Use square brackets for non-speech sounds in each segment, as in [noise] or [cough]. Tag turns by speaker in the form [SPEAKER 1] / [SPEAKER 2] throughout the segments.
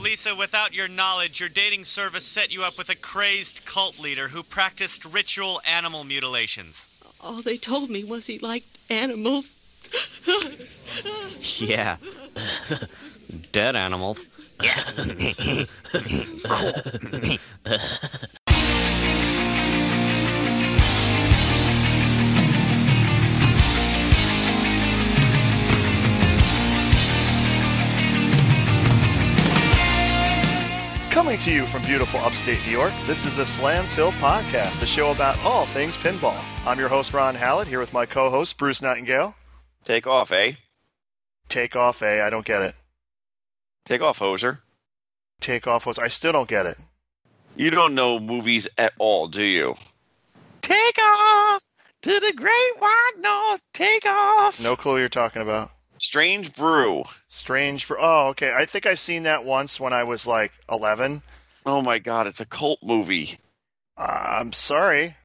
[SPEAKER 1] Lisa, without your knowledge, your dating service set you up with a crazed cult leader who practiced ritual animal mutilations.
[SPEAKER 2] All they told me was he liked animals.
[SPEAKER 1] Yeah. Dead animals.
[SPEAKER 3] Coming to you from beautiful upstate New York, this is the Slam Till Podcast, the show about all things pinball. I'm your host, Ron Hallett, here with my co host, Bruce Nightingale.
[SPEAKER 4] Take off, eh?
[SPEAKER 3] Take off, A. I don't get it.
[SPEAKER 4] Take off, hoser.
[SPEAKER 3] Take off was, I still don't get it.
[SPEAKER 4] You don't know movies at all, do you? Take off to the great wide north. Take off.
[SPEAKER 3] No clue what you're talking about.
[SPEAKER 4] Strange brew.
[SPEAKER 3] Strange. For, oh, okay. I think I've seen that once when I was like 11.
[SPEAKER 4] Oh my god, it's a cult movie.
[SPEAKER 3] Uh, I'm sorry.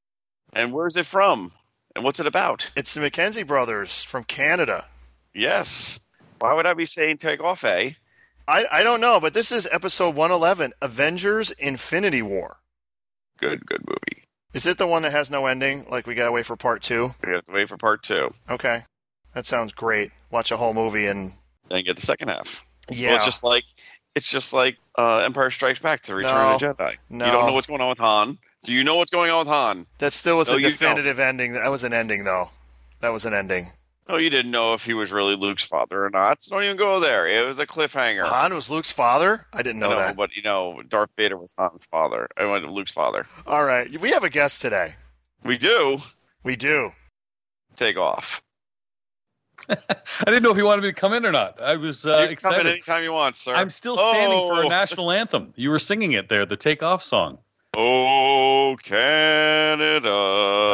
[SPEAKER 4] And where's it from? And what's it about?
[SPEAKER 3] It's the McKenzie brothers from Canada.
[SPEAKER 4] Yes. Why would I be saying take off, eh?
[SPEAKER 3] I, I don't know, but this is episode 111 Avengers Infinity War.
[SPEAKER 4] Good, good movie.
[SPEAKER 3] Is it the one that has no ending? Like we gotta wait for part two?
[SPEAKER 4] We have to wait for part two.
[SPEAKER 3] Okay. That sounds great. Watch a whole movie and.
[SPEAKER 4] Then get the second half.
[SPEAKER 3] Yeah.
[SPEAKER 4] Well, it's just like it's just like uh, Empire Strikes Back to Return of the
[SPEAKER 3] No.
[SPEAKER 4] Jedi.
[SPEAKER 3] No.
[SPEAKER 4] You don't know what's going on with Han. Do you know what's going on with Han?
[SPEAKER 3] That still was
[SPEAKER 4] No,
[SPEAKER 3] a
[SPEAKER 4] you don't.
[SPEAKER 3] definitive ending. That was an ending, though. That was an ending.
[SPEAKER 4] No, you didn't know if he was really Luke's father or not. So don't even go there. It was a cliffhanger.
[SPEAKER 3] Han was Luke's father? I didn't know
[SPEAKER 4] No,
[SPEAKER 3] that.
[SPEAKER 4] but you know, Darth Vader was Han's father. I mean, Luke's father.
[SPEAKER 3] All right. We have a guest today.
[SPEAKER 4] We do
[SPEAKER 3] We do.
[SPEAKER 4] take off.
[SPEAKER 5] [laughs] I didn't know if you wanted me to come in or not. I was uh,
[SPEAKER 4] you can come in
[SPEAKER 5] excited.
[SPEAKER 4] anytime you want, sir.
[SPEAKER 5] I'm still standing for
[SPEAKER 4] Oh.
[SPEAKER 5] a national anthem. You were singing it there, the takeoff song.
[SPEAKER 4] Oh, Canada.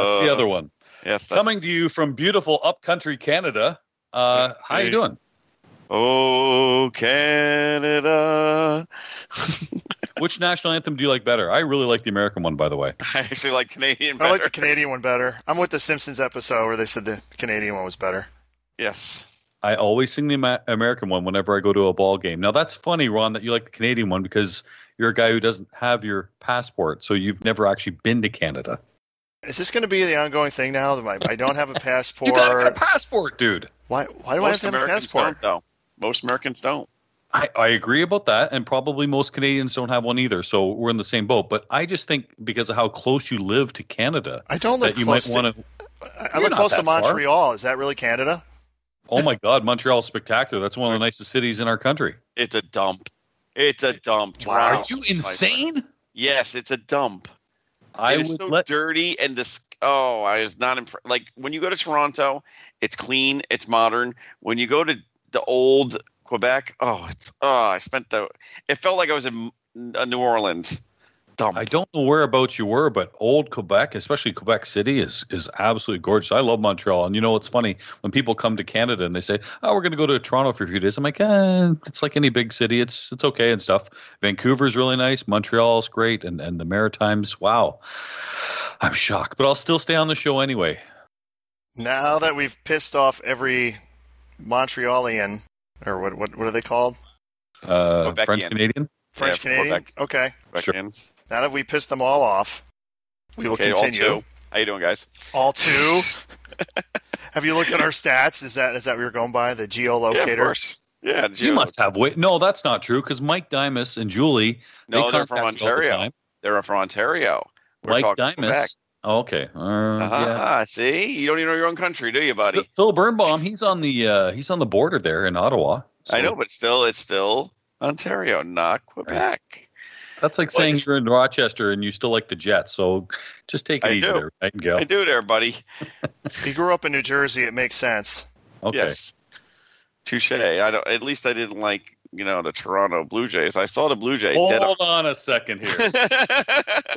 [SPEAKER 5] That's the other one.
[SPEAKER 4] Yes, Oh, that's
[SPEAKER 5] Coming to you from beautiful upcountry Canada. Uh, How you
[SPEAKER 4] Hey.
[SPEAKER 5] doing?
[SPEAKER 4] Oh, Canada. [laughs]
[SPEAKER 5] Which national anthem do you like better? I really like the American one, by the way.
[SPEAKER 4] I actually like Canadian
[SPEAKER 3] I
[SPEAKER 4] better.
[SPEAKER 3] like the Canadian one better. I'm with the Simpsons episode where they said the Canadian one was better.
[SPEAKER 4] yes.
[SPEAKER 5] I always sing the Ama- American one whenever I go to a ball game. Now that's funny, Ron, that you like the Canadian one because you're a guy who doesn't have your passport, so you've never actually been to Canada.
[SPEAKER 3] Is this going to be the ongoing thing now? That my, I don't
[SPEAKER 4] [laughs]
[SPEAKER 3] have a passport.
[SPEAKER 5] You gotta get a passport, dude.
[SPEAKER 3] why, why do I have
[SPEAKER 4] Most
[SPEAKER 3] to have a
[SPEAKER 4] Americans
[SPEAKER 3] passport?
[SPEAKER 4] don't, though. Most Americans don't.
[SPEAKER 5] I, I agree about that, and probably most Canadians don't have one either, so we're in the same boat. But I just think because of how close you live to Canada,
[SPEAKER 3] I don't live
[SPEAKER 5] that you might
[SPEAKER 3] close
[SPEAKER 5] [laughs] want to.
[SPEAKER 3] to. I- I
[SPEAKER 5] You're
[SPEAKER 3] live
[SPEAKER 5] not
[SPEAKER 3] close to
[SPEAKER 5] that far.
[SPEAKER 3] Montreal. Is that really Canada?
[SPEAKER 5] Oh my God, Montreal's spectacular. That's one of the nicest cities in our country.
[SPEAKER 4] It's a dump. It's a dump.
[SPEAKER 3] Wow.
[SPEAKER 4] Toronto
[SPEAKER 5] Are you
[SPEAKER 4] is my friend.
[SPEAKER 5] insane?
[SPEAKER 4] Yes, it's a dump.
[SPEAKER 5] I
[SPEAKER 4] it
[SPEAKER 5] would
[SPEAKER 4] is so
[SPEAKER 5] let.
[SPEAKER 4] dirty and dis- oh, I was not impressed. Like when you go to Toronto, it's clean, it's modern. When you go to the old Quebec, oh, it's oh, I spent the. It felt like I was in uh, New Orleans. Dump.
[SPEAKER 5] I don't know whereabouts you were, but old Quebec, especially Quebec City, is is absolutely gorgeous. I love Montreal, and you know what's funny when people come to Canada and they say, "Oh, we're going to go to Toronto for a few days." I'm like, eh, "It's like any big city. It's it's okay and stuff." Vancouver's really nice. Montreal's great, and and the Maritimes. Wow, I'm shocked, but I'll still stay on the show anyway.
[SPEAKER 3] Now that we've pissed off every Montrealian, or what what, what are they called?
[SPEAKER 5] Uh,
[SPEAKER 4] Quebecian.
[SPEAKER 5] French Canadian.
[SPEAKER 3] French
[SPEAKER 4] Yeah,
[SPEAKER 3] Canadian.
[SPEAKER 4] Quebec.
[SPEAKER 3] Okay.
[SPEAKER 4] Quebec
[SPEAKER 5] Sure.
[SPEAKER 4] in.
[SPEAKER 3] Now that we pissed them all off, we will
[SPEAKER 4] Okay, all
[SPEAKER 3] continue.
[SPEAKER 4] two. How you doing, guys? [laughs]
[SPEAKER 3] All two? Have you looked at our stats? Is that is that what you're going by? The
[SPEAKER 4] Yeah, of
[SPEAKER 3] geolocator?
[SPEAKER 4] course. Yeah,
[SPEAKER 5] You must have wait. No, that's not true because Mike Dimas and Julie.
[SPEAKER 4] No,
[SPEAKER 5] they
[SPEAKER 4] they're from
[SPEAKER 5] contact me all the
[SPEAKER 4] Ontario.
[SPEAKER 5] time.
[SPEAKER 4] They're from Ontario. We're
[SPEAKER 5] Mike
[SPEAKER 4] talking Quebec.
[SPEAKER 5] Dimas. Okay. Uh, yeah.
[SPEAKER 4] Ah, see, you don't even know your own country, do you, buddy?
[SPEAKER 5] Th- Phil Birnbaum, he's on the uh, he's on the border there in Ottawa. So
[SPEAKER 4] I know, but still, it's still Ontario, not Quebec.
[SPEAKER 5] That's like
[SPEAKER 4] Well,
[SPEAKER 5] saying
[SPEAKER 4] it's-
[SPEAKER 5] you're in Rochester and you still like the Jets. So just take it
[SPEAKER 4] I
[SPEAKER 5] easy
[SPEAKER 4] do.
[SPEAKER 5] there, Nightingale.
[SPEAKER 4] I do there, buddy.
[SPEAKER 3] He grew up in New Jersey. It makes sense.
[SPEAKER 5] Okay.
[SPEAKER 4] Yes. Touche. I don't. At least I didn't like you know the Toronto Blue Jays. I saw the Blue Jays.
[SPEAKER 5] Hold
[SPEAKER 4] dead on-
[SPEAKER 5] on a second
[SPEAKER 4] [laughs]
[SPEAKER 5] here.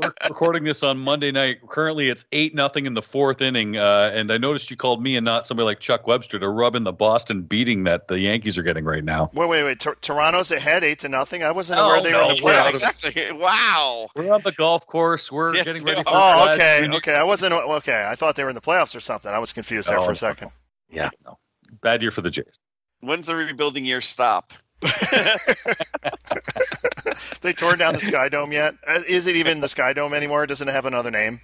[SPEAKER 5] We're recording this on Monday night. Currently, it's eight nothing in the fourth inning, uh, and I noticed you called me and not somebody like Chuck Webster to rub in the Boston beating that the Yankees are getting right now.
[SPEAKER 3] Wait, wait, wait. Tor- Toronto's ahead eight to nothing. I wasn't
[SPEAKER 5] Oh,
[SPEAKER 3] aware they were in the
[SPEAKER 5] no, we're
[SPEAKER 4] yeah,
[SPEAKER 5] out of-
[SPEAKER 3] playoffs.
[SPEAKER 4] exactly. Wow.
[SPEAKER 5] We're on the golf course. We're
[SPEAKER 4] Yes,
[SPEAKER 5] getting
[SPEAKER 4] they
[SPEAKER 5] ready. For
[SPEAKER 4] are.
[SPEAKER 3] Oh,
[SPEAKER 5] class
[SPEAKER 3] okay,
[SPEAKER 5] reunion.
[SPEAKER 3] okay. I wasn't okay. I thought they were in the playoffs or something. I was confused there
[SPEAKER 5] No.
[SPEAKER 3] for a second.
[SPEAKER 5] Yeah, no, bad year for the Jays.
[SPEAKER 4] When's the rebuilding year stop?
[SPEAKER 3] they torn down the Sky Dome yet? Uh, Is it even the Sky Dome anymore? Doesn't it have another name?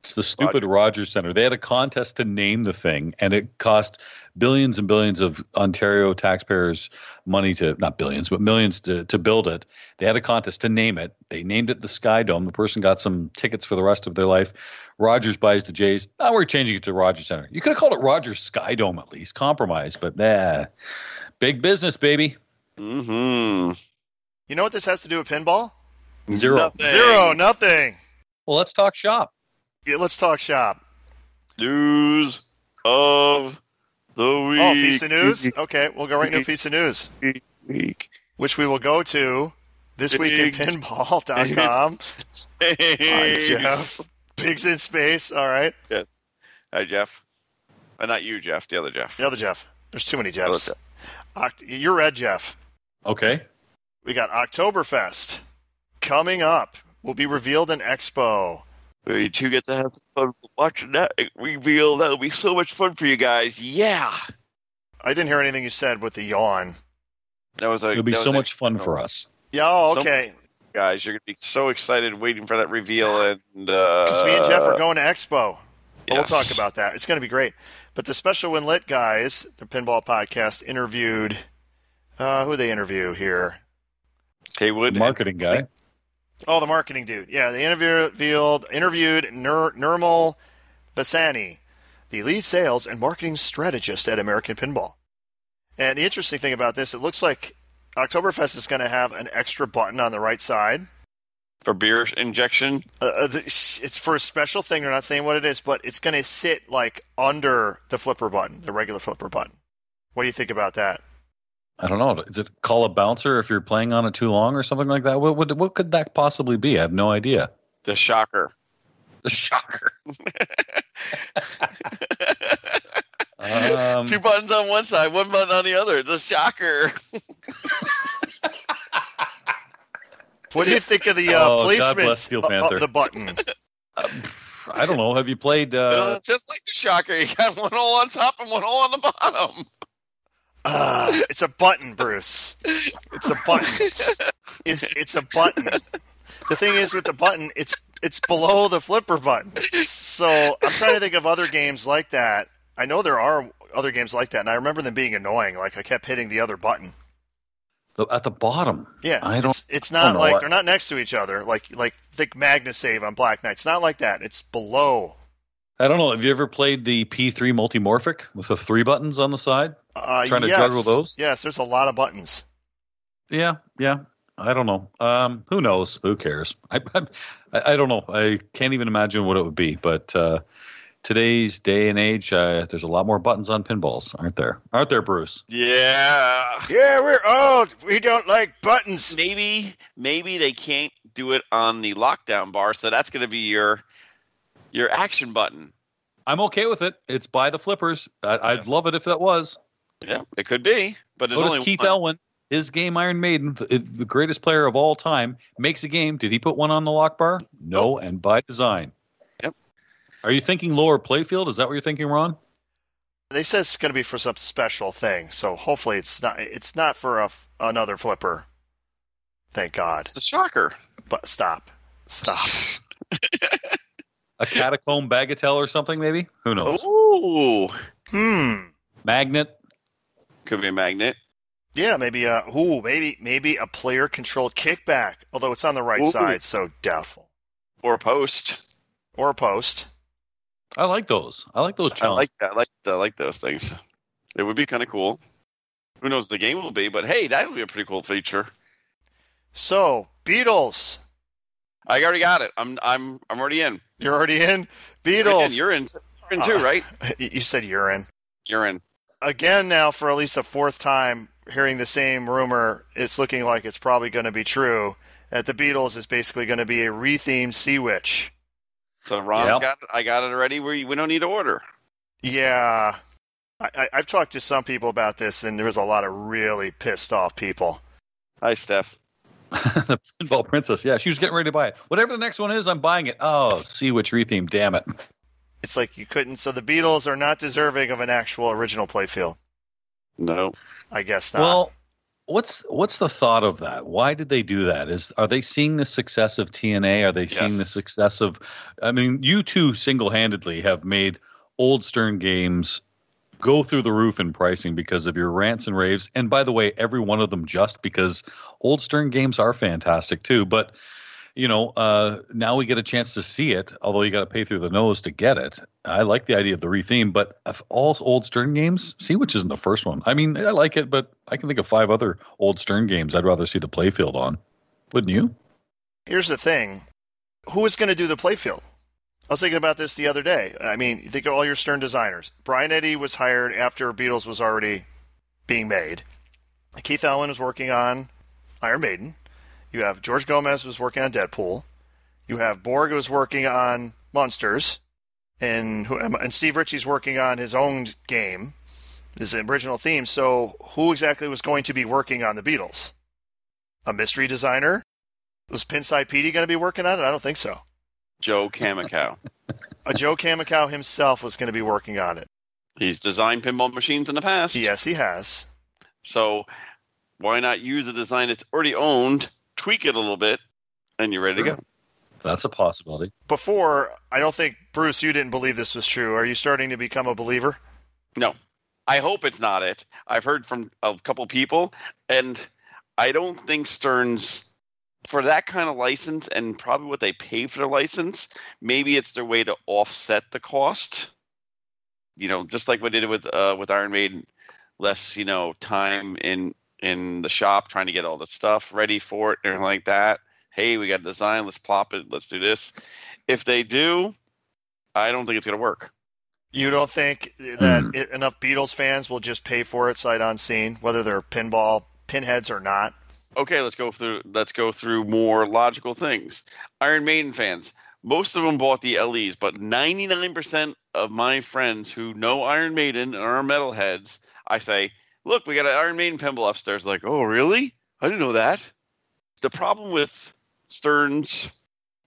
[SPEAKER 5] It's the stupid Rogers Center. They had a contest to name the thing, and it cost billions and billions of Ontario taxpayers' money to not billions, but millions to, to build it. They had a contest to name it. They named it the Sky Dome. The person got some tickets for the rest of their life. Rogers buys the Jays. Now we're changing it to Rogers Center. You could have called it Rogers Sky Dome at least, compromise, but nah. Big business, baby.
[SPEAKER 4] Mm-hmm.
[SPEAKER 3] You know what this has to do with pinball?
[SPEAKER 5] Zero.
[SPEAKER 4] Nothing.
[SPEAKER 3] Zero, nothing.
[SPEAKER 5] Well, let's talk shop.
[SPEAKER 3] Yeah, let's talk shop.
[SPEAKER 4] News of the week.
[SPEAKER 3] Oh, piece of news. Okay, we'll go right into a piece of news,
[SPEAKER 4] Week.
[SPEAKER 3] which we will go to this week in
[SPEAKER 4] [laughs]
[SPEAKER 3] pinball.com. Hi, Jeff. Pigs in space. All right,
[SPEAKER 4] Yes. Hi, Jeff. Uh, not you, Jeff. The other Jeff.
[SPEAKER 3] the other Jeff. There's too many Jeffs.
[SPEAKER 4] Jeff.
[SPEAKER 3] Oct- you're red, Jeff.
[SPEAKER 5] Okay.
[SPEAKER 3] We got Oktoberfest coming up. Will be revealed in Expo.
[SPEAKER 4] We two get to have fun watching that reveal. That'll be so much fun for you guys. Yeah.
[SPEAKER 3] I didn't hear anything you said with the yawn.
[SPEAKER 4] That was a.
[SPEAKER 5] It'll be
[SPEAKER 4] that was
[SPEAKER 5] so
[SPEAKER 4] a-
[SPEAKER 5] much fun for us.
[SPEAKER 3] Yeah, oh,
[SPEAKER 4] Some-
[SPEAKER 3] okay.
[SPEAKER 4] guys. You're gonna be so excited waiting for that reveal, and uh,
[SPEAKER 3] Because me and Jeff are going to Expo. But
[SPEAKER 4] yes.
[SPEAKER 3] We'll talk about that. It's going to be great. But the Special Win Lit guys, the Pinball Podcast, interviewed uh, who they interview here.
[SPEAKER 4] Haywood.
[SPEAKER 5] Marketing guy.
[SPEAKER 3] Oh, the marketing dude. Yeah, they interviewed interviewed Nur- Nirmal Basani, the lead sales and marketing strategist at American Pinball. And the interesting thing about this, it looks like Oktoberfest is going to have an extra button on the right side.
[SPEAKER 4] for beer injection.
[SPEAKER 3] Uh, Uh, the- it's for a special thing. They're not saying what it is, but it's going to sit like under the flipper button, the regular flipper button. What do you think about that?
[SPEAKER 5] I don't know. Is it call a bouncer if you're playing on it too long or something like that? What what, what could that possibly be? I have no idea.
[SPEAKER 4] The shocker.
[SPEAKER 5] The shocker. Um,
[SPEAKER 4] Two buttons on one side, one button on the other. The shocker.
[SPEAKER 3] What do you think of the uh,
[SPEAKER 5] [laughs] Oh, God
[SPEAKER 3] placement
[SPEAKER 5] bless Steel
[SPEAKER 3] of-
[SPEAKER 5] Panther.
[SPEAKER 3] of the
[SPEAKER 5] [laughs]
[SPEAKER 3] button?
[SPEAKER 5] I don't know. Have you played? Uh,
[SPEAKER 4] It's [laughs] just like the shocker. You got one hole on top and one hole on the bottom.
[SPEAKER 3] Uh, it's a button, Bruce. It's a button. It's it's a button. The thing is with the button, it's it's below the flipper button. So I'm trying to think of other games like that. I know there are other games like that, and I remember them being annoying. Like I kept hitting the other button.
[SPEAKER 5] the, at the bottom.
[SPEAKER 3] Yeah,
[SPEAKER 5] I don't.
[SPEAKER 3] It's, it's not
[SPEAKER 5] know
[SPEAKER 3] like
[SPEAKER 5] what-
[SPEAKER 3] they're not next to each other. Like like think Magna Save on Black Knight. It's not like that. It's below.
[SPEAKER 5] I don't know. Have you ever played the P3 multimorphic with the three buttons on the side?
[SPEAKER 3] Uh,
[SPEAKER 5] Trying to
[SPEAKER 3] yes.
[SPEAKER 5] juggle those?
[SPEAKER 3] Yes, there's a lot of buttons.
[SPEAKER 5] Yeah, yeah. I don't know. Um, who knows? Who cares? [laughs] I, I I don't know. I can't even imagine what it would be. But uh, today's day and age, uh, there's a lot more buttons on pinballs, aren't there? Aren't there, Bruce?
[SPEAKER 4] Yeah.
[SPEAKER 3] Yeah, we're old. We don't like buttons.
[SPEAKER 4] Maybe maybe they can't do it on the lockdown bar, so that's gonna be your your action button.
[SPEAKER 5] I'm okay with it. It's by the flippers. I, I'd
[SPEAKER 4] Yes.
[SPEAKER 5] love it if that was.
[SPEAKER 4] Yeah, it could be. But there's
[SPEAKER 5] Notice
[SPEAKER 4] only
[SPEAKER 5] Keith
[SPEAKER 4] one.
[SPEAKER 5] Elwin, his game Iron Maiden, the, the greatest player of all time, makes a game. Did he put one on the lock bar? No, and by design.
[SPEAKER 4] Yep.
[SPEAKER 5] Are you thinking lower playfield? Is that what you're thinking, Ron?
[SPEAKER 3] They said it's going to be for some special thing, so hopefully it's not. It's not for a, another flipper. Thank God.
[SPEAKER 4] It's a shocker.
[SPEAKER 3] But stop, stop.
[SPEAKER 5] A catacomb bagatelle or something, maybe? Who
[SPEAKER 4] Oh,
[SPEAKER 5] knows? Oh.
[SPEAKER 4] Ooh.
[SPEAKER 3] Hmm.
[SPEAKER 5] Magnet.
[SPEAKER 4] Could be a magnet.
[SPEAKER 3] Yeah, maybe a ooh, maybe maybe a player controlled kickback. Although it's on the right
[SPEAKER 4] Ooh.
[SPEAKER 3] side, so doubtful.
[SPEAKER 4] Or a post.
[SPEAKER 3] Or a post.
[SPEAKER 5] I like those. I like those
[SPEAKER 4] I
[SPEAKER 5] challenges.
[SPEAKER 4] like that. I like I like those things. It would be kind of cool. Who knows what the game will be, but hey, that would be a pretty cool feature.
[SPEAKER 3] So Beatles,
[SPEAKER 4] I already got it. I'm I'm I'm already in.
[SPEAKER 3] you're already in.
[SPEAKER 4] Again,
[SPEAKER 3] Beatles,
[SPEAKER 4] you're in. You're in too,
[SPEAKER 3] Ah.
[SPEAKER 4] right?
[SPEAKER 3] [laughs] you said you're in.
[SPEAKER 4] You're in.
[SPEAKER 3] again now for at least the fourth time hearing the same rumor it's looking like it's probably going to be true that the beatles is basically going to be a rethemed sea witch
[SPEAKER 4] So Ron's
[SPEAKER 5] Yep.
[SPEAKER 4] got it. I got it already. We we don't need to order.
[SPEAKER 3] yeah I, I, i've talked to some people about this and there was a lot of really pissed off people
[SPEAKER 4] Hi, Steph.
[SPEAKER 5] [laughs] the pinball princess. Yeah, she was getting ready to buy it. Whatever the next one is, I'm buying it. Oh, see which retheme. Damn it.
[SPEAKER 3] it's like you couldn't so the beatles are not deserving of an actual original playfield
[SPEAKER 4] No.
[SPEAKER 3] i guess not
[SPEAKER 5] Well, What's what's the thought of that? Why did they do that? Is are they seeing the success of TNA? Are they seeing the
[SPEAKER 4] Yes.
[SPEAKER 5] success of? I mean, you two single handedly have made old Stern games go through the roof in pricing because of your rants and raves. And by the way, every one of them just because old Stern games are fantastic too. But you know, uh, now we get a chance to see it, although you got to pay through the nose to get it. I like the idea of the retheme, but of all old Stern games, see which isn't the first one. I mean, I like it, but I can think of five other old Stern games I'd rather see the playfield on. Wouldn't you?
[SPEAKER 3] Here's the thing who is going to do the playfield? I was thinking about this the other day. I mean, you think of all your Stern designers. Brian Eddy was hired after Beatles was already being made. Keith Allen was working on Iron Maiden. You have George Gomez was working on Deadpool. You have Borg was working on Monsters, and who, and Steve Ritchie's working on his own game, his original theme. So, who exactly was going to be working on the Beatles? A mystery designer? Was Pinside Petey going to be working on it? I don't think so.
[SPEAKER 4] Joe Kamikow.
[SPEAKER 3] Uh, Joe Kamikow himself was going to be working on it.
[SPEAKER 4] He's designed pinball machines in the past.
[SPEAKER 3] Yes, he has.
[SPEAKER 4] So why not use a design that's already owned, tweak it a little bit, and you're ready to go.
[SPEAKER 5] That's a possibility.
[SPEAKER 3] Before, I don't think, Bruce, you didn't believe this was true. Are you starting to become a believer?
[SPEAKER 4] No, I hope it's not it. I've heard from a couple people, and I don't think Stern's for that kind of license and probably what they pay for the license. Maybe it's their way to offset the cost. You know, just like what they did with uh, with Iron Maiden, less you know time in in the shop trying to get all the stuff ready for it and everything like that. Hey, we got a design. Let's plop it. Let's do this. If they do, I don't think it's gonna work.
[SPEAKER 3] You don't think that it, enough Beatles fans will just pay for it sight unseen, whether they're pinball pinheads or not?
[SPEAKER 4] okay, let's go through let's go through more logical things. Iron Maiden fans, most of them bought the LEs, but 99% of my friends who know Iron Maiden and are metalheads, I say, "Look, we got an Iron Maiden pinball upstairs." Like, "Oh, really? I didn't know that." The problem with Stearns,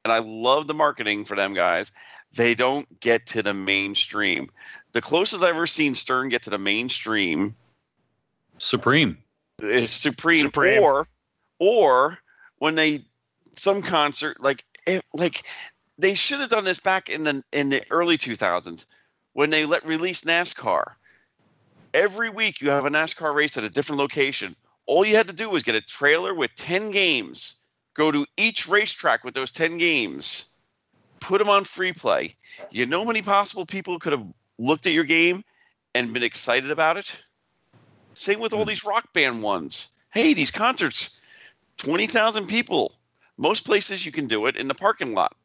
[SPEAKER 4] and I love the marketing for them guys, they don't get to the mainstream. The closest I've ever seen Stern get to the mainstream
[SPEAKER 5] Supreme.
[SPEAKER 4] is Supreme,
[SPEAKER 3] Supreme.
[SPEAKER 4] or or when they some concert like it, like they should have done this back in the in the early 2000s when they let release NASCAR. Every week you have a NASCAR race at a different location. All you had to do was get a trailer with 10 games, go to each racetrack with those 10 games, put them on free play. You know how many possible people could have looked at your game and been excited about it? Same with all
[SPEAKER 5] Hmm.
[SPEAKER 4] these rock band ones. Hey, these concerts, 20,000 people. Most places you can do it in the parking lot.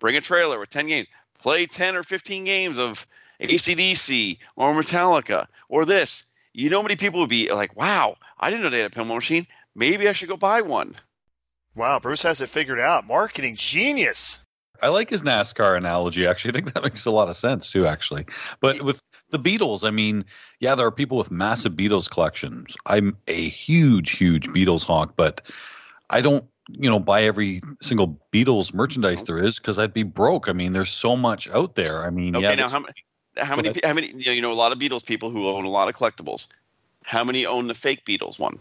[SPEAKER 4] Bring a trailer with 10 games. Play 10 or 15 games of ACDC or Metallica or this. You know how many people would be like, wow, I didn't know they had a pinball machine. Maybe I should go buy one.
[SPEAKER 3] Wow, Bruce has it figured out. Marketing genius.
[SPEAKER 5] I like his NASCAR analogy. Actually, I think that [laughs] makes a lot of sense too. Actually, but with the Beatles, I mean, yeah, there are people with massive Beatles collections. I'm a huge, huge Beatles honk, but I don't, you know, buy every single Beatles
[SPEAKER 4] Mm-hmm.
[SPEAKER 5] merchandise there is because I'd be broke. I mean, there's so much out there. I mean,
[SPEAKER 4] Okay,
[SPEAKER 5] yeah,
[SPEAKER 4] now
[SPEAKER 5] that's-
[SPEAKER 4] how many? How many?
[SPEAKER 5] ahead.
[SPEAKER 4] How many? You know, you know, a lot of Beatles people who own a lot of collectibles. How many own the fake Beatles one?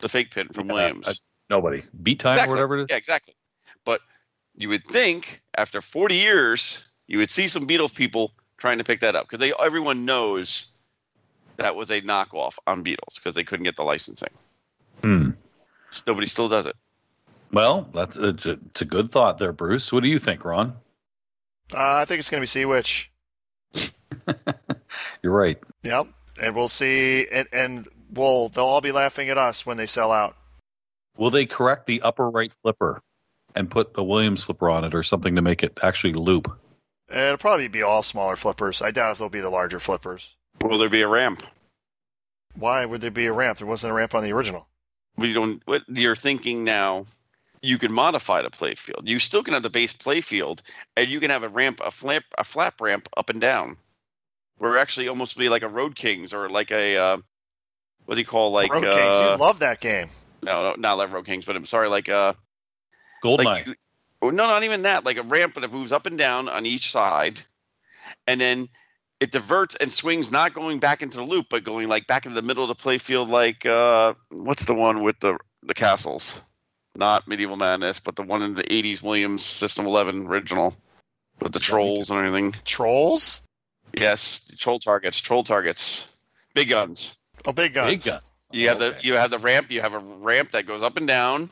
[SPEAKER 4] The fake pin from
[SPEAKER 5] Yeah,
[SPEAKER 4] Williams.
[SPEAKER 5] I- nobody beat time
[SPEAKER 4] exactly.
[SPEAKER 5] or whatever it is.
[SPEAKER 4] Yeah, exactly. But you would think after 40 years, you would see some Beatles people trying to pick that up because they everyone knows that was a knockoff on Beatles because they couldn't get the licensing.
[SPEAKER 5] Hmm.
[SPEAKER 4] S- Nobody still does it.
[SPEAKER 5] Well, that's it's a, it's a good thought there, Bruce. What do you think, Ron?
[SPEAKER 3] Uh, I think it's going to be Sea Witch.
[SPEAKER 5] You're right.
[SPEAKER 3] Yep, and we'll see, and, and we'll they'll all be laughing at us when they sell out.
[SPEAKER 5] Will they correct the upper right flipper and put a Williams flipper on it or something to make it actually loop?
[SPEAKER 3] It'll probably be all smaller flippers. I doubt if they'll be the larger flippers.
[SPEAKER 4] Will there be a ramp?
[SPEAKER 3] Why would there be a ramp? There wasn't a ramp on the original.
[SPEAKER 4] we don't what you're thinking now you can modify the play field you still can have the base play field and you can have a ramp a flap a flap ramp up and down we're actually almost be like a road kings or like a uh, what do you call like
[SPEAKER 3] Road
[SPEAKER 4] uh,
[SPEAKER 3] Kings, you love that game.
[SPEAKER 4] no, no not like road kings but i'm sorry like uh
[SPEAKER 5] Goldeneye.
[SPEAKER 4] like you- oh, no, not even that. Like a ramp that moves up and down on each side, and then it diverts and swings not going back into the loop, but going like back into the middle of the play field. Like uh, what's the one with the the castles? Not medieval madness, but the one in the '80s Williams System 11 original with the trolls and everything.
[SPEAKER 3] Trolls?
[SPEAKER 4] Yes, troll targets, troll targets, big guns.
[SPEAKER 3] Oh, big guns.
[SPEAKER 5] Big guns.
[SPEAKER 4] You have
[SPEAKER 5] Okay.
[SPEAKER 4] the you have the ramp. You have a ramp that goes up and down.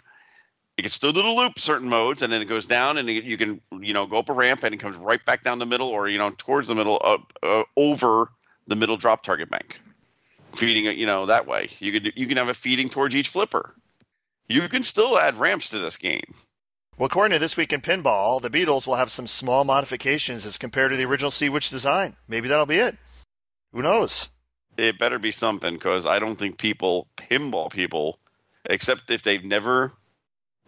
[SPEAKER 4] You can still do the loop certain modes, and then it goes down, and you can you know go up a ramp, and it comes right back down the middle, or you know towards the middle, up uh, over the middle drop target bank, feeding it you know that way. You could you can have a feeding towards each flipper. You can still add ramps to this game.
[SPEAKER 3] Well, according to This Week in Pinball, the Beatles will have some small modifications as compared to the original Sea Witch design. Maybe that'll be it. Who knows?
[SPEAKER 4] It better be something because I don't think people pinball people, except if they've never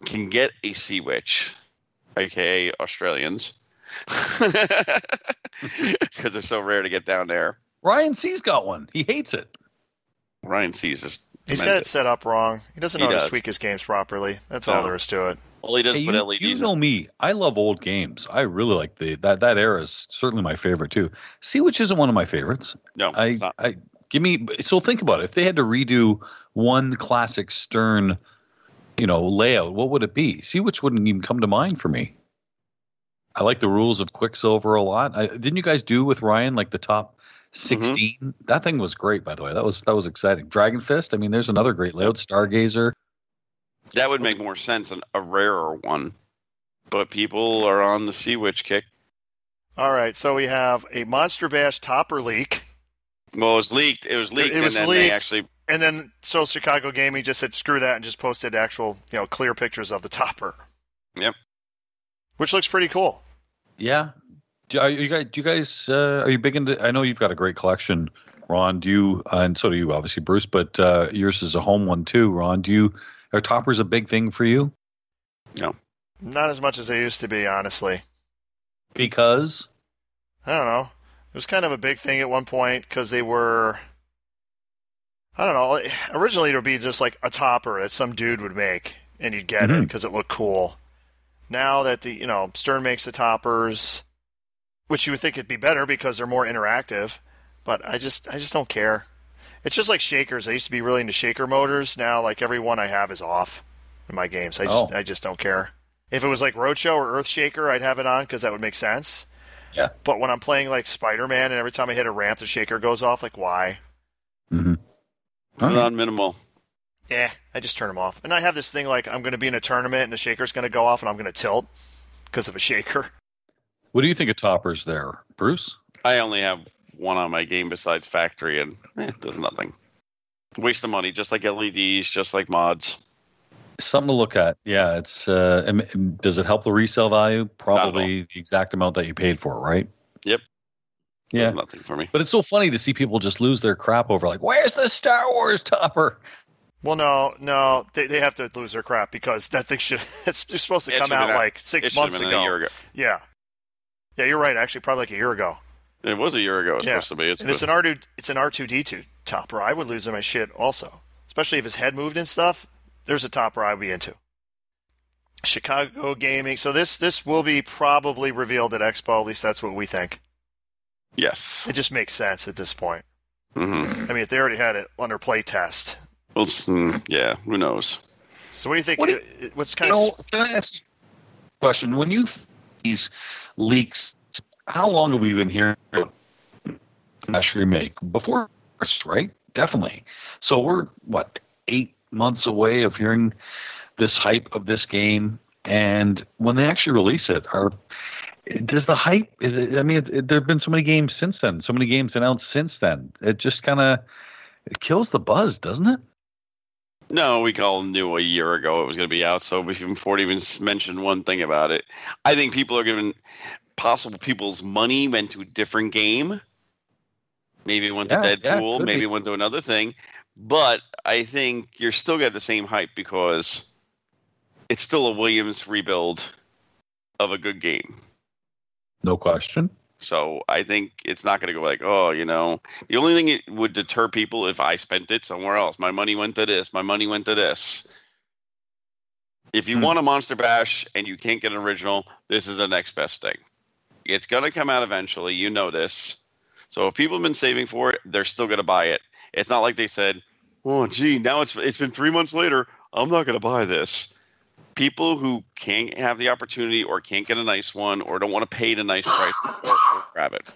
[SPEAKER 4] can get a sea witch, aka Australians, [laughs] because they're so rare to get down there.
[SPEAKER 5] Ryan C's got one. He hates it.
[SPEAKER 4] Ryan sees this.
[SPEAKER 3] He's got it set up wrong. He doesn't
[SPEAKER 4] He
[SPEAKER 3] know how
[SPEAKER 4] does.
[SPEAKER 3] to tweak his games properly. That's
[SPEAKER 4] No.
[SPEAKER 3] all there is to it.
[SPEAKER 4] All he does
[SPEAKER 5] Hey,
[SPEAKER 4] is put
[SPEAKER 5] you,
[SPEAKER 4] LEDs.
[SPEAKER 5] you
[SPEAKER 4] in.
[SPEAKER 5] know me. I love old games. I really like the that that era is certainly my favorite too. See, which isn't one of my favorites.
[SPEAKER 4] no,
[SPEAKER 5] I
[SPEAKER 4] it's not.
[SPEAKER 5] I give me so think about it. If they had to redo one classic Stern, you know, layout, what would it be? See, which wouldn't even come to mind for me. I like the rules of Quicksilver a lot. I, didn't you guys do with Ryan like the top
[SPEAKER 4] Mm-hmm.
[SPEAKER 5] 16 That thing was great, by the way. That was that was exciting. Dragon Fist. I mean, there's another great layout. Stargazer.
[SPEAKER 4] that would make more sense than a rarer one. But people are on the sea witch kick.
[SPEAKER 3] All right, so we have a Monster Bash topper leak.
[SPEAKER 4] Well, it was leaked. It was leaked,
[SPEAKER 3] It was
[SPEAKER 4] and then they
[SPEAKER 3] leaked.
[SPEAKER 4] actually
[SPEAKER 3] And then, so Chicago Gaming just said screw that and just posted actual, you know, clear pictures of the topper.
[SPEAKER 4] Yep.
[SPEAKER 3] Which looks pretty cool.
[SPEAKER 5] Yeah. Do, are you guys? Do you guys? Uh, are you big into? I know you've got a great collection, Ron. Do you? Uh, and so do you, obviously, Bruce. But uh, yours is a home one too, Ron. Do you? Are toppers a big thing for you?
[SPEAKER 3] Not as much as they used to be, honestly.
[SPEAKER 5] Because
[SPEAKER 3] I don't know. It was kind of a big thing at one point because they were. I don't know. Originally, it would be just like a topper that some dude would make, and you'd get it 'cause it
[SPEAKER 5] Mhm.
[SPEAKER 3] because it looked cool. Now that the you know Stern makes the toppers, which you would think it'd be better because they're more interactive, but I just I just don't care. It's just like shakers. I used to be really into shaker motors. Now, like every one I have is off in my games. I just
[SPEAKER 5] Oh.
[SPEAKER 3] I just don't care. If it was like Roadshow or Earthshaker, I'd have it on because that would make sense.
[SPEAKER 5] Yeah.
[SPEAKER 3] But when I'm playing like Spider Man and every time I hit a ramp, the shaker goes off, like, why?
[SPEAKER 5] Mhm.
[SPEAKER 4] put it on minimal.
[SPEAKER 3] Eh, I just turn them off. And I have this thing like, I'm going to be in a tournament and the shaker's going to go off and I'm going to tilt because of a shaker. [laughs]
[SPEAKER 5] what do you think of toppers there, Bruce?
[SPEAKER 4] I only have one on my game besides factory, and eh, it does nothing. Waste of money, just like LEDs, just like mods.
[SPEAKER 5] Something to look at. Yeah, it's. Uh, am- am- does it help the resale value? Probably the exact amount that you paid for, it, right?
[SPEAKER 4] Yep.
[SPEAKER 5] Yeah.
[SPEAKER 4] does nothing for me.
[SPEAKER 5] But it's so funny to see people just lose their crap over like, where's the Star Wars topper?
[SPEAKER 3] Well, no, no, they, they have to lose their crap because that thing should, [laughs] it's just supposed to
[SPEAKER 4] It
[SPEAKER 3] come
[SPEAKER 4] should've
[SPEAKER 3] out
[SPEAKER 4] been out-
[SPEAKER 3] like
[SPEAKER 4] It
[SPEAKER 3] six
[SPEAKER 4] should've
[SPEAKER 3] months
[SPEAKER 4] been
[SPEAKER 3] ago.
[SPEAKER 4] A year ago.
[SPEAKER 3] Yeah. Yeah, you're right. Actually, probably like a year ago.
[SPEAKER 4] It was a year ago. It was
[SPEAKER 3] Yeah.
[SPEAKER 4] supposed to be. It's
[SPEAKER 3] And it's an R2, it's an R2D2 topper. I would lose my shit also, especially if his head moved and stuff. There's a topper I'd be into. Chicago Gaming. So this this will be probably revealed at Expo. At least that's what we think.
[SPEAKER 4] yes.
[SPEAKER 3] It just makes sense at this point.
[SPEAKER 4] Mm-hmm.
[SPEAKER 3] I mean, if they already had it under playtest.
[SPEAKER 4] Well, it's- mm, yeah. Who knows?
[SPEAKER 3] So what do you think?
[SPEAKER 5] What do
[SPEAKER 3] uh, what's kind
[SPEAKER 5] No,
[SPEAKER 3] of
[SPEAKER 5] can I ask you a question? When you th- these leaks, how long have we been hearing about Smash remake? Before first, right? Definitely. So we're what eight months away of hearing this hype of this game, and when they actually release it, are does the hype? Is it, I mean, it, it, there have been so many games since then, so many games announced since then. It just kind of it kills the buzz, doesn't it?
[SPEAKER 4] No, we all knew a year ago it was going to be out. So before it even s- mentioned one thing about it, I think people are giving possible people's money went to a different game. Maybe it went to
[SPEAKER 5] Yeah, yeah,
[SPEAKER 4] Deadpool.
[SPEAKER 5] could
[SPEAKER 4] maybe
[SPEAKER 5] be.
[SPEAKER 4] it went to another thing. But I think you're still got the same hype because it's still a Williams rebuild of a good game.
[SPEAKER 5] No question.
[SPEAKER 4] So I think it's not going to go like, oh, you know, the only thing it would deter people if I spent it somewhere else. My money went to this. My money went to this. If you
[SPEAKER 5] Hmm.
[SPEAKER 4] want a Monster Bash and you can't get an original, this is the next best thing. It's going to come out eventually. You know this. So if people have been saving for it, they're still going to buy it. It's not like they said, "Oh, gee, now it's it's been three months later. I'm not going to buy this." People who can't have the opportunity, or can't get a nice one, or don't want to pay the nice price, or, or grab it.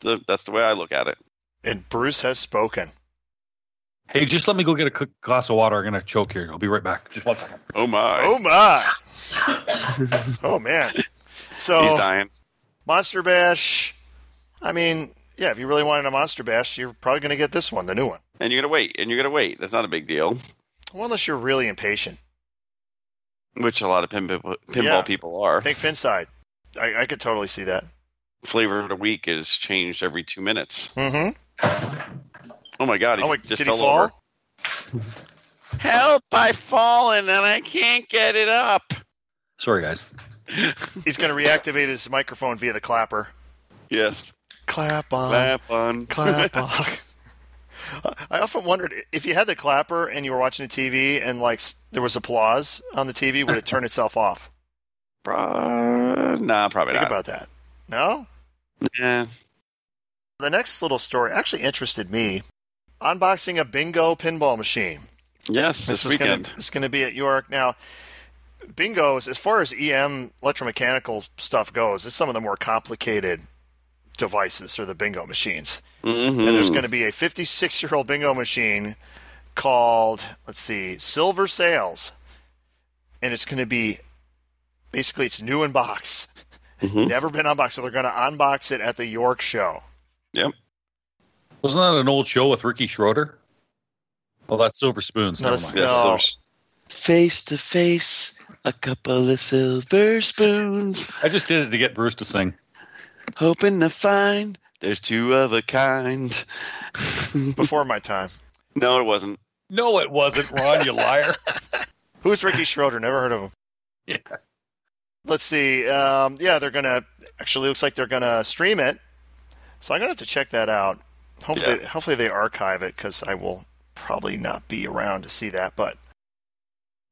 [SPEAKER 4] So that's the way I look at it.
[SPEAKER 3] And Bruce has spoken.
[SPEAKER 5] Hey, just let me go get a quick glass of water. I'm gonna choke here. I'll be right back. Just one second.
[SPEAKER 4] Oh my!
[SPEAKER 3] Oh
[SPEAKER 4] [laughs]
[SPEAKER 3] my! oh man! So
[SPEAKER 4] He's dying.
[SPEAKER 3] Monster Bash. I mean, yeah, if you really wanted a Monster Bash, you're probably going to get this one, the new one.
[SPEAKER 4] And you're gonna wait, and you're gonna wait. That's not a big deal.
[SPEAKER 3] Well, unless you're really impatient.
[SPEAKER 4] Which a lot of pin, pinball
[SPEAKER 3] Yeah.
[SPEAKER 4] people are.
[SPEAKER 3] Think Pinside. I, I could totally see that.
[SPEAKER 4] Flavor of the week is changed every two minutes.
[SPEAKER 3] Mm-hmm.
[SPEAKER 4] Oh my god! He
[SPEAKER 3] Oh, wait,
[SPEAKER 4] just
[SPEAKER 3] did
[SPEAKER 4] fell
[SPEAKER 3] he fall?
[SPEAKER 4] over. Help! I've fallen and I can't get it up.
[SPEAKER 5] Sorry, guys.
[SPEAKER 3] He's going to reactivate his microphone via the clapper.
[SPEAKER 4] Yes.
[SPEAKER 3] Clap on.
[SPEAKER 4] Clap on.
[SPEAKER 3] Clap on. [laughs] I often wondered if you had the clapper and you were watching the TV and like s- there was applause on the TV, would it
[SPEAKER 4] [laughs]
[SPEAKER 3] turn itself off?
[SPEAKER 4] Pro- nah, probably
[SPEAKER 3] Think
[SPEAKER 4] not.
[SPEAKER 3] about that. No,
[SPEAKER 4] Nah.
[SPEAKER 3] The next little story actually interested me. Unboxing a bingo pinball machine.
[SPEAKER 4] Yes, this,
[SPEAKER 3] is
[SPEAKER 4] weekend.
[SPEAKER 3] Gonna, it's going to be at York. Now, bingo, is, as far as EM electromechanical stuff goes, it's some of the more complicated devices or the bingo machines.
[SPEAKER 4] Mhm.
[SPEAKER 3] And there's going to be a 56 year old bingo machine called, let's see, Silver Sales. And it's going to be basically it's new in box.
[SPEAKER 4] Mhm.
[SPEAKER 3] Never been unboxed. So they're going to unbox it at the York show.
[SPEAKER 4] Yep.
[SPEAKER 5] Wasn't that an old show with Ricky Schroeder? Well, that's Silver Spoons.
[SPEAKER 3] No,
[SPEAKER 5] Never
[SPEAKER 3] that's-
[SPEAKER 5] mind.
[SPEAKER 4] Yes,
[SPEAKER 3] No.
[SPEAKER 4] there's- Face to face, a couple of silver spoons,
[SPEAKER 5] I just did it to get Bruce to sing.
[SPEAKER 4] hoping to find there's two of a kind. [laughs]
[SPEAKER 3] Before my time.
[SPEAKER 4] no, it wasn't.
[SPEAKER 5] No, it wasn't, Ron. You liar.
[SPEAKER 3] Who's Ricky Schroeder? Never heard of him.
[SPEAKER 5] Yeah.
[SPEAKER 3] Let's see. Um, yeah, they're gonna actually looks like they're gonna stream it. So I'm gonna have to check that out. Hopefully, hopefully they archive it because I will probably not be around to see that. But
[SPEAKER 5] [laughs]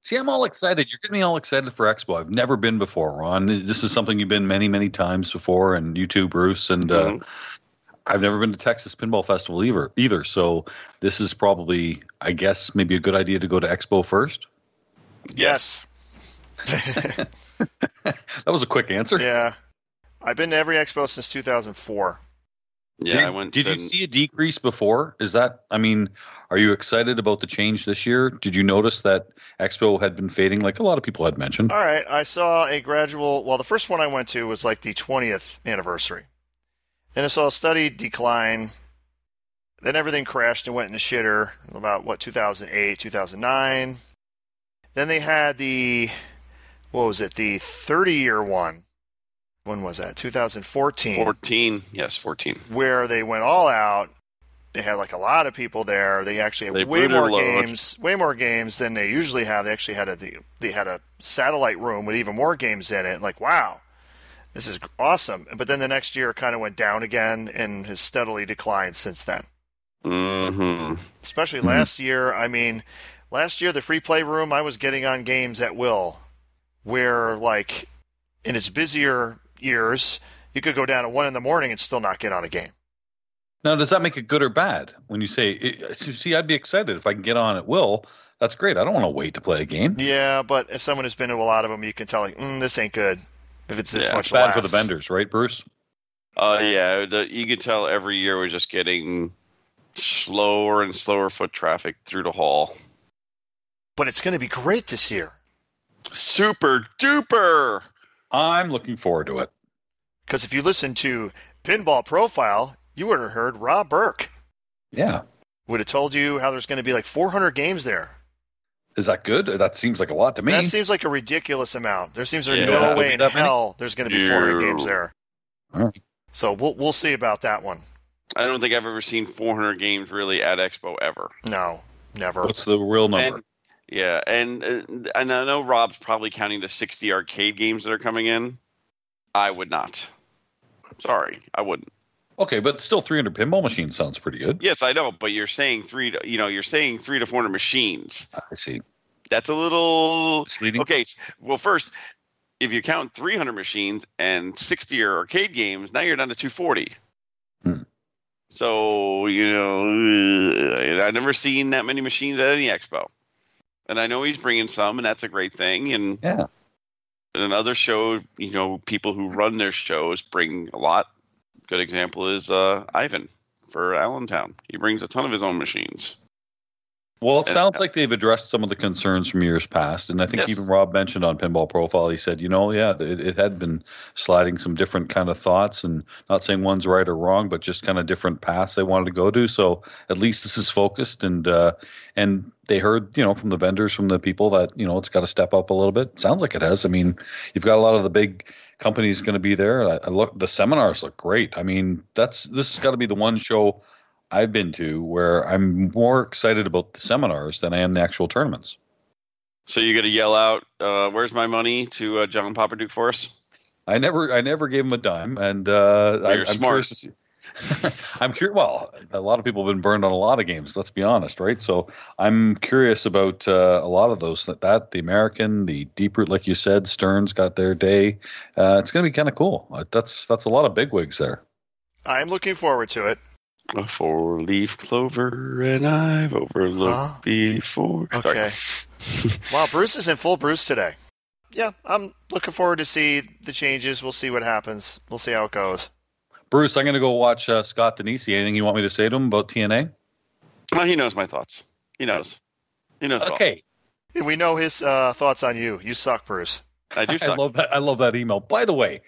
[SPEAKER 5] See, I'm all excited. You're getting me all excited for Expo. I've never been before, Ron. This is something you've been many, many times before, and you too, Bruce. And uh,
[SPEAKER 4] Mhm.
[SPEAKER 5] I've never been to Texas Pinball Festival either. Either, so this is probably, I guess, maybe a good idea to go to Expo first.
[SPEAKER 3] yes,
[SPEAKER 5] That was a quick answer. [laughs]
[SPEAKER 3] yeah, I've been to every expo since 2004.
[SPEAKER 4] Yeah,
[SPEAKER 5] did,
[SPEAKER 4] I went.
[SPEAKER 5] Did
[SPEAKER 4] to,
[SPEAKER 5] you see a decrease before? Is that? I mean, are you excited about the change this year? Did you notice that Expo had been fading, like a lot of people had mentioned?
[SPEAKER 3] All right, I saw a gradual. Well, the first one I went to was like the 20th anniversary. Then I saw a steady decline. Then everything crashed and went in the shitter about what 2008, 2009. Then they had the what was it? The 30 year one. When was that? 2014
[SPEAKER 4] 14? Yes, 14.
[SPEAKER 3] where they went all out. They had like a lot of people there. They actually had
[SPEAKER 4] They
[SPEAKER 3] way
[SPEAKER 4] blew their
[SPEAKER 3] more
[SPEAKER 4] load.
[SPEAKER 3] games, way more games than they usually have. They actually had a they had a satellite room with even more games in it. Like wow, this is awesome. But then the next year kind of went down again and has steadily declined since then.
[SPEAKER 4] hmm
[SPEAKER 3] Especially last year. I mean, last year the free play room I was getting on games at will, where like in its busier years you could go down at one in the morning and still not get on a game.
[SPEAKER 5] Now, does that make it good or bad when you say, it- see, I'd be excited if I can get on at will? That's great. I don't want to wait to play a game.
[SPEAKER 3] Yeah, but as someone who's been to a lot of them, you can tell like, mm, this ain't good. If it's this
[SPEAKER 4] Yeah,
[SPEAKER 3] much
[SPEAKER 5] Bad
[SPEAKER 3] less.
[SPEAKER 5] for the vendors, right, Bruce?
[SPEAKER 4] Uh, yeah, the, you could tell every year we're just getting slower and slower foot traffic through the hall.
[SPEAKER 3] But it's going to be great this year
[SPEAKER 4] Super duper!
[SPEAKER 5] I'm looking forward to it.
[SPEAKER 3] because if you listen to Pinball Profile, you would have heard Rob Burke
[SPEAKER 5] Yeah.
[SPEAKER 3] would have told you how there's going to be like 400 games there.
[SPEAKER 5] Is that good? That seems like a lot to me.
[SPEAKER 3] That seems like a ridiculous amount. There seems there's
[SPEAKER 4] Yeah,
[SPEAKER 3] no
[SPEAKER 5] there'll
[SPEAKER 3] way
[SPEAKER 5] be
[SPEAKER 3] in
[SPEAKER 5] that many?
[SPEAKER 3] hell there's going to be 400
[SPEAKER 4] Yeah.
[SPEAKER 3] games there.
[SPEAKER 5] All right.
[SPEAKER 3] So we'll we'll see about that one.
[SPEAKER 4] I don't think I've ever seen 400 games really at Expo ever.
[SPEAKER 3] No, never.
[SPEAKER 5] What's the real number?
[SPEAKER 4] And, yeah, and uh, and I know Rob's probably counting the 60 arcade games that are coming in. I would not. Sorry, I wouldn't.
[SPEAKER 5] okay, but still 300 pinball machines sounds pretty good.
[SPEAKER 4] Yes, I know, but you're saying three. To, you know, you're saying three to 400 machines.
[SPEAKER 5] I see.
[SPEAKER 4] That's a little
[SPEAKER 5] Misleading.
[SPEAKER 4] Okay, s- well, first, if you count 300 machines and 60 are arcade games, now you're down to 240.
[SPEAKER 5] Hmm.
[SPEAKER 4] So you know, ugh, I've never seen that many machines at any expo, and I know he's bringing some, and that's a great thing. And
[SPEAKER 5] Yeah.
[SPEAKER 4] and other shows, you know, people who run their shows bring a lot. Good example is uh, Ivan for Allentown. He brings a ton of his own machines.
[SPEAKER 5] Well,
[SPEAKER 4] And-
[SPEAKER 5] it
[SPEAKER 4] uh,
[SPEAKER 5] sounds like they've addressed some of the concerns from years past, and I think
[SPEAKER 4] Yes.
[SPEAKER 5] even Rob mentioned on Pinball Profile, he said, you know, yeah, it, it had been sliding some different kind of thoughts, and not saying one's right or wrong, but just kind of different paths they wanted to go to. So at least this is focused, and uh, and they heard, you know, from the vendors, from the people that you know, it's got to step up a little bit. Sounds like it has. I mean, you've got a lot of the big companies going to be there. I, I look, the seminars look great. I mean, that's this has got to be the one show I've been to where I'm more excited about the seminars than I am the actual tournaments.
[SPEAKER 4] So you're gonna yell out, uh, "Where's my money?" to uh, John Papaduke for us.
[SPEAKER 5] I never, I never gave him a dime, and uh, I,
[SPEAKER 4] you're
[SPEAKER 5] I'm
[SPEAKER 4] smart.
[SPEAKER 5] curious to see. [laughs] I'm curious. Well, a lot of people have been burned on a lot of games. Let's be honest, right? So I'm curious about uh, a lot of those. That, that the American, the Deep Root, like you said, Stearns got their day. Uh, it's going to be kind of cool. Uh, That's that's a lot of bigwigs there.
[SPEAKER 3] I'm looking forward to it.
[SPEAKER 4] A four leaf clover and I've overlooked
[SPEAKER 3] Huh?
[SPEAKER 4] before.
[SPEAKER 3] Okay. Wow, Bruce is in full Bruce today. Yeah, I'm looking forward to see the changes. We'll see what happens. We'll see how it goes.
[SPEAKER 5] Bruce, I'm going to go watch uh, Scott Denisi. Anything you want me to say to him about TNA?
[SPEAKER 4] [laughs] Well, he knows my thoughts. He knows. He knows. it all.
[SPEAKER 5] Okay,
[SPEAKER 3] Yeah, We know his uh, thoughts on you. You suck, Bruce.
[SPEAKER 4] I do
[SPEAKER 5] [laughs] I
[SPEAKER 4] suck.
[SPEAKER 5] love that. I love that email. By the way,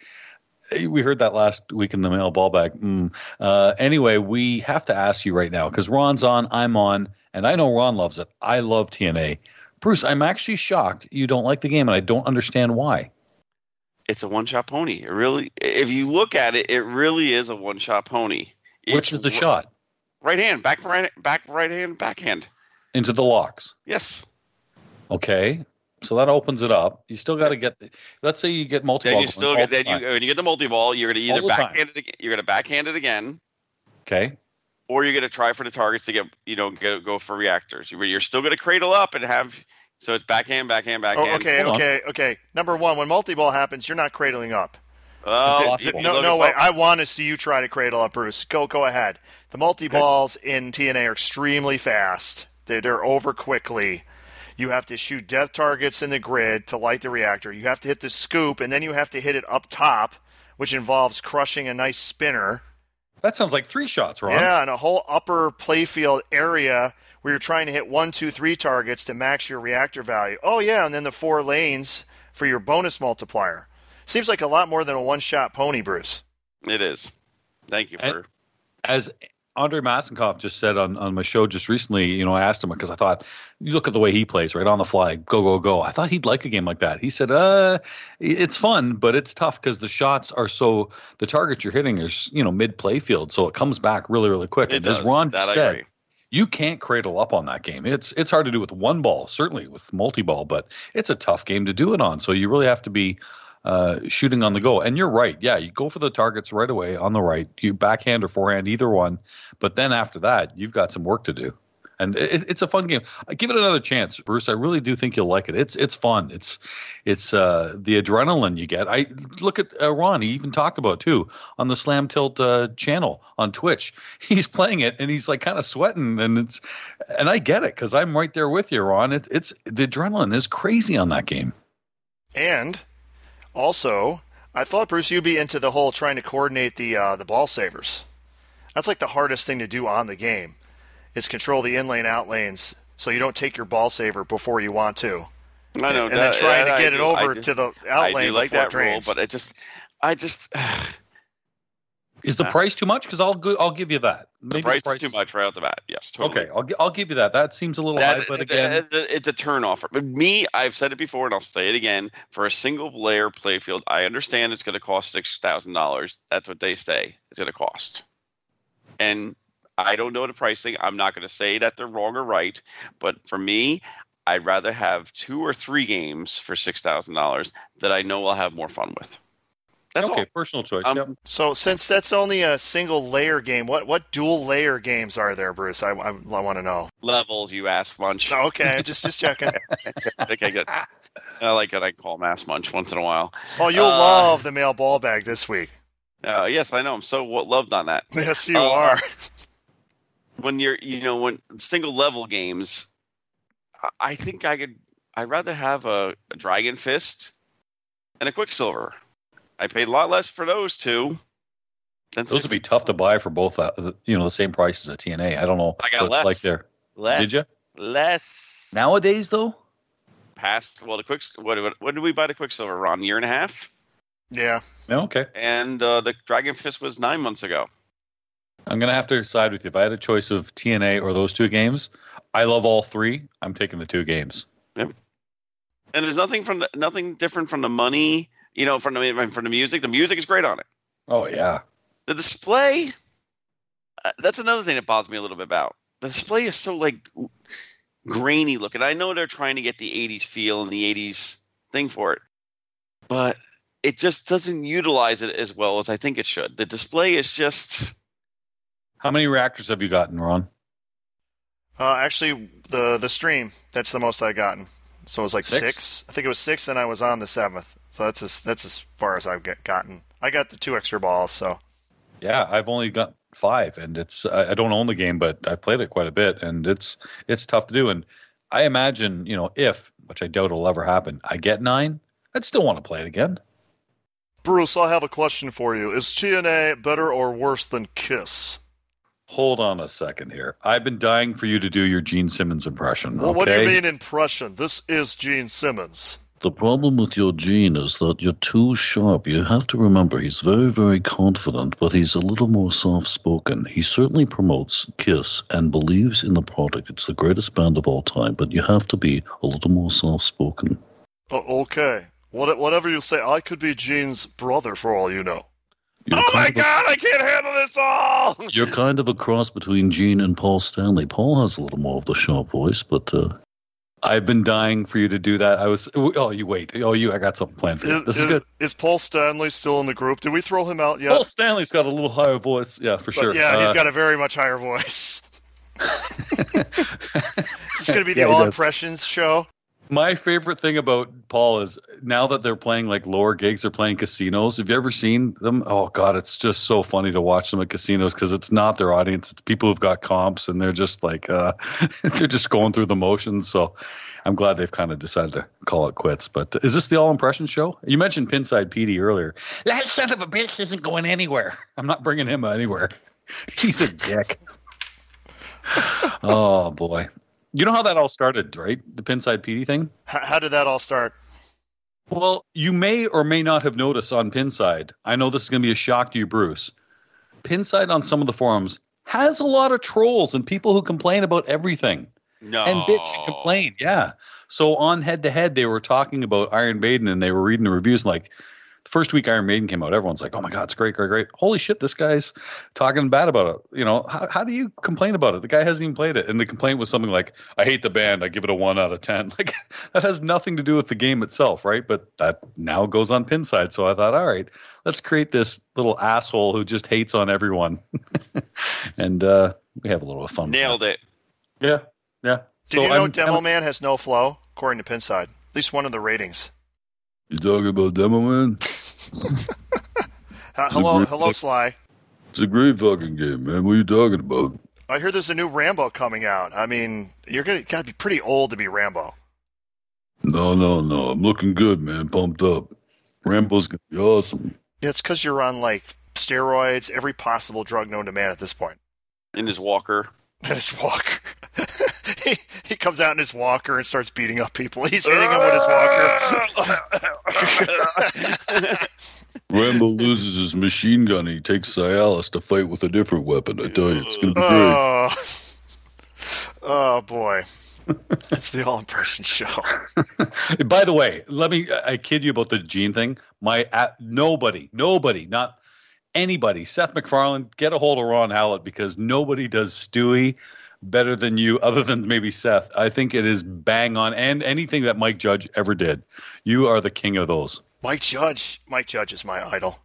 [SPEAKER 5] we heard that last week in the mail ball bag. Mm. Uh, anyway, we have to ask you right now because Ron's on, I'm on, and I know Ron loves it. I love TNA. Bruce, I'm actually shocked you don't like the game, and I don't understand why.
[SPEAKER 4] it's a one shot pony. It really, if you look at it, it really is a one shot pony.
[SPEAKER 5] Which is the
[SPEAKER 4] It's
[SPEAKER 5] shot
[SPEAKER 4] Right hand, back right, back right hand, backhand.
[SPEAKER 5] into the locks?
[SPEAKER 4] Yes.
[SPEAKER 5] Okay, so that opens it up. You still got to get. The, let's say you get multiple.
[SPEAKER 4] Then you still get then you when you get the multi ball, you're gonna
[SPEAKER 5] All
[SPEAKER 4] either
[SPEAKER 5] the time.
[SPEAKER 4] backhand it again, you're gonna backhand it again,
[SPEAKER 5] okay.
[SPEAKER 4] or you're gonna try for the targets to get you know go, go for reactors. You're you're still gonna cradle up and have so it's backhand, backhand, backhand.
[SPEAKER 3] Oh, okay,
[SPEAKER 5] Hold on.
[SPEAKER 3] okay, okay. Number one, when multi-ball happens, you're not cradling up.
[SPEAKER 4] Oh,
[SPEAKER 5] Th- th-
[SPEAKER 4] you
[SPEAKER 3] No,
[SPEAKER 4] look
[SPEAKER 3] no
[SPEAKER 4] at-
[SPEAKER 3] way. I want to see you try to cradle up, Bruce. Go, go ahead. The multi balls in TNA are extremely fast. They're, they're over quickly. You have to shoot death targets in the grid to light the reactor. You have to hit the scoop, and then you have to hit it up top, which involves crushing a nice spinner.
[SPEAKER 5] That sounds like three shots, Ron.
[SPEAKER 3] Yeah, and a whole upper playfield area where you're trying to hit one, two, three targets to max your reactor value. Oh yeah, and then the four lanes for your bonus multiplier. Seems like a lot more than a one-shot pony, Bruce.
[SPEAKER 4] It is. Thank you
[SPEAKER 5] I-
[SPEAKER 4] for.
[SPEAKER 5] as Andre Masenkoff just said on, on my show just recently, you know, I asked him because I thought, you look at the way he plays, right on the fly, go go go. I thought he'd like a game like that. He said, "Uh, it's fun, but it's tough because the shots are so the target you're hitting is you know mid playfield, so it comes back really really quick."
[SPEAKER 4] It
[SPEAKER 5] and
[SPEAKER 4] does.
[SPEAKER 5] as Ron
[SPEAKER 4] that I
[SPEAKER 5] said,
[SPEAKER 4] agree.
[SPEAKER 5] you can't cradle up on that game. It's it's hard to do with one ball, certainly with multi ball, but it's a tough game to do it on. So you really have to be uh, shooting on the go. And you're right, yeah, you go for the targets right away on the right, you backhand or forehand, either one. But then after that, you've got some work to do. And it, it's a fun game. Uh, Give it another chance, Bruce. I really do think you'll like it. It's it's fun. It's it's uh, the adrenaline you get. I look at uh, Ron. He even talked about it, too on the Slam Tilt uh, channel on Twitch. [laughs] He's playing it and he's like kind of sweating, and it's and I get it because I'm right there with you, Ron. It, it's the adrenaline is crazy on that game.
[SPEAKER 3] And also, I thought Bruce, you'd be into the whole trying to coordinate the uh, the ball savers. That's like the hardest thing to do on the game, is control the in lane out lanes so you don't take your ball saver before you want to,
[SPEAKER 4] I know,
[SPEAKER 3] and then
[SPEAKER 4] that-
[SPEAKER 3] trying
[SPEAKER 4] I
[SPEAKER 3] to get
[SPEAKER 4] do-
[SPEAKER 3] it
[SPEAKER 4] I
[SPEAKER 3] over
[SPEAKER 4] do-
[SPEAKER 3] to the out
[SPEAKER 4] I
[SPEAKER 3] lane
[SPEAKER 4] do like
[SPEAKER 3] before
[SPEAKER 4] that
[SPEAKER 3] it drains.
[SPEAKER 4] rule, but it just, I just [sighs]
[SPEAKER 5] Is the
[SPEAKER 4] Yeah.
[SPEAKER 5] price too much? Because I'll go, I'll give you that.
[SPEAKER 4] Uh,
[SPEAKER 5] Maybe
[SPEAKER 4] the price, is too much right off the bat. Yes, totally.
[SPEAKER 5] Okay, I'll gi- I'll give you that. That seems a little
[SPEAKER 4] That-
[SPEAKER 5] high,
[SPEAKER 4] it's-
[SPEAKER 5] but again,
[SPEAKER 4] it's a- it's a turn off. But me, I've said it before, and I'll say it again. For a single player playfield, I understand it's going to cost six thousand dollars. That's what they say it's going to cost. And I don't know the pricing. I'm not going to say that they're wrong or right. But for me, I'd rather have two or three games for six thousand dollars that I know I'll have more fun with. That's
[SPEAKER 5] okay, personal choice.
[SPEAKER 4] all.
[SPEAKER 5] Yep.
[SPEAKER 4] Um,
[SPEAKER 3] so since that's only a single layer game, what what dual layer games are there, Bruce? I, I, want to know.
[SPEAKER 4] Levels, you ask, munch.
[SPEAKER 5] [laughs]
[SPEAKER 3] Okay, just just
[SPEAKER 4] [laughs]
[SPEAKER 3] checking.
[SPEAKER 4] okay, good. I like it. I call mass munch once in a while.
[SPEAKER 3] Oh, you'll
[SPEAKER 4] Uh,
[SPEAKER 3] love the male ball bag this week. [laughs]
[SPEAKER 4] Uh, yes, I know. I'm so w- loved on that.
[SPEAKER 3] Yes, you
[SPEAKER 4] Uh,
[SPEAKER 3] are. [laughs]
[SPEAKER 4] When you're, you know, when single level games, I- I think I could. I'd rather have a, a Dragon Fist and a Quicksilver. I paid a lot less for those two. Than
[SPEAKER 5] Those would be tough to buy for both, uh, the- you know, the same price as a TNA. I don't know
[SPEAKER 4] I got
[SPEAKER 5] what
[SPEAKER 4] less.
[SPEAKER 5] it's like there.
[SPEAKER 4] less,
[SPEAKER 5] did ya?
[SPEAKER 4] Less
[SPEAKER 5] Nowadays, though,
[SPEAKER 4] past. Well, the quick. What, what, when did we buy the Quicksilver? Ron, year and a half,
[SPEAKER 3] Yeah.
[SPEAKER 5] yeah, okay.
[SPEAKER 4] and uh, the Dragon Fist was nine months ago.
[SPEAKER 5] I'm gonna have to side with you. If I had a choice of TNA or those two games, I love all three. I'm taking the two games.
[SPEAKER 4] and there's nothing from the, nothing different from the money, you know, from the from the music. The music is great on it.
[SPEAKER 5] Oh yeah,
[SPEAKER 4] The display, uh, that's another thing that bothers me a little bit about. The display is so like grainy looking. I know they're trying to get the '80s feel and the '80s thing for it, but it just doesn't utilize it as well as I think it should. The display is just
[SPEAKER 5] How many reactors have you gotten, Ron?
[SPEAKER 3] Uh, actually, the the stream that's the most I've gotten. So it was like
[SPEAKER 5] Six?
[SPEAKER 3] six. I think it was six, and I was on the seventh. So that's as that's as far as I've get, gotten. I got the two extra balls. So
[SPEAKER 5] Yeah, I've only got five, and it's I, I don't own the game, but I've played it quite a bit, and it's it's tough to do. And I imagine, you know, if which I doubt will ever happen, I get nine, I'd still want to play it again.
[SPEAKER 3] Bruce, I have a question for you. Is TNA better or worse than Kiss?
[SPEAKER 5] Hold on a second here. I've been dying for you to do your Gene Simmons impression.
[SPEAKER 3] Well, what do you
[SPEAKER 5] okay?
[SPEAKER 3] mean impression? This is Gene Simmons.
[SPEAKER 5] The problem with your Gene is that you're too sharp. You have to remember he's very, very confident, but he's a little more soft spoken. He certainly promotes Kiss and believes in the product. It's the greatest band of all time, but you have to be a little more soft spoken.
[SPEAKER 3] O- okay. What, whatever you say, I could be Gene's brother for all you know.
[SPEAKER 4] oh my god, I can't handle this
[SPEAKER 5] [laughs]
[SPEAKER 4] all. [laughs]
[SPEAKER 5] You're kind of a cross between Gene and Paul Stanley. Paul has a little more of the sharp voice, but. Uh... I've been dying for you to do that. I was. Oh, you wait. Oh, you. I got something planned for you.
[SPEAKER 3] Is,
[SPEAKER 5] this is
[SPEAKER 3] is,
[SPEAKER 5] good.
[SPEAKER 3] is Paul Stanley still in the group? Did we throw him out yet?
[SPEAKER 5] Paul Stanley's got a little higher voice. Yeah, for
[SPEAKER 3] But
[SPEAKER 5] sure.
[SPEAKER 3] Yeah,
[SPEAKER 5] Uh,
[SPEAKER 3] he's got a very much higher voice. [laughs] Is this going to
[SPEAKER 5] [laughs]
[SPEAKER 3] be the
[SPEAKER 5] Yeah, he
[SPEAKER 3] All
[SPEAKER 5] does.
[SPEAKER 3] Impressions show?
[SPEAKER 5] My favorite thing about Paul is now that they're playing like lower gigs, they're playing casinos. Have you ever seen them? Oh God, it's just so funny to watch them at casinos because it's not their audience; it's people who've got comps, and they're just like uh, [laughs] they're just going through the motions. So I'm glad they've kind of decided to call it quits. But is this the all impression show? You mentioned Pinside Petey earlier. That son of a bitch isn't going anywhere. I'm not bringing him anywhere. [laughs] He's a dick. oh boy. You know how that all started, right? The Pinside Petey thing?
[SPEAKER 3] H- how did that all start?
[SPEAKER 5] Well, you may or may not have noticed on Pinside. I know this is going to be a shock to you, Bruce. Pinside on some of the forums has a lot of trolls and people who complain about everything
[SPEAKER 4] No,
[SPEAKER 5] and bitch and complain. Yeah. So on head to head, they were talking about Iron Maiden and they were reading the reviews. And like the first week Iron Maiden came out, everyone's like, "Oh my god, it's great, great, great! Holy shit, this guy's talking bad about it." You know, how, how do you complain about it? The guy hasn't even played it, and the complaint was something like, "I hate the band. I give it a one out of 10. [laughs] Like that has nothing to do with the game itself, right? But that now goes on Pinside. So I thought, all right, let's create this little asshole who just hates on everyone, [laughs] and uh, we have a little fun. with
[SPEAKER 4] nailed it.
[SPEAKER 5] that. Yeah, yeah.
[SPEAKER 3] Did you know
[SPEAKER 5] I'm-
[SPEAKER 3] Demo
[SPEAKER 5] I'm-
[SPEAKER 3] Man has no flow, according to Pinside? At least one of the ratings.
[SPEAKER 5] You talking about Demo Man?
[SPEAKER 3] H- hello,
[SPEAKER 5] group-
[SPEAKER 3] hello, Sly.
[SPEAKER 5] It's a great fucking game, man. What are you talking about?
[SPEAKER 3] I hear there's a new Rambo coming out. I mean, you're gonna gotta be pretty old to be Rambo.
[SPEAKER 5] No, no, no. I'm looking good, man. Pumped up. Rambo's gonna be awesome.
[SPEAKER 3] Yeah, it's because you're on like steroids, every possible drug known to man at this point. [laughs]
[SPEAKER 4] In his walker.
[SPEAKER 3] And his walker, [laughs] he, he comes out in his walker and starts beating up people. He's hitting them with his walker.
[SPEAKER 5] Rambo loses his machine gun. He takes Cialis to fight with a different weapon. I tell you, it's gonna be great.
[SPEAKER 3] [laughs] Oh, oh boy. It's the all impression show.
[SPEAKER 5] By the way, let me. I kid you about the gene thing. My uh, nobody, nobody, not anybody. Seth MacFarlane, get a hold of Ron Hallett because nobody does Stewie better than you, other than maybe Seth. I think it is bang on, and anything that Mike Judge ever did. You are the king of those.
[SPEAKER 3] Mike Judge. Mike Judge is my idol.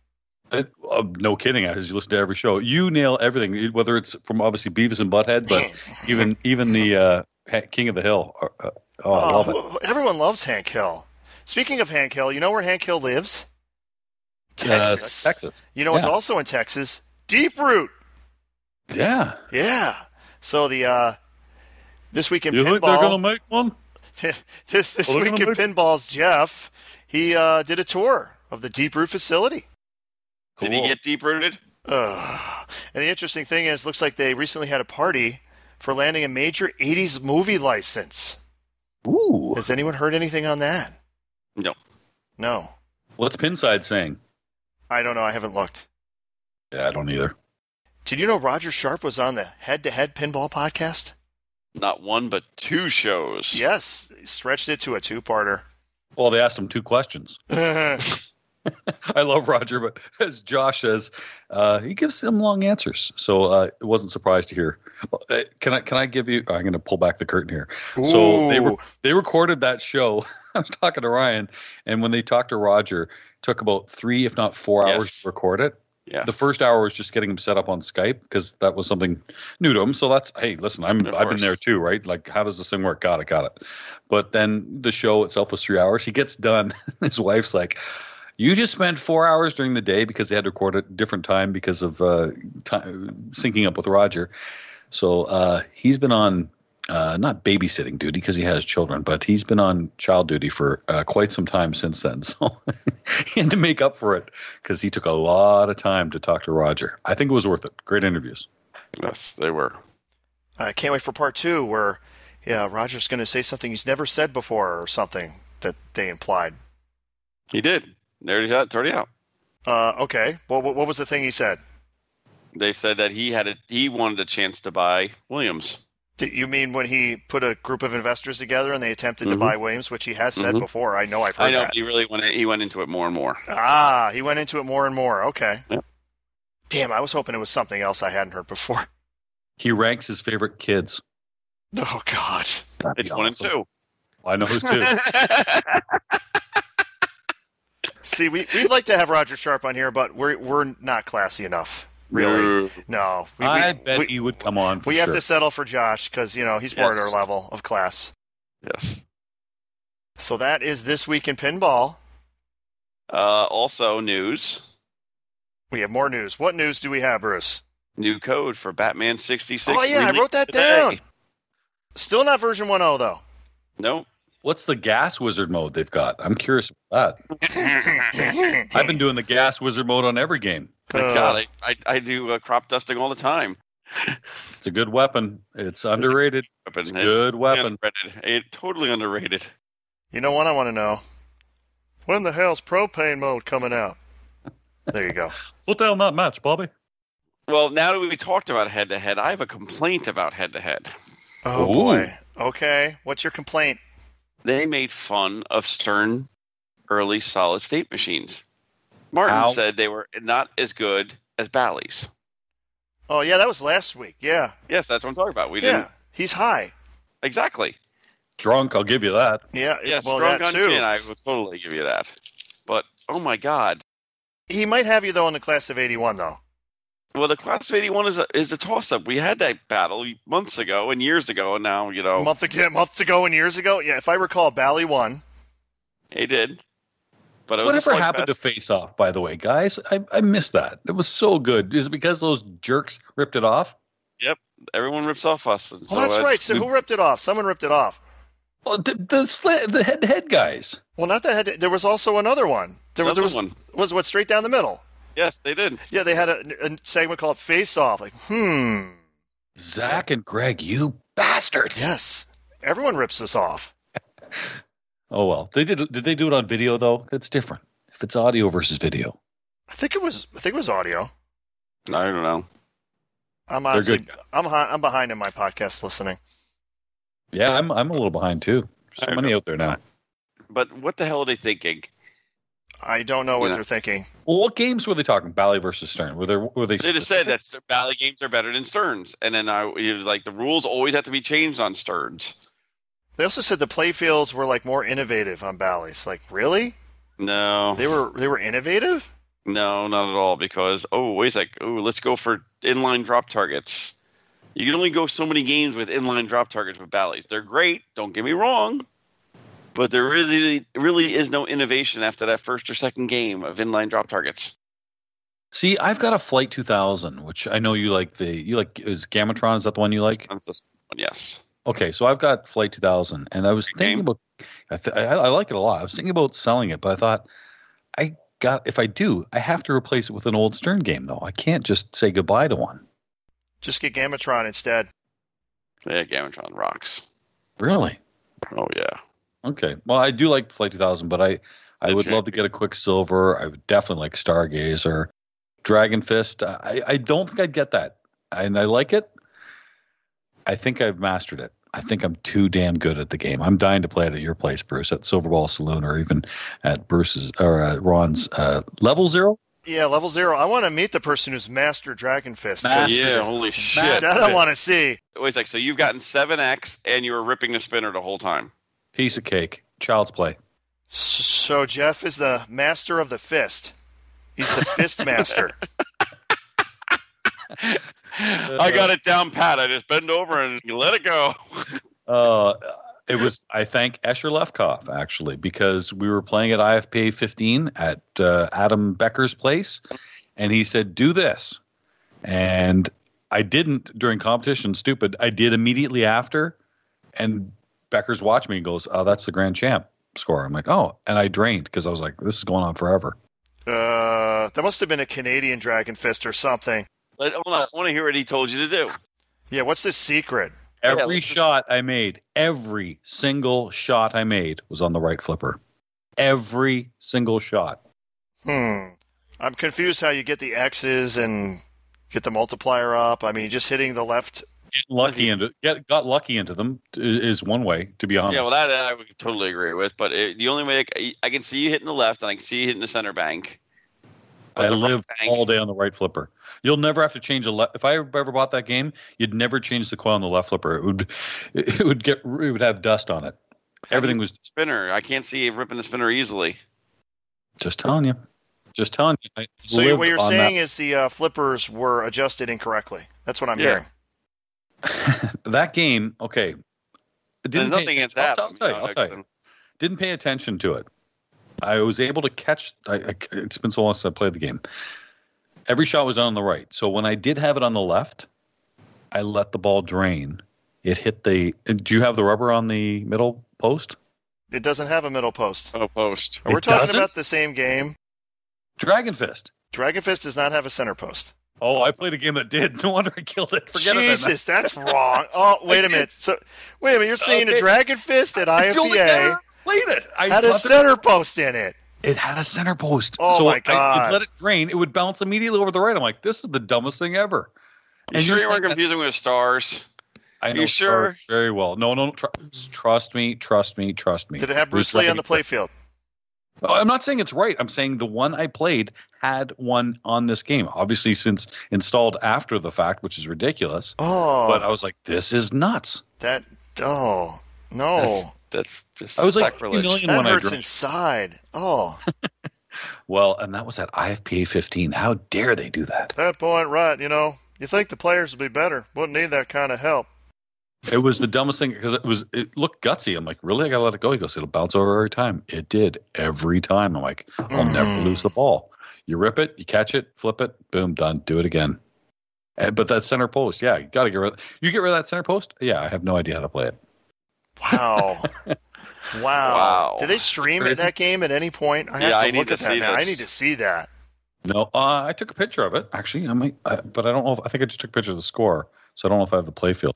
[SPEAKER 5] Uh, uh, no kidding. As you listen to every show, you nail everything. Whether it's from obviously Beavis and
[SPEAKER 3] [laughs]
[SPEAKER 5] Butthead, but even even the uh, Ha- King of the Hill. Uh, uh, oh, I love it.
[SPEAKER 3] Everyone loves Hank Hill. Speaking of Hank Hill, you know where Hank Hill lives? Texas.
[SPEAKER 5] Uh, Texas.
[SPEAKER 3] You know what's
[SPEAKER 5] Yeah.
[SPEAKER 3] also in Texas? Deep Root.
[SPEAKER 5] Yeah.
[SPEAKER 3] Yeah. So the uh, this week in
[SPEAKER 5] You think they're gonna
[SPEAKER 3] pinball,
[SPEAKER 5] make one?
[SPEAKER 3] [laughs] this this
[SPEAKER 5] Well, they're
[SPEAKER 3] week in
[SPEAKER 5] gonna make-
[SPEAKER 3] pinballs, Jeff, he uh, did a tour of the Deep Root facility.
[SPEAKER 4] Did he
[SPEAKER 5] Cool.
[SPEAKER 4] get deep rooted?
[SPEAKER 3] Ugh. and the interesting thing is, looks like they recently had a party for landing a major '80s movie license.
[SPEAKER 5] Ooh.
[SPEAKER 3] Has anyone heard anything on that?
[SPEAKER 4] No.
[SPEAKER 3] No,
[SPEAKER 5] What's Pinside saying?
[SPEAKER 3] I don't know. I haven't looked.
[SPEAKER 5] Yeah, I don't either.
[SPEAKER 3] Did you know Roger Sharp was on the Head to Head Pinball podcast?
[SPEAKER 4] Not one, but two shows.
[SPEAKER 3] Yes, they stretched it to a two-parter. [laughs]
[SPEAKER 5] Well, they asked him two questions. [laughs] I love Roger, but [laughs] as Josh says, uh, he gives them long answers. So uh, I wasn't surprised to hear. Uh, can I? Can I give you? I'm going to pull back the curtain here. So they
[SPEAKER 3] Ooh.
[SPEAKER 5] were they recorded that show. [laughs] I was talking to Ryan, and when they talked to Roger, it took about three, if not four,
[SPEAKER 4] Yes.
[SPEAKER 5] hours to record it.
[SPEAKER 4] Yes.
[SPEAKER 5] The first hour was just getting him set up on Skype because that was something new to him. So that's hey, listen, I'm
[SPEAKER 4] Of
[SPEAKER 5] I've been
[SPEAKER 4] course.
[SPEAKER 5] there too, right? Like, how does this thing work? Got it, got it. But then the show itself was three hours. He gets done. [laughs] His wife's like, "You just spent four hours during the day because they had to record at a different time because of uh, time, syncing up with Roger." So uh, he's been on uh, not babysitting duty because he has children, but he's been on child duty for uh, quite some time since then. [laughs] So he had to make up for it because he took a lot of time to talk to Roger. I think it was worth it. Great interviews.
[SPEAKER 4] Yes, they were.
[SPEAKER 3] I can't wait for part two where yeah, Roger's going to say something he's never said before or something that they implied.
[SPEAKER 4] He did. There it is. It's already out.
[SPEAKER 3] Uh, okay, well, what, what was the thing he said?
[SPEAKER 4] They said that he had a he wanted a chance to buy Williams.
[SPEAKER 3] D you mean when he put a group of investors together and they attempted to
[SPEAKER 4] Mhm.
[SPEAKER 3] buy Williams, which he has said
[SPEAKER 4] Mhm.
[SPEAKER 3] before? I know I've heard
[SPEAKER 4] I know
[SPEAKER 3] that.
[SPEAKER 4] he really went. He went into it more and more.
[SPEAKER 3] Ah, he went into it more and more. Okay.
[SPEAKER 4] Yep.
[SPEAKER 3] Damn, I was hoping it was something else I hadn't heard before. [laughs]
[SPEAKER 5] He ranks his favorite kids.
[SPEAKER 3] Oh God.
[SPEAKER 5] That'd be
[SPEAKER 4] It's one and
[SPEAKER 5] awesome.
[SPEAKER 4] two.
[SPEAKER 5] I
[SPEAKER 4] [laughs]
[SPEAKER 5] know who's two.
[SPEAKER 3] See, we, we'd like to have Roger Sharp on here, but we're we're not classy enough. Really?
[SPEAKER 4] No.
[SPEAKER 3] No. We,
[SPEAKER 5] I
[SPEAKER 3] we,
[SPEAKER 5] bet
[SPEAKER 3] we,
[SPEAKER 5] he would come on. For
[SPEAKER 3] we
[SPEAKER 5] sure.
[SPEAKER 3] have to settle for Josh because you know he's more at
[SPEAKER 4] Yes.
[SPEAKER 3] our level of class.
[SPEAKER 4] Yes.
[SPEAKER 3] So that is this week in pinball.
[SPEAKER 4] Uh, also, news.
[SPEAKER 3] We have more news. What news do we have, Bruce?
[SPEAKER 4] New code for Batman 66.
[SPEAKER 3] oh yeah, I
[SPEAKER 4] released
[SPEAKER 3] wrote that
[SPEAKER 4] today.
[SPEAKER 3] down. Still not version 1.0 though.
[SPEAKER 4] No.
[SPEAKER 5] What's the gas wizard mode they've got? I'm curious about that.
[SPEAKER 4] [laughs]
[SPEAKER 5] I've been doing the gas wizard mode on every game.
[SPEAKER 4] Thank
[SPEAKER 3] Uh,
[SPEAKER 4] God, I, I, I do uh, crop dusting all the time.
[SPEAKER 5] It's a good weapon. It's underrated.
[SPEAKER 4] But It's
[SPEAKER 5] good weapon.
[SPEAKER 4] Underrated. It, totally underrated.
[SPEAKER 3] You know what I want to know? When the hell's propane mode coming out? There you
[SPEAKER 4] [laughs]
[SPEAKER 3] go.
[SPEAKER 5] What the hell not match, Bobby?
[SPEAKER 4] Well, now that we talked about head to head, I have a complaint about head to head.
[SPEAKER 3] Oh
[SPEAKER 5] Ooh.
[SPEAKER 3] boy. Okay. What's your complaint?
[SPEAKER 4] They made fun of Stern early solid state machines. Martin
[SPEAKER 5] Ow.
[SPEAKER 4] said they were not as good as Bally's.
[SPEAKER 3] Oh yeah, that was last week. Yeah.
[SPEAKER 4] Yes, that's what I'm talking about. We
[SPEAKER 3] yeah.
[SPEAKER 4] didn't
[SPEAKER 3] He's high.
[SPEAKER 4] exactly.
[SPEAKER 5] Drunk, I'll give you that.
[SPEAKER 3] Yeah.
[SPEAKER 4] Yes,
[SPEAKER 3] well,
[SPEAKER 4] strong
[SPEAKER 3] that
[SPEAKER 4] gun
[SPEAKER 3] too.
[SPEAKER 4] gin, I would totally give you that. But oh my god,
[SPEAKER 3] He might have you though in the class of '81 though.
[SPEAKER 4] Well, the class of '81 is a, is a toss up. We had that battle months ago and years ago, and now you know
[SPEAKER 3] [laughs] Month ago, months ago and years ago. Yeah. If I recall, Bally won.
[SPEAKER 4] it did. But it was a
[SPEAKER 5] Whatever happened
[SPEAKER 4] slugfest.
[SPEAKER 5] to Face Off, by the way, guys? I, I missed that. It was so good. Is it because those jerks ripped it off?
[SPEAKER 4] Everyone rips off us. and so
[SPEAKER 3] Well, Oh, that's
[SPEAKER 4] it's-
[SPEAKER 3] right. So who ripped it off? Someone ripped it off.
[SPEAKER 5] Oh, the the, sla- the head to head guys.
[SPEAKER 3] Well, not the head. There was also another one. There was, there
[SPEAKER 4] Another
[SPEAKER 3] was
[SPEAKER 4] one.
[SPEAKER 3] was what straight down the middle.
[SPEAKER 4] Yes, they did.
[SPEAKER 3] Yeah, they had a, a segment called Face Off. Like, hmm.
[SPEAKER 5] Zach and Greg, you bastards.
[SPEAKER 3] Yes, everyone rips this off.
[SPEAKER 5] Oh well, they did. Did they do it on video though? It's different. If it's audio versus video,
[SPEAKER 3] I think it was. I think it was audio.
[SPEAKER 4] I don't know.
[SPEAKER 3] I'm honestly.
[SPEAKER 5] good.
[SPEAKER 3] I'm hi- I'm behind in my podcast listening.
[SPEAKER 5] yeah, I'm I'm a little behind too.
[SPEAKER 4] I
[SPEAKER 5] So many out there now.
[SPEAKER 4] But what the hell are they thinking?
[SPEAKER 3] I don't know what
[SPEAKER 4] Yeah.
[SPEAKER 3] they're thinking.
[SPEAKER 5] Well, what games were they talking? Bally versus Stern. Were there? Were they?
[SPEAKER 4] They just said that St- Valley games are better than Stearns, and then I it was like the rules always have to be changed on Stearns.
[SPEAKER 3] They also said the playfields were like more innovative on Bally's. Like, really?
[SPEAKER 4] No,
[SPEAKER 3] They were they were innovative?
[SPEAKER 4] no, not at all. Because oh, wait a sec. Oh, let's go for inline drop targets. You can only go so many games with inline drop targets with Bally's. They're great. Don't get me wrong. But there really, really is no innovation after that first or second game of inline drop targets.
[SPEAKER 5] See, I've got a Flight 2000, which I know you like. The you like is Gamatron? Is that the one you like?
[SPEAKER 4] That's this one, yes.
[SPEAKER 5] Okay, so I've got Flight 2000, and I was
[SPEAKER 4] Great
[SPEAKER 5] thinking
[SPEAKER 4] name.
[SPEAKER 5] about. I, th- I, I like it a lot. I was thinking about selling it, but I thought I got if I do, I have to replace it with an old Stern game though. I can't just say goodbye to one.
[SPEAKER 3] Just get Gamatron instead.
[SPEAKER 4] Yeah, Gamatron rocks.
[SPEAKER 5] Really?
[SPEAKER 4] Oh yeah.
[SPEAKER 5] Okay. Well, I do like Flight 2000, but I I
[SPEAKER 4] That's
[SPEAKER 5] would
[SPEAKER 4] right.
[SPEAKER 5] love to get a quick silver. I would definitely like Stargazer, Dragon Fist. I I don't think I'd get that, and I like it. I think I've mastered it. I think I'm too damn good at the game. I'm dying to play it at your place, Bruce, at Silverball Saloon, or even at Bruce's or uh, Ron's uh, Level Zero.
[SPEAKER 3] Yeah, level zero. I want to meet the person who's master Dragon Fist. 'cause
[SPEAKER 5] Master.
[SPEAKER 4] Yeah, holy shit.
[SPEAKER 3] That I want to see.
[SPEAKER 4] Wait a sec. So you've gotten seven X and you were ripping the spinner the whole time.
[SPEAKER 5] Piece of cake, child's play.
[SPEAKER 3] S- So Jeff is the master of the fist. He's the
[SPEAKER 5] [laughs]
[SPEAKER 3] fist master.
[SPEAKER 4] I got it down pat. I just bend over and let it go. [laughs]
[SPEAKER 5] Uh, it was. I thank Escher Lefkoff actually because we were playing at IFPA 15 at uh, Adam Becker's place, and he said, "Do this," and I didn't during competition. Stupid. I did immediately after, and Becker's watched me and goes, "Oh, that's the grand champ score." I'm like, "Oh," and I drained because I was like, "This is going on forever."
[SPEAKER 3] Uh, that must have been a Canadian Dragon Fist or something.
[SPEAKER 4] Let- I want to hear what he told you to do.
[SPEAKER 3] Yeah, what's the secret?
[SPEAKER 4] Yeah,
[SPEAKER 5] Every
[SPEAKER 4] let's just-
[SPEAKER 5] shot I made, every single shot I made was on the right flipper. Every single shot.
[SPEAKER 3] Hmm. I'm confused how you get the X's and get the multiplier up. I mean, just hitting the left.
[SPEAKER 5] get lucky into get got lucky into them i- is one way to be honest.
[SPEAKER 4] Yeah, well, that I would totally agree with. But it, the only way I, c- I can see you hitting the left and I can see you hitting the center bank. But
[SPEAKER 5] I
[SPEAKER 4] the right
[SPEAKER 5] lived
[SPEAKER 4] bank-
[SPEAKER 5] all day on the right flipper. You'll never have to change a left. If I ever bought that game, you'd never change the coil on the left flipper. It would [laughs] it would get it would have dust on it. Everything was
[SPEAKER 4] spinner. I can't see you ripping the spinner easily.
[SPEAKER 5] just telling you, just telling you. I
[SPEAKER 3] So you-
[SPEAKER 5] lived
[SPEAKER 3] what you're
[SPEAKER 5] on
[SPEAKER 3] saying is the uh, flippers were adjusted incorrectly. That's what I'm
[SPEAKER 4] Yeah.
[SPEAKER 3] hearing.
[SPEAKER 5] that, [laughs] that game. Okay, It
[SPEAKER 4] There's
[SPEAKER 5] didn't pay
[SPEAKER 4] nothing against
[SPEAKER 5] attention.
[SPEAKER 4] that.
[SPEAKER 5] I'll, I'll tell you. I'll tell you. didn't pay attention to it. I was able to catch. I, I, it's been so long since I played the game. Every shot was on the right. So when I did have it on the left, I let the ball drain. It hit the. Do you have the rubber on the middle post?
[SPEAKER 3] It doesn't have a middle post.
[SPEAKER 4] Oh, post.
[SPEAKER 3] We're
[SPEAKER 5] It
[SPEAKER 3] talking
[SPEAKER 5] doesn't?
[SPEAKER 3] about the same game.
[SPEAKER 5] Dragon Fist.
[SPEAKER 3] Dragon Fist does not have a center post.
[SPEAKER 5] Oh, I played a game that did. [laughs] No wonder I killed it. Forget it.
[SPEAKER 3] Jesus, that's wrong.
[SPEAKER 5] [laughs]
[SPEAKER 3] Oh, wait a minute. So, wait a minute. You're saying a
[SPEAKER 5] Okay.
[SPEAKER 3] Dragon Fist at
[SPEAKER 5] It's the only game I
[SPEAKER 3] IFPA
[SPEAKER 5] ever played it. I
[SPEAKER 3] E had a
[SPEAKER 5] left it-
[SPEAKER 3] center post in it.
[SPEAKER 5] It had a center post.
[SPEAKER 3] Oh
[SPEAKER 5] so
[SPEAKER 3] my
[SPEAKER 5] I-
[SPEAKER 3] God.
[SPEAKER 5] I'd let it drain. It would bounce immediately over the right. I'm like, this is the dumbest thing ever.
[SPEAKER 4] You sure
[SPEAKER 5] you're
[SPEAKER 4] you weren't
[SPEAKER 5] saying that-
[SPEAKER 4] confusing with stars?
[SPEAKER 5] I
[SPEAKER 4] You
[SPEAKER 5] know
[SPEAKER 4] sure?
[SPEAKER 5] Star very well. No, no, tr- trust me, trust me, trust me.
[SPEAKER 3] Did it have Bruce
[SPEAKER 5] There's
[SPEAKER 3] Lee on the
[SPEAKER 5] nothing-
[SPEAKER 3] playfield?
[SPEAKER 5] Oh, I'm not saying it's right. I'm saying the one I played had one on this game. Obviously, since installed after the fact, which is ridiculous.
[SPEAKER 3] Oh,
[SPEAKER 4] uh,
[SPEAKER 5] But I was like, this is nuts.
[SPEAKER 3] that. Oh no,
[SPEAKER 4] That's, that's just
[SPEAKER 5] I was like,
[SPEAKER 4] sacrilege.
[SPEAKER 5] million
[SPEAKER 3] that
[SPEAKER 5] when I
[SPEAKER 3] hurts
[SPEAKER 5] drew.
[SPEAKER 3] inside. Oh,
[SPEAKER 5] Well, and that was at IFPA 15. How dare they do that?
[SPEAKER 3] that point right. You know, you think the players would be better? Wouldn't need that kind of help.
[SPEAKER 5] It was the dumbest thing because it was it looked gutsy. I'm like, really? I gotta let it go. He goes, it'll bounce over every time. It did every time. I'm like, I'll never
[SPEAKER 3] Mm.
[SPEAKER 5] lose the ball. You rip it, you catch it, flip it, boom, done. Do it again. And, but that center post, yeah, you gotta get rid. You get rid of that center post. Yeah, I have no idea how to play it.
[SPEAKER 4] [laughs]
[SPEAKER 3] Wow. Wow.
[SPEAKER 4] Wow.
[SPEAKER 3] Did they stream
[SPEAKER 5] Crazy.
[SPEAKER 3] that game at any point? I have
[SPEAKER 4] Yeah,
[SPEAKER 3] to
[SPEAKER 4] I
[SPEAKER 3] look
[SPEAKER 4] need
[SPEAKER 3] at
[SPEAKER 4] to
[SPEAKER 3] that
[SPEAKER 4] see
[SPEAKER 3] now. I
[SPEAKER 4] this.
[SPEAKER 3] need to see that.
[SPEAKER 5] No, uh, I took a picture of it actually. I might, I, but I don't know. If, I think I just took a picture of the score, so I don't know if I have the play field.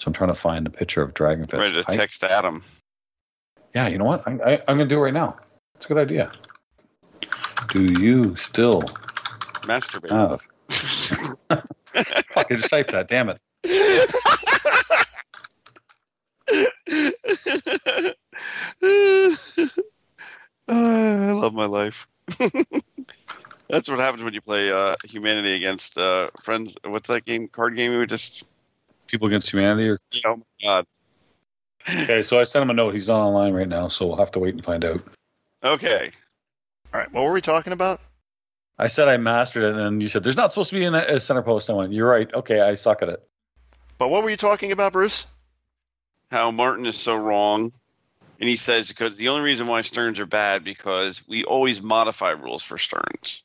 [SPEAKER 5] So I'm trying to find a picture of Dragonfish.
[SPEAKER 4] ready to
[SPEAKER 5] I-
[SPEAKER 4] text Adam.
[SPEAKER 5] Yeah, you know what? I, I, I'm going to do it right now. It's a good idea. Do you still
[SPEAKER 4] Masturbate.
[SPEAKER 5] have? Uh,
[SPEAKER 4] [laughs]
[SPEAKER 5] Fuck, I just typed that. Damn it.
[SPEAKER 4] I love my life. [laughs] That's what happens when you play uh, humanity against uh, friends. What's that game? Card game? We were just.
[SPEAKER 5] People Against Humanity. Or...
[SPEAKER 4] Oh my god.
[SPEAKER 5] Okay, so I sent him a note. He's not online right now, so we'll have to wait and find out.
[SPEAKER 4] Okay.
[SPEAKER 3] All right. What were we talking about?
[SPEAKER 5] I said I mastered it, and then you said there's not supposed to be an, a center post. I went, you're right. Okay, I suck at it.
[SPEAKER 3] But what were you talking about, Bruce?
[SPEAKER 4] How Martin is so wrong. and he says because the only reason why sterns are bad because we always modify rules for sterns.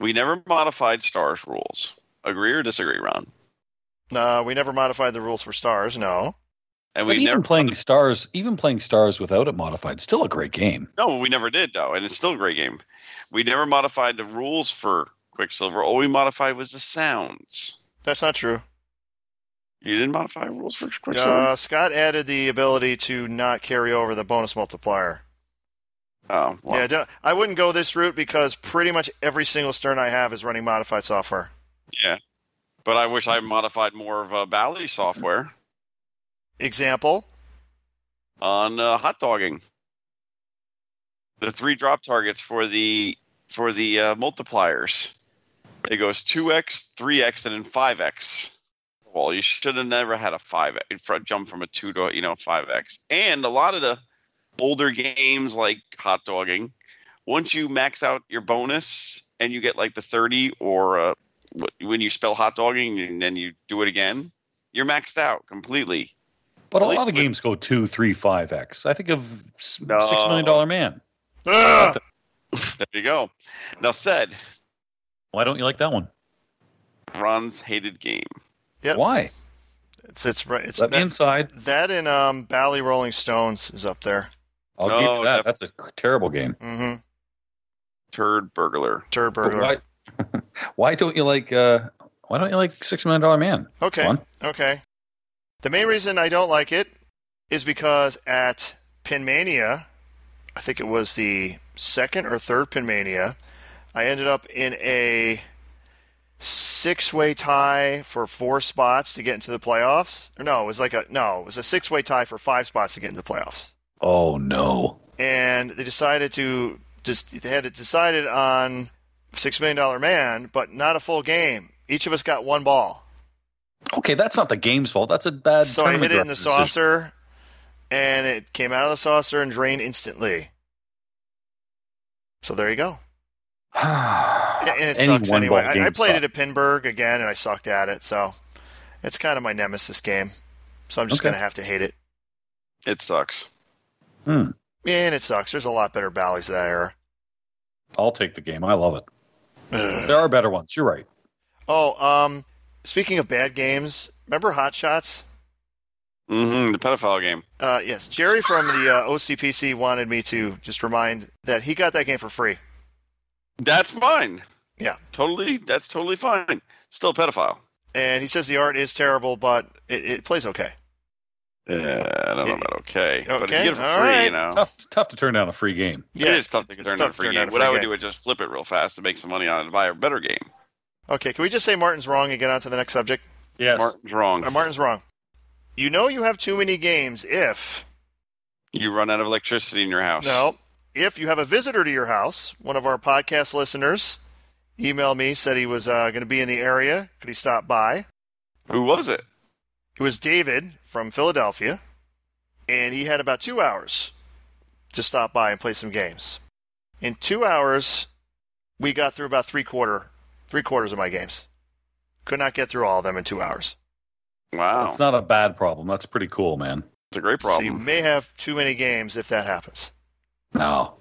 [SPEAKER 4] We never modified stars rules. Agree or disagree, Ron?
[SPEAKER 3] No, we never modified the rules for stars. No.
[SPEAKER 4] And
[SPEAKER 5] But
[SPEAKER 4] we
[SPEAKER 5] even
[SPEAKER 4] never
[SPEAKER 5] playing stars, even playing stars without it modified, still a great game.
[SPEAKER 4] No, we never did though, and it's still a great game. We never modified the rules for Quicksilver. All we modified was the sounds.
[SPEAKER 3] That's not true.
[SPEAKER 4] You didn't modify rules for Quicksilver.
[SPEAKER 3] Uh, Scott added the ability to not carry over the bonus multiplier.
[SPEAKER 4] oh, well.
[SPEAKER 3] Yeah, don't- I wouldn't go this route because pretty much every single stern I have is running modified software.
[SPEAKER 4] But I wish I modified more of uh, Bally software
[SPEAKER 3] Example:
[SPEAKER 4] on uh, hot dogging. The three drop targets for the for the uh, multipliers. It goes two x, three x, and then five x. Well, you should have never had a five jump from a two to you know five x. And a lot of the older games like hot dogging, once you max out your bonus and you get like the thirty or uh, wh- when you spell hot dogging and then you do it again, you're maxed out completely. At
[SPEAKER 5] But a lot
[SPEAKER 4] least
[SPEAKER 5] of
[SPEAKER 4] with-
[SPEAKER 5] games go two, three, five x. I think of s-
[SPEAKER 4] No.
[SPEAKER 5] six million dollar man.
[SPEAKER 3] Ugh!
[SPEAKER 4] There you go. Enough said.
[SPEAKER 5] Why don't you like that one?
[SPEAKER 4] Ron's hated game.
[SPEAKER 3] Yep.
[SPEAKER 5] Why?
[SPEAKER 3] It's it's right. It's
[SPEAKER 5] Let me
[SPEAKER 3] that,
[SPEAKER 5] inside.
[SPEAKER 3] that and um, Bally Rolling Stones is up there.
[SPEAKER 5] I'll
[SPEAKER 4] No,
[SPEAKER 5] give you that.
[SPEAKER 4] def-
[SPEAKER 5] That's a c- terrible game.
[SPEAKER 3] Mm-hmm.
[SPEAKER 4] Turd burglar.
[SPEAKER 3] Turd
[SPEAKER 5] But
[SPEAKER 3] burglar.
[SPEAKER 5] why? [laughs] Why don't you like? Uh, why don't you like six million dollar man?
[SPEAKER 3] Okay.
[SPEAKER 5] Fun.
[SPEAKER 3] Okay. The main reason I don't like it is because at Pinmania, I think it was the second or third Pinmania, I ended up in a six-way tie for four spots to get into the playoffs. Or no, it was like a no, it was a six-way tie for five spots to get into the playoffs.
[SPEAKER 5] Oh no!
[SPEAKER 3] And they decided to just they had it decided on six million dollar man, but not a full game. Each of us got one ball.
[SPEAKER 5] Okay, that's not the game's fault. That's a bad.
[SPEAKER 3] so I hit
[SPEAKER 5] tournament
[SPEAKER 3] it in the
[SPEAKER 5] director decision. [sighs]
[SPEAKER 3] saucer, and it came out of the saucer and drained instantly. So there you go. And and it
[SPEAKER 5] Any
[SPEAKER 3] sucks
[SPEAKER 5] one
[SPEAKER 3] anyway.
[SPEAKER 5] ball
[SPEAKER 3] I, I
[SPEAKER 5] game
[SPEAKER 3] played it
[SPEAKER 5] sucks.
[SPEAKER 3] at Pinburg again, and I sucked at it. So it's kind of my nemesis game. So I'm just
[SPEAKER 5] Okay.
[SPEAKER 3] gonna have to hate it.
[SPEAKER 4] It sucks.
[SPEAKER 5] Hmm.
[SPEAKER 3] And it sucks. There's a lot better Bally's of that era.
[SPEAKER 5] I'll take the game. I love it.
[SPEAKER 3] Ugh.
[SPEAKER 5] There are better ones. You're right.
[SPEAKER 3] Oh, um, speaking of bad games, remember Hot Shots?
[SPEAKER 4] hmm The pedophile game.
[SPEAKER 3] Uh, yes, Jerry from the uh, OCPC wanted me to just remind that he got that game for free.
[SPEAKER 4] That's fine.
[SPEAKER 3] Yeah.
[SPEAKER 4] Totally. That's totally fine. Still pedophile.
[SPEAKER 3] and he says the art is terrible, but it, it plays okay.
[SPEAKER 4] Yeah, I don't know about okay. But if you
[SPEAKER 3] Okay,
[SPEAKER 4] get it for free,
[SPEAKER 3] all
[SPEAKER 4] you
[SPEAKER 3] right.
[SPEAKER 4] know.
[SPEAKER 5] Tough, tough to turn down a free game.
[SPEAKER 4] It is tough to
[SPEAKER 3] It's
[SPEAKER 4] turn
[SPEAKER 3] tough
[SPEAKER 4] down a
[SPEAKER 3] to
[SPEAKER 4] free
[SPEAKER 3] turn
[SPEAKER 4] game.
[SPEAKER 3] down a
[SPEAKER 4] What
[SPEAKER 3] free
[SPEAKER 4] I would
[SPEAKER 3] game.
[SPEAKER 4] do is just flip it real fast and make some money on it and buy a better game.
[SPEAKER 3] Okay, can we just say Martin's wrong and get on to the next subject?
[SPEAKER 5] Yes.
[SPEAKER 4] Martin's wrong.
[SPEAKER 3] Uh, Martin's wrong. You know you have too many games if
[SPEAKER 4] You run out of electricity in your house.
[SPEAKER 3] no if you have a visitor to your house. One of our podcast listeners emailed me said he was uh, going to be in the area. Could he stop by?
[SPEAKER 4] Who was it?
[SPEAKER 3] It was David from Philadelphia, and he had about two hours to stop by and play some games. In two hours, we got through about three quarter, three quarters of my games. Could not get through all of them in two hours.
[SPEAKER 4] Wow.
[SPEAKER 5] It's not a bad problem. That's pretty cool, man.
[SPEAKER 4] It's a great
[SPEAKER 3] So you
[SPEAKER 4] problem.
[SPEAKER 3] may have too many games if that happens.
[SPEAKER 5] No,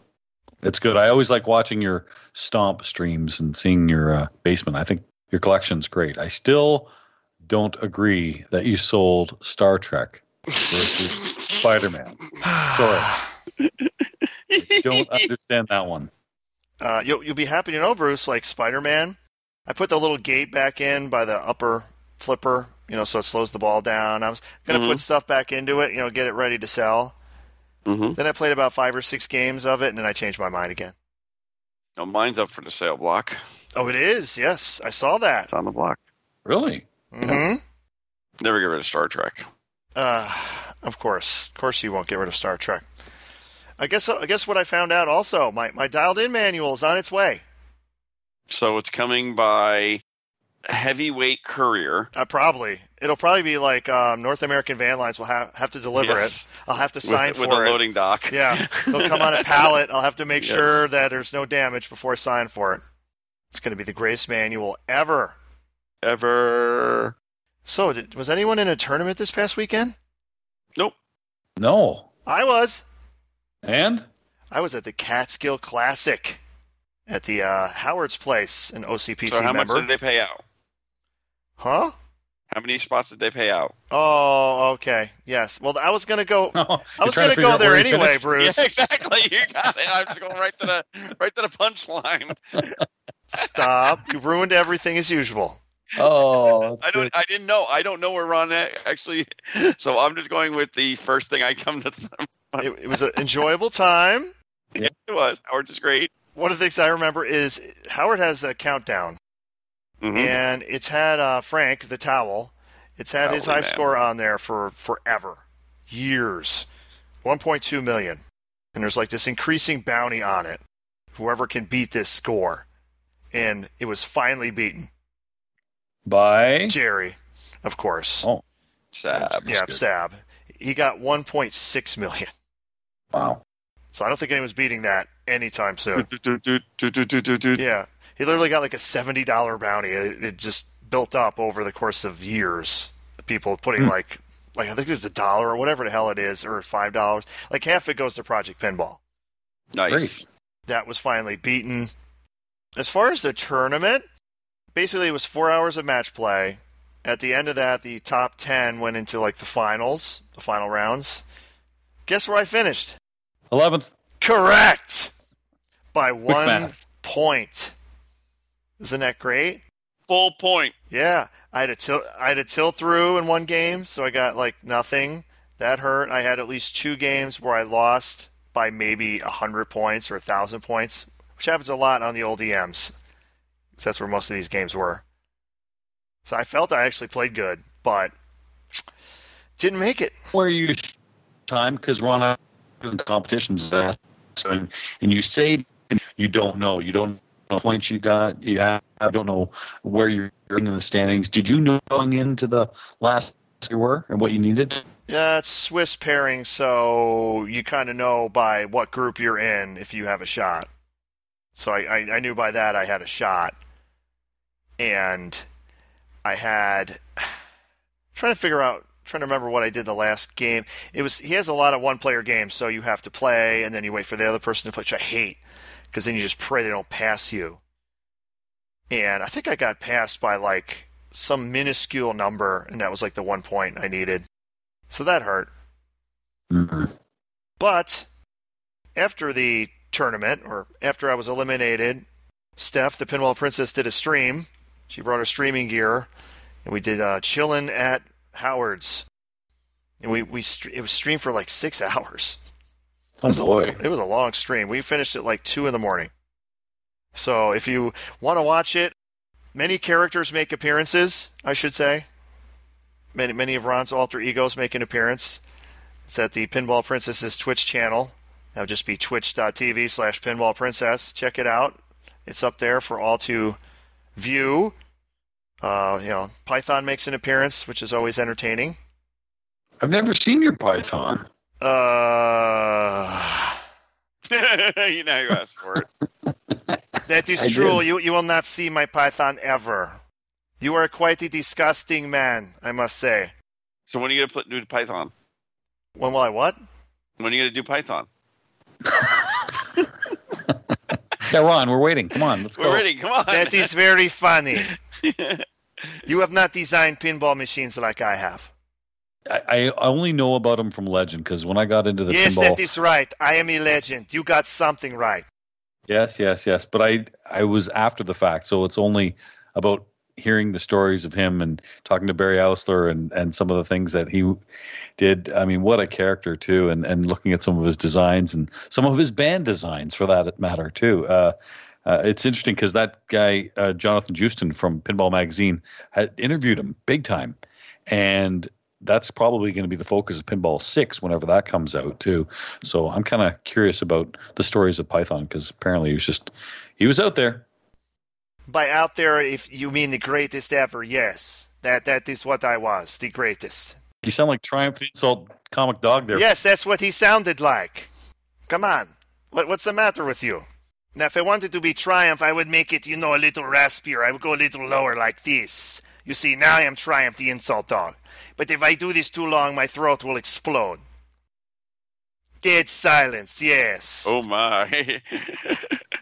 [SPEAKER 5] it's good. I always like watching your stomp streams and seeing your uh, basement. I think your collection's great. I still don't agree that you sold Star Trek versus [laughs] Spider Man.
[SPEAKER 3] [laughs]
[SPEAKER 5] Sorry, don't understand that one.
[SPEAKER 3] Uh, you'll, you'll be happy to know, Bruce, like Spider Man, I put the little gate back in by the upper flipper, you know, so it slows the ball down. I was going to
[SPEAKER 4] Mhm.
[SPEAKER 3] put stuff back into it, you know, get it ready to sell.
[SPEAKER 4] hmm
[SPEAKER 3] Then I played about five or six games of it, and then I changed my mind again.
[SPEAKER 4] No, mine's up for the sale block.
[SPEAKER 3] Oh, it is. Yes, I saw that.
[SPEAKER 4] It's on the block.
[SPEAKER 5] Really?
[SPEAKER 3] hmm
[SPEAKER 4] Never get rid of Star Trek.
[SPEAKER 3] Uh, of course, of course, you won't get rid of Star Trek. I guess. uh, I guess what I found out also, my my dialed in manual is on its way.
[SPEAKER 4] So it's coming by heavyweight courier.
[SPEAKER 3] Uh, probably it'll probably be like um, North American Van Lines will have have to deliver
[SPEAKER 4] Yes.
[SPEAKER 3] it. I'll have to
[SPEAKER 4] with-
[SPEAKER 3] sign
[SPEAKER 4] with,
[SPEAKER 3] for
[SPEAKER 4] a
[SPEAKER 3] it.
[SPEAKER 4] loading dock. [laughs]
[SPEAKER 3] Yeah, it'll come on a pallet. I'll have to make
[SPEAKER 4] Yes.
[SPEAKER 3] sure that there's no damage before I sign for it. It's going to be the greatest manual ever.
[SPEAKER 4] Ever.
[SPEAKER 3] So, did, was anyone in a tournament this past weekend?
[SPEAKER 4] Nope.
[SPEAKER 5] No.
[SPEAKER 3] I was.
[SPEAKER 5] And [laughs]
[SPEAKER 3] I was at the Catskill Classic at the uh, Howard's Place, an OCPC
[SPEAKER 4] So how
[SPEAKER 3] member.
[SPEAKER 4] much did they pay out?
[SPEAKER 3] huh?
[SPEAKER 4] How many spots did they pay out?
[SPEAKER 3] Oh, okay. Yes. Well, I was gonna go.
[SPEAKER 5] You're
[SPEAKER 3] I was
[SPEAKER 5] trying
[SPEAKER 3] gonna
[SPEAKER 5] to figure
[SPEAKER 3] go
[SPEAKER 5] out
[SPEAKER 3] there
[SPEAKER 5] where he
[SPEAKER 3] anyway, [laughs]
[SPEAKER 5] finished?
[SPEAKER 3] Bruce.
[SPEAKER 4] [laughs] Yeah, exactly. You got it. I'm just going right to the right to the punchline.
[SPEAKER 3] Stop. You ruined everything as usual.
[SPEAKER 5] Oh, that's
[SPEAKER 4] I don't.
[SPEAKER 5] good.
[SPEAKER 4] I didn't know. I don't know where Ron a- actually. So I'm just going with the first thing I come to. [laughs]
[SPEAKER 3] It, it was an enjoyable time.
[SPEAKER 4] It was Howard's is great.
[SPEAKER 3] One of the things I remember is Howard has a countdown,
[SPEAKER 5] Mm-hmm.
[SPEAKER 4] Mhm.
[SPEAKER 3] and it's had uh, Frank the towel. It's had his high
[SPEAKER 4] Towel man.
[SPEAKER 3] score on there for forever, years, 1.2 million, and there's like this increasing bounty on it. Whoever can beat this score, and it was finally beaten.
[SPEAKER 5] Bye.
[SPEAKER 3] Jerry, of course.
[SPEAKER 5] Oh,
[SPEAKER 4] Sad.
[SPEAKER 5] that's
[SPEAKER 3] yeah,
[SPEAKER 5] good.
[SPEAKER 3] Sab. He got 1.6 million.
[SPEAKER 5] Wow.
[SPEAKER 3] So I don't think anyone's beating that anytime soon.
[SPEAKER 4] Do-do-do-do-do-do-do-do.
[SPEAKER 3] yeah. He literally got like a $70 bounty. It, it just built up over the course of years. People putting
[SPEAKER 5] Hmm.
[SPEAKER 3] like, like I think it's a dollar or whatever the hell it is, or $5. Like half it goes to Project Pinball.
[SPEAKER 4] Nice.
[SPEAKER 3] That was finally beaten. As far as the tournament, basically it was four hours of match play. At the end of that, the top 10 went into like the finals, the final rounds. Guess where I finished?
[SPEAKER 5] Eleventh.
[SPEAKER 3] Correct. By one
[SPEAKER 5] math.
[SPEAKER 3] point. Isn't that great?
[SPEAKER 4] Full point. [laughs]
[SPEAKER 3] Yeah, I had a tilt. I had a tilt through in one game, so I got like nothing. That hurt. I had at least two games where I lost by maybe hundred points or thousand points, which happens a lot on the old EMs, 'cause that's where most of these games were. So I felt I actually played good, but didn't make it.
[SPEAKER 5] Where you time because Ron I- the competitions uh, so, and, and you say you don't know you don't know how points you got yeah I don't know where you're in the standings. Did you know going into the last you were and what you needed?
[SPEAKER 3] Yeah, it's Swiss pairing, so you kind of know by what group you're in if you have a shot. So I, I, I knew by that I had a shot. And I had [sighs] trying to figure out trying to remember what I did the last game. It was he has a lot of one player games, so you have to play and then you wait for the other person to play, which I hate because then you just pray they don't pass you. And I think I got passed by like some minuscule number, and that was like the one point I needed. So that hurt.
[SPEAKER 5] Mhm.
[SPEAKER 3] But after the tournament, or after I was eliminated, Steph, the Pinball Princess, did a stream. She brought her streaming gear, and we did uh, chillin' at Howard's. And we, we str it was streamed for like six [laughs] hours.
[SPEAKER 5] Oh boy.
[SPEAKER 3] It was a long stream. We finished at like two in the morning. So if you want to watch it, many characters make appearances. I should say, many many of Ron's alter egos make an appearance. It's at the Pinball Princess's Twitch channel. That'll just be twitch.tv slash pinball princess. Check it out. It's up there for all to view. Uh, you know, Python makes an appearance, which is always entertaining.
[SPEAKER 5] I've never seen your Python.
[SPEAKER 3] Uh,
[SPEAKER 4] you know you asked for it.
[SPEAKER 3] That is
[SPEAKER 5] I
[SPEAKER 3] true.
[SPEAKER 5] did.
[SPEAKER 3] You you will not see my python ever. You are quite a disgusting man, I must say.
[SPEAKER 4] So when are you gonna pl- do Python?
[SPEAKER 3] When will I what?
[SPEAKER 4] When are you gonna do Python?
[SPEAKER 5] [laughs] Yeah, Ron, we're waiting. Come on, let's
[SPEAKER 4] We're
[SPEAKER 5] go.
[SPEAKER 4] ready. Come on.
[SPEAKER 3] That is very funny. You have not designed pinball machines like I have.
[SPEAKER 5] I, I only know about him from Legend because when I got into the
[SPEAKER 3] yes,
[SPEAKER 5] pinball,
[SPEAKER 3] that is right. I am a legend. You got something right.
[SPEAKER 5] yes, yes, yes. But I I was after the fact, so it's only about hearing the stories of him and talking to Barry Ousler and and some of the things that he did. I mean, what a character too, and and looking at some of his designs and some of his band designs for that matter too. Uh, uh, it's interesting because that guy uh, Jonathan Justin from Pinball Magazine had interviewed him big time, and that's probably going to be the focus of Pinball Six whenever that comes out too. So I'm kind of curious about the stories of Python because apparently he was just he was out there.
[SPEAKER 3] By out there, if you mean the greatest ever, yes. That that is what I was, the greatest.
[SPEAKER 5] You sound like Triumph the Insult comic dog there.
[SPEAKER 3] Yes, that's what he sounded like. Come on. What, what's the matter with you? Now, if I wanted to be Triumph, I would make it, you know, a little raspier. I would go a little lower like this. You see, now I am Triumph the Insult Dog. But if I do this too long, my throat will explode. Dead silence, yes.
[SPEAKER 4] Oh my. [laughs]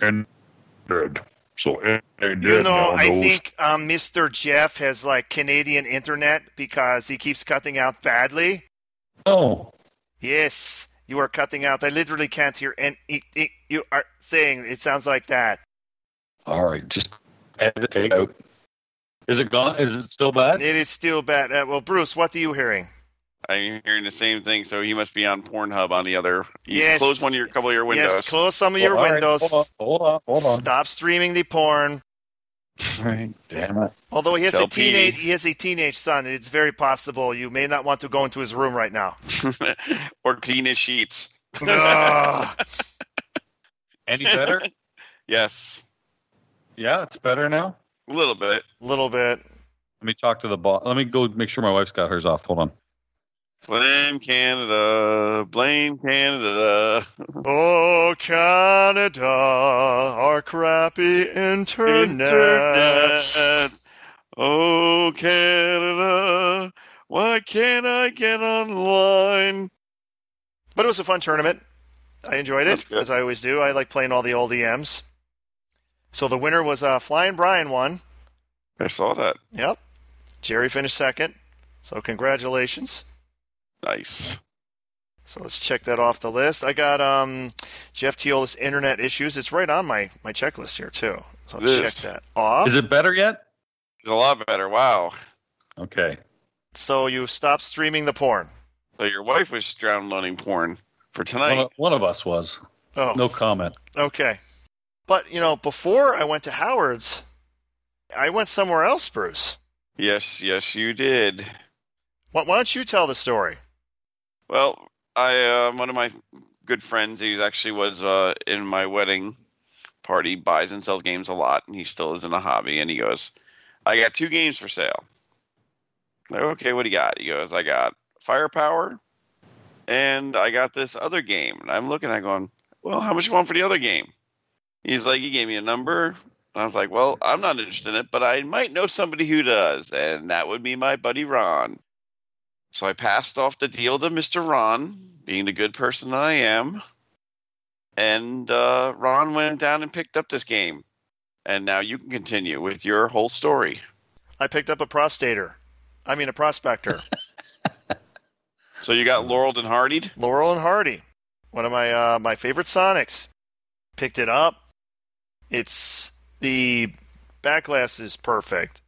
[SPEAKER 5] and dead. So and dead
[SPEAKER 3] You know,
[SPEAKER 5] now
[SPEAKER 3] I
[SPEAKER 5] knows.
[SPEAKER 3] think um, Mr. Jeff has like Canadian internet because he keeps cutting out badly.
[SPEAKER 5] Oh,
[SPEAKER 3] Yes, you are cutting out. I literally can't hear. And you are saying it sounds like that.
[SPEAKER 5] all right. Just add the take out. Is it gone? Is it still bad?
[SPEAKER 3] It is still bad. Uh, well, Bruce, what are you hearing?
[SPEAKER 4] I'm hearing the same thing, so he must be on Pornhub on the other. You
[SPEAKER 3] Yes.
[SPEAKER 4] Close one of your couple of your windows.
[SPEAKER 3] Yes, close some of your
[SPEAKER 5] All right,
[SPEAKER 3] windows.
[SPEAKER 5] hold on. Hold on. Hold
[SPEAKER 3] Stop streaming the porn.
[SPEAKER 5] on. All right, Damn it.
[SPEAKER 3] Although he has
[SPEAKER 4] Tell
[SPEAKER 3] a teenage,
[SPEAKER 4] Petey.
[SPEAKER 3] he has a teenage son, and it's very possible you may not want to go into his room right
[SPEAKER 4] [laughs]
[SPEAKER 3] now.
[SPEAKER 4] or clean his sheets.
[SPEAKER 3] Ugh. [laughs]
[SPEAKER 5] Any better?
[SPEAKER 4] Yes.
[SPEAKER 5] yeah, it's better now.
[SPEAKER 4] A little bit.
[SPEAKER 3] little bit.
[SPEAKER 5] Let me talk to the boss. Let me go make sure my wife's got hers off. Hold on.
[SPEAKER 4] Blame Canada. Blame Canada.
[SPEAKER 3] Oh, Canada, our crappy internet.
[SPEAKER 4] Internet. Oh, Canada. Why can't I get online?
[SPEAKER 3] But it was a fun tournament. I enjoyed
[SPEAKER 4] That's
[SPEAKER 3] it,
[SPEAKER 4] good.
[SPEAKER 3] as I always do. I like playing all the old EMs. So the winner was uh, Flying Brian won.
[SPEAKER 4] I saw that.
[SPEAKER 3] Yep. Jerry finished second. So congratulations.
[SPEAKER 4] Nice.
[SPEAKER 3] So let's check that off the list. I got um, Jeff Teola's internet issues. It's right on my, my checklist here, too. So I'll
[SPEAKER 4] This.
[SPEAKER 3] check that off.
[SPEAKER 5] Is it better yet?
[SPEAKER 4] It's a lot better. Wow.
[SPEAKER 5] Okay.
[SPEAKER 3] so you stopped streaming the porn.
[SPEAKER 4] So your wife was downloading porn for
[SPEAKER 5] One
[SPEAKER 4] tonight.
[SPEAKER 5] of, one of us was.
[SPEAKER 3] Oh.
[SPEAKER 5] No comment.
[SPEAKER 3] Okay. But, you know, before I went to Howard's, I went somewhere else, Bruce.
[SPEAKER 4] Yes, yes, you did.
[SPEAKER 3] Why, why don't you tell the story?
[SPEAKER 4] Well, I uh, one of my good friends, he actually was uh, in my wedding party, buys and sells games a lot, and he still is in the hobby. And he goes, "I got two games for sale." I'm like, okay, what do you got? He goes, "I got Firepower, and I got this other game." And I'm looking, I going, "Well, how much you want for the other game?" He's like, "He gave me a number." And I was like, "Well, I'm not interested in it, but I might know somebody who does, and that would be my buddy Ron." So I passed off the deal to Mr. Ron, being the good person that I am. And uh, Ron went down and picked up this game. And now you can continue with your whole story.
[SPEAKER 3] I picked up a prostator. I mean, a prospector.
[SPEAKER 4] So you got Laurel and Hardied?
[SPEAKER 3] Laurel and Hardy, one of my uh, my favorite Sonics. Picked it up. It's the back glass is perfect.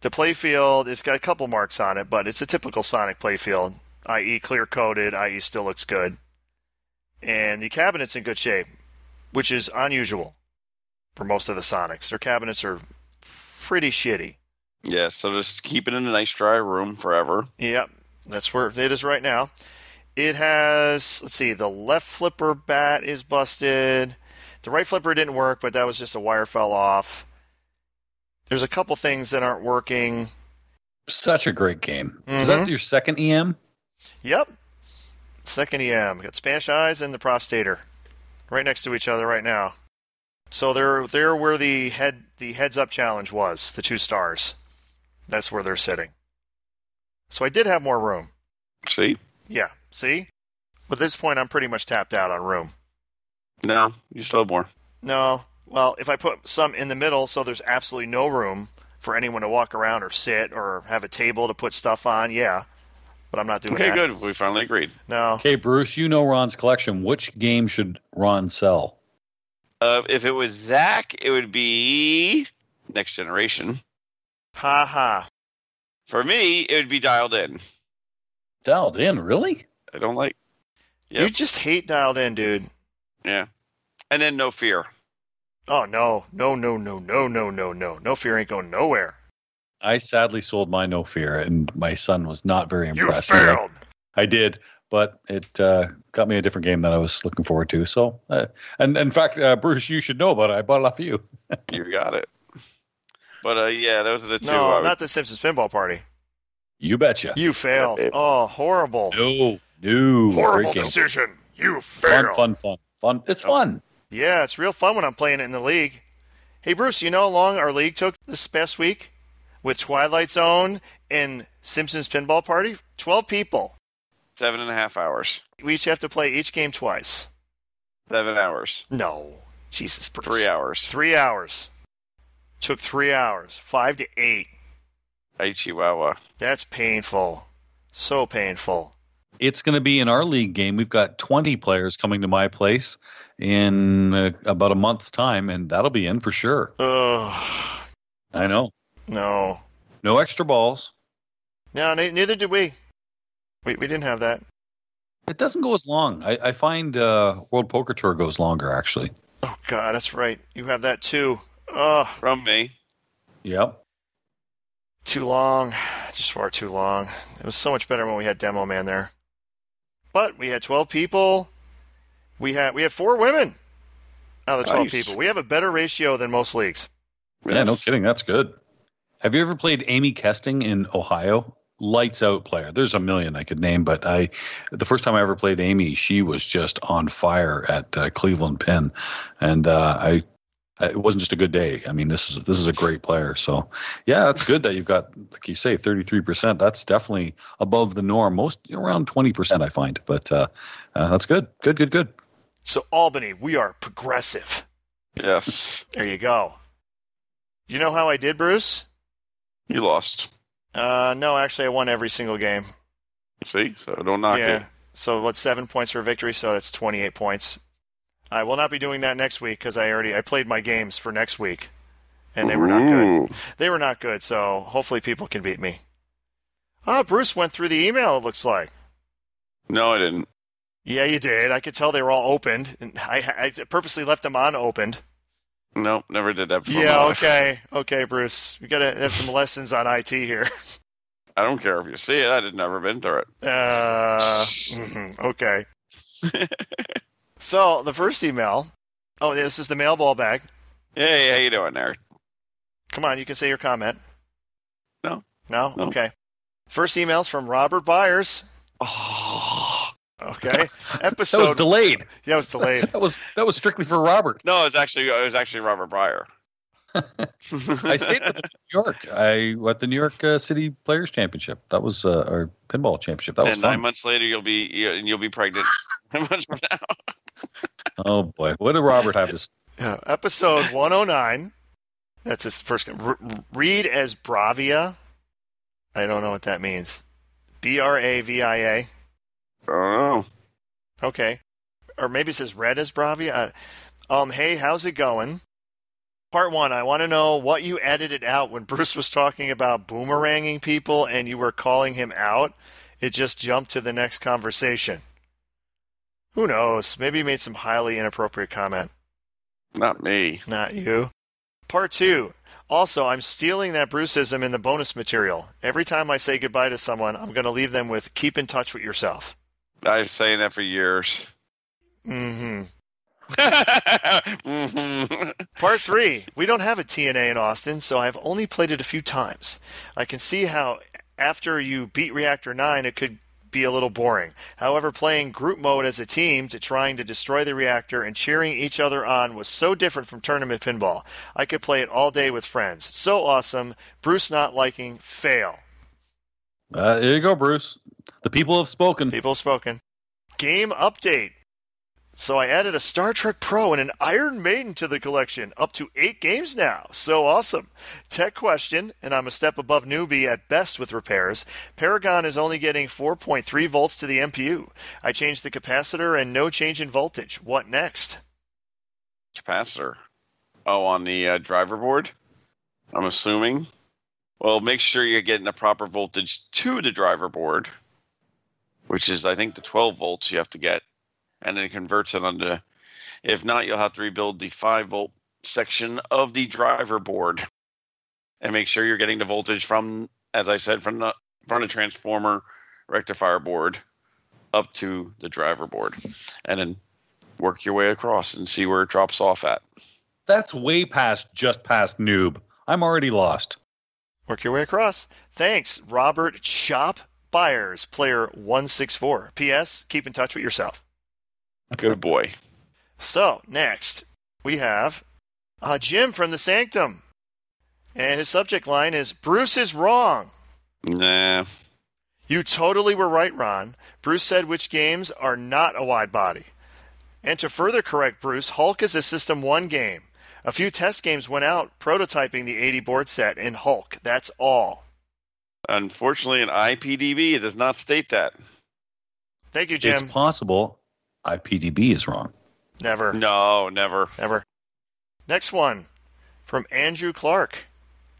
[SPEAKER 3] The playfield, it's got a couple marks on it, but it's a typical Sonic playfield, i.e., clear coated, i.e., still looks good. And the cabinet's in good shape, which is unusual for most of the Sonics. Their cabinets are pretty shitty.
[SPEAKER 4] Yeah, so just keep it in a nice dry room forever.
[SPEAKER 3] Yep, that's where it is right now. It has, let's see, the left flipper bat is busted. The right flipper didn't work, but that was just a wire fell off. There's a couple things that aren't working.
[SPEAKER 5] Such a great game. Is
[SPEAKER 3] Mhm.
[SPEAKER 5] that your second E EM?
[SPEAKER 3] Yep. Second EM. Got Spanish Eyes and the Prostator right next to each other right now. So they're they're where the head the heads up challenge was, the two stars. That's where they're sitting. So I did have more room.
[SPEAKER 4] See?
[SPEAKER 3] Yeah. See? At this point, I'm pretty much tapped out on room.
[SPEAKER 4] No, you still have more.
[SPEAKER 3] No. Well, if I put some in the middle, so there's absolutely no room for anyone to walk around or sit or have a table to put stuff on, yeah. But I'm not doing
[SPEAKER 4] Okay,
[SPEAKER 3] that.
[SPEAKER 4] good. We finally agreed.
[SPEAKER 3] No.
[SPEAKER 5] Okay, Bruce, you know Ron's collection. Which game should Ron sell?
[SPEAKER 4] Uh, if it was Zach, it would be Next Generation.
[SPEAKER 3] Ha ha.
[SPEAKER 4] For me, it would be Dialed In.
[SPEAKER 5] Dialed in, really?
[SPEAKER 4] I don't like. Yep.
[SPEAKER 3] You just hate dialed in, dude.
[SPEAKER 4] Yeah. And then No Fear.
[SPEAKER 3] Oh, no. No, no, no, no, no, no, no. No fear ain't going nowhere.
[SPEAKER 5] I sadly sold my No Fear, and my son was not very
[SPEAKER 3] You
[SPEAKER 5] impressed. He liked-
[SPEAKER 3] failed.
[SPEAKER 5] I did, but it uh, got me a different game that I was looking forward to. So, uh, and, and in fact, uh, Bruce, you should know about it. I bought it off of you.
[SPEAKER 4] You got it. But uh, yeah, those are the two. I
[SPEAKER 3] No,
[SPEAKER 4] would-
[SPEAKER 3] not the Simpsons Pinball Party.
[SPEAKER 5] You betcha.
[SPEAKER 3] You failed.
[SPEAKER 4] Yeah.
[SPEAKER 3] Oh, horrible.
[SPEAKER 5] No, no,
[SPEAKER 3] Horrible
[SPEAKER 5] great game.
[SPEAKER 3] decision. You failed.
[SPEAKER 5] Fun, fun, fun, fun. It's fun.
[SPEAKER 3] Yeah, it's real fun when I'm playing it in the league. Hey, Bruce, you know how long our league took this past week with Twilight Zone and Simpsons Pinball Party? 12 people.
[SPEAKER 4] Seven and a half hours.
[SPEAKER 3] We each have to play each game twice.
[SPEAKER 4] Seven hours.
[SPEAKER 3] No. Jesus, Bruce.
[SPEAKER 4] Three hours.
[SPEAKER 3] Three hours. Took three hours. Five to eight.
[SPEAKER 4] Hey, Chihuahua.
[SPEAKER 3] That's painful. So painful.
[SPEAKER 5] It's going to be in our league game. We've got 20 players coming to my place in uh, about a month's time, and that'll be in for sure.
[SPEAKER 3] Ugh.
[SPEAKER 5] I know.
[SPEAKER 3] No.
[SPEAKER 5] No extra balls.
[SPEAKER 3] No, ne- neither did we. We, we didn't have that.
[SPEAKER 5] It doesn't go as long. I, I find uh, World Poker Tour goes longer, actually.
[SPEAKER 3] Oh, God, that's right. You have that too. Ugh.
[SPEAKER 4] From me.
[SPEAKER 5] Yep.
[SPEAKER 3] Too long. Just far too long. It was so much better when we had Demo Man there. But we had 12 people. We had we had four women out of the 12
[SPEAKER 4] Nice.
[SPEAKER 3] people. We have a better ratio than most leagues.
[SPEAKER 5] Yeah,
[SPEAKER 4] Yes.
[SPEAKER 5] no kidding. That's good. Have you ever played Amy Kesting in Ohio? Lights out player. There's a million I could name, but I, the first time I ever played Amy, she was just on fire at uh, Cleveland Penn, and uh, I, I, it wasn't just a good day. I mean, this is this is a great player. So, yeah, that's good that you've got, like you say, 33. percent That's definitely above the norm. Most around 20 percent, I find, but uh, uh, that's good. Good, good, good.
[SPEAKER 3] So Albany, we are progressive.
[SPEAKER 4] Yes.
[SPEAKER 3] There you go. You know how I did, Bruce?
[SPEAKER 4] You lost.
[SPEAKER 3] Uh, no, actually, I won every single game.
[SPEAKER 4] See? So don't knock
[SPEAKER 3] yeah.
[SPEAKER 4] it.
[SPEAKER 3] So what's seven points for victory? So that's 28 points. I will not be doing that next week because I already I played my games for next week, and they were not good.
[SPEAKER 4] Ooh.
[SPEAKER 3] They were not good. So hopefully people can beat me. Ah, Bruce went through the email. It looks like.
[SPEAKER 4] No, I didn't.
[SPEAKER 3] Yeah, you did. I could tell they were all opened. And I, I purposely left them unopened.
[SPEAKER 4] Nope, never did that before. in my
[SPEAKER 3] Yeah,
[SPEAKER 4] life.
[SPEAKER 3] okay. Okay, Bruce. We got to have some lessons on IT here.
[SPEAKER 4] I don't care if you see it. I'd never been through it.
[SPEAKER 3] Uh, mhm, okay. so the first email. Oh, this is the mail ball bag.
[SPEAKER 4] Hey, how you doing there? [sighs]
[SPEAKER 3] Come on, you can say your comment.
[SPEAKER 4] No.
[SPEAKER 3] No?
[SPEAKER 4] No.
[SPEAKER 3] Okay. First email's from Robert Byers.
[SPEAKER 4] Oh.
[SPEAKER 3] Okay.
[SPEAKER 5] That was
[SPEAKER 3] Episode.
[SPEAKER 5] delayed.
[SPEAKER 3] yeah, it was delayed.
[SPEAKER 5] That was that was strictly for Robert.
[SPEAKER 4] No, it was actually it was actually Robert Breyer.
[SPEAKER 5] [laughs] I stayed with him in New York. I at the New York uh, City Players Championship. That was uh, our pinball championship. That was
[SPEAKER 4] and nine
[SPEAKER 5] fun.
[SPEAKER 4] months later, you'll be you- and you'll be pregnant. [laughs] Nine months from now.
[SPEAKER 5] Oh boy, what did Robert have to? s-
[SPEAKER 3] Yeah, episode 109. That's his first. R- read as Bravia. I don't know what that means. B R A V I A.
[SPEAKER 4] I don't know.
[SPEAKER 3] Okay. Or maybe it says red as Bravia. I- Um, hey, how's it going? Part one, I want to know what you edited out when [laughs] Bruce was talking about boomeranging people and you were calling him out. It just jumped to the next conversation. Who knows? Maybe you made some highly inappropriate comment.
[SPEAKER 4] Not me.
[SPEAKER 3] Not you. Part two. Also, I'm stealing that Bruceism in the bonus material. Every time I say goodbye to someone, I'm going to leave them with keep in touch with yourself.
[SPEAKER 4] I've been saying that for [laughs] years.
[SPEAKER 3] hmm.
[SPEAKER 4] Mhm.
[SPEAKER 3] Part three. We don't have a TNA in Austin, so I've only played it a few times. I can see how after you beat Reactor 9, it could be a little boring. However, playing group mode as a team to trying to destroy the reactor and cheering each other on was so different from tournament pinball. I could play it all day with friends. So awesome. Bruce not liking, fail.
[SPEAKER 5] Uh, there you go, Bruce. The people have spoken.
[SPEAKER 3] People have spoken. Game update. So I added a Star Trek Pro and an Iron Maiden to the collection, up to eight games now. So awesome. Tech question, and I'm a step above newbie at best with repairs. Paragon is only getting 4.3 volts to the MPU. I changed the capacitor and no change in voltage. What next?
[SPEAKER 4] Capacitor. Oh, on the uh, driver board. I'm assuming. Well, make sure you're getting the proper voltage to the driver board, which is I think the 12 volts you have to get, and then it converts it onto. If not, you'll have to rebuild the 5 volt section of the driver board, and make sure you're getting the voltage from, as I said, from the from the transformer rectifier board up to the driver board, and then work your way across and see where it drops off at.
[SPEAKER 5] That's way past just past noob. I'm already lost.
[SPEAKER 3] Work your way across. Thanks, Robert Chop Byers, player 164. P.S. Keep in touch with yourself.
[SPEAKER 4] Good boy.
[SPEAKER 3] So, next, we have uh, Jim from the Sanctum. And his subject line is Bruce is wrong.
[SPEAKER 4] Nah.
[SPEAKER 3] You totally were right, Ron. Bruce said which games are not a wide body. And to further correct Bruce, Hulk is a System 1 game. A few test games went out prototyping the 80 board set in Hulk. That's all.
[SPEAKER 4] Unfortunately, in IPDB, it does not state that.
[SPEAKER 3] Thank you, Jim.
[SPEAKER 5] It's possible IPDB is wrong.
[SPEAKER 3] Never.
[SPEAKER 4] No, never.
[SPEAKER 3] Never. Next one from Andrew Clark.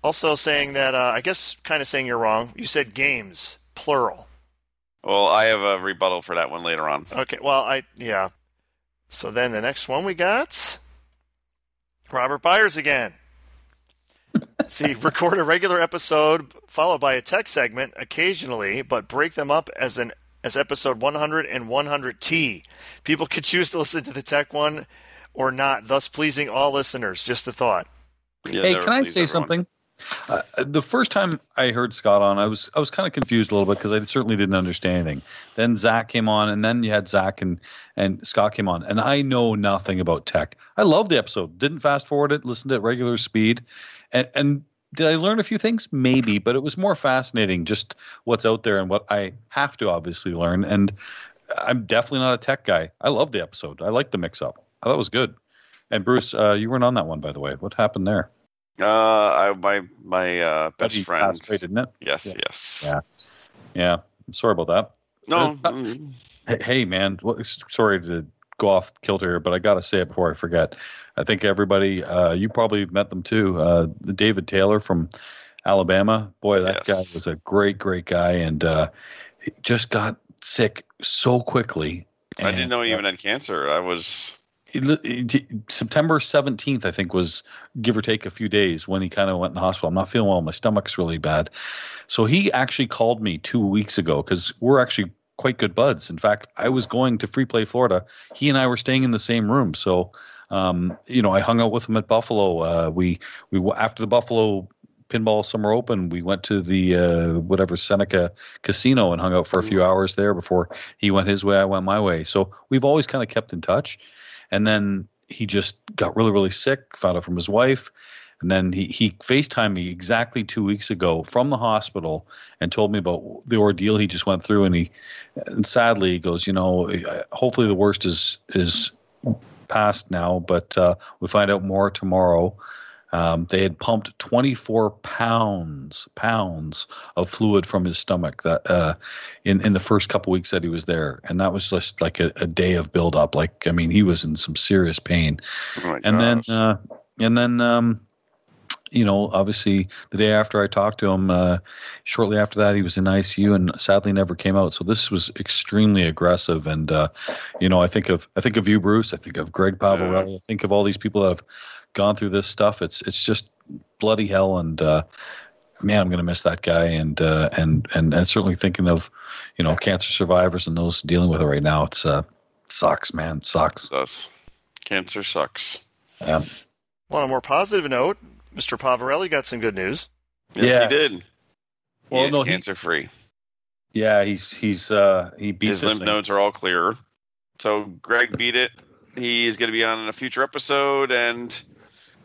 [SPEAKER 3] Also saying that, uh, I guess, kind of saying you're wrong. You said games, plural.
[SPEAKER 4] Well, I have a rebuttal for that one later on.
[SPEAKER 3] Okay, well, I, yeah. So then the next one we got Robert Byers again. [laughs] See, record a regular episode followed by a tech segment occasionally, but break them up as an as episode 100 and 100T. People could choose to listen to the tech one or not, thus pleasing all listeners. Just a thought.
[SPEAKER 4] Yeah,
[SPEAKER 5] hey,
[SPEAKER 4] never
[SPEAKER 5] can I
[SPEAKER 4] please
[SPEAKER 5] say
[SPEAKER 4] everyone.
[SPEAKER 5] something? Uh, the first time I heard Scott on, I was I was kind of confused a little bit because I certainly didn't understand anything. Then Zach came on, and then you had Zach and and Scott came on, and I know nothing about tech. I loved the episode. Didn't fast forward it. Listened at regular speed, and and did I learn a few things? Maybe, but it was more fascinating just what's out there and what I have to obviously learn. And I'm definitely not a tech guy. I loved the episode. I liked the mix up. I thought it was good. And Bruce, uh, you weren't on that one, by the way. What happened there?
[SPEAKER 4] Uh, I, my my uh, best
[SPEAKER 5] He
[SPEAKER 4] friend.
[SPEAKER 5] passed away, didn't it?
[SPEAKER 4] Yes,
[SPEAKER 5] Yeah.
[SPEAKER 4] yes.
[SPEAKER 5] Yeah. Yeah. I'm sorry about that.
[SPEAKER 4] No,
[SPEAKER 5] Uh,
[SPEAKER 4] mm,
[SPEAKER 5] Hey, hey man. what- Sorry to go off kilter, but I got to say it before I forget. I think everybody, uh, you probably met them too. Uh, David Taylor from Alabama. Boy,
[SPEAKER 4] Yes.
[SPEAKER 5] that guy was a great, great guy. And uh, he just got sick so quickly.
[SPEAKER 4] I didn't
[SPEAKER 5] And,
[SPEAKER 4] know he
[SPEAKER 5] uh,
[SPEAKER 4] even had cancer. I was.
[SPEAKER 5] he li- he- September 17th, I think, was give or take a few days when he kind of went in the hospital. I'm not feeling well. My stomach's really bad. So he actually called me two weeks ago because we're actually quite good buds. In fact, I was going to Free Play Florida. He and I were staying in the same room. So, um, you know, I hung out with him at Buffalo. Uh, we, we, w- after the Buffalo pinball summer open, we went to the, uh, whatever Seneca casino and hung out for a few hours there before he went his way. I went my way. So we've always kind of kept in touch and then he just got really really sick found out from his wife and then he, he facetimed me exactly two weeks ago from the hospital and told me about the ordeal he just went through and he and sadly he goes you know I- hopefully the worst is is past now but uh, we find out more tomorrow um, they had pumped 24 pounds pounds of fluid from his stomach that uh, in in the first couple weeks that he was there, and that was just like a, a day of buildup. Like I mean, he was in some serious pain,
[SPEAKER 4] oh my
[SPEAKER 5] and then
[SPEAKER 4] gosh.
[SPEAKER 5] uh, and then um, you know, obviously the day after I talked to him, uh, shortly after that he was in ICU and sadly never came out. So this was extremely aggressive, and uh, you know, I think of I think of you, Bruce. I think of Greg Pavarelli. I think of all these people that have gone through this stuff. It's it's just bloody hell, and uh, man, I'm going to miss that guy. And uh, and and and certainly thinking of you know cancer survivors and those dealing with it right now. It's uh, sucks, man, sucks.
[SPEAKER 4] Sucks. Cancer sucks.
[SPEAKER 5] Yeah.
[SPEAKER 3] Well, on a more positive note, Mr. Pavarelli got some good news.
[SPEAKER 4] Yes,
[SPEAKER 5] Yes.
[SPEAKER 4] he did.
[SPEAKER 5] Well,
[SPEAKER 4] he is
[SPEAKER 5] no, he-
[SPEAKER 4] cancer free.
[SPEAKER 5] Yeah, he's he's uh, he beat
[SPEAKER 4] His
[SPEAKER 5] this
[SPEAKER 4] lymph
[SPEAKER 5] thing.
[SPEAKER 4] nodes are all clear. So Greg beat it. He's going to be on in a future episode, and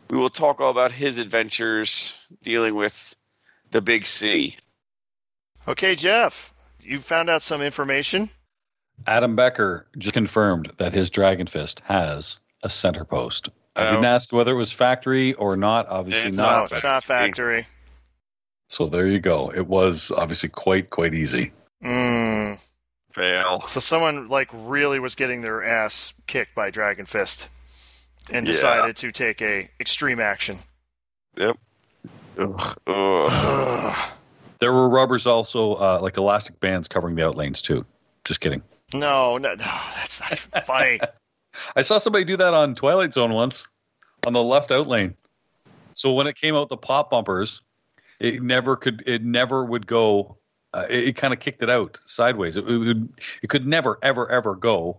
[SPEAKER 4] we will talk all about his adventures dealing with the big C.
[SPEAKER 3] Okay, Jeff, you found out some information.
[SPEAKER 5] Adam Becker just confirmed that his Dragon Fist has a center post. I
[SPEAKER 4] Oh.
[SPEAKER 5] didn't ask whether it was factory or not. Obviously
[SPEAKER 4] It's
[SPEAKER 3] no,
[SPEAKER 5] not.
[SPEAKER 4] not
[SPEAKER 3] it's not factory.
[SPEAKER 5] So there you go. It was obviously quite quite easy.
[SPEAKER 3] Mm.
[SPEAKER 4] Fail.
[SPEAKER 3] So someone like really was getting their ass kicked by Dragon Fist, and
[SPEAKER 4] Yeah.
[SPEAKER 3] decided to take a extreme action.
[SPEAKER 4] Ugh. Ugh.
[SPEAKER 3] Ugh.
[SPEAKER 5] There were rubbers also, uh, like elastic bands covering the outlanes too. Just kidding.
[SPEAKER 3] No, no, no, that's not even
[SPEAKER 4] [laughs]
[SPEAKER 3] funny.
[SPEAKER 5] I saw somebody do that on Twilight Zone once, on the left outlane. So when it came out, the pop bumpers, it never could. It never would go. Uh, it kind of kicked it out sideways. It, it would. It could never, ever, ever go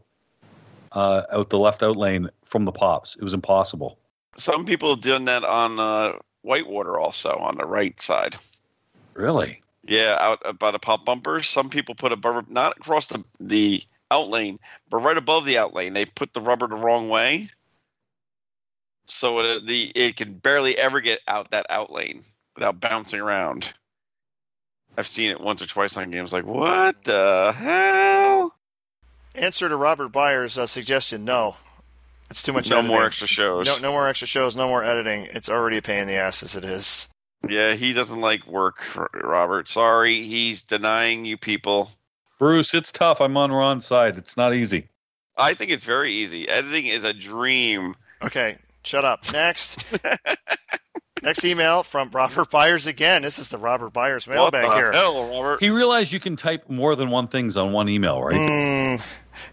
[SPEAKER 5] uh, out the left outlane from the pops. It was impossible.
[SPEAKER 4] Some people have done that on uh, Whitewater also on the right side.
[SPEAKER 5] Really?
[SPEAKER 4] Yeah, out uh, by the pop bumper. Some people put a rubber not across the the out lane, but right above the out lane. They put the rubber the wrong way, so it, the it can barely ever get out that out lane without bouncing around. I've seen it once or twice on games. Like, what the hell?
[SPEAKER 3] Answer to Robert Byers' uh, suggestion: No, it's too much.
[SPEAKER 4] no
[SPEAKER 3] editing.
[SPEAKER 4] more extra shows.
[SPEAKER 3] No, no more extra shows. No more editing. It's already a pain in the ass as it is.
[SPEAKER 4] Yeah, he doesn't like work, R- Robert. Sorry, he's denying you people.
[SPEAKER 5] Bruce, it's tough. I'm on Ron's side. It's not easy.
[SPEAKER 4] I think it's very easy. Editing is a dream.
[SPEAKER 3] Okay, shut up.
[SPEAKER 4] [laughs]
[SPEAKER 3] Next. Next email from Robert Byers again. This is the Robert Byers
[SPEAKER 4] what the
[SPEAKER 3] mailbag here.
[SPEAKER 4] hell, Robert?
[SPEAKER 5] He realized you can type more than one things on one email, right?
[SPEAKER 3] Mm,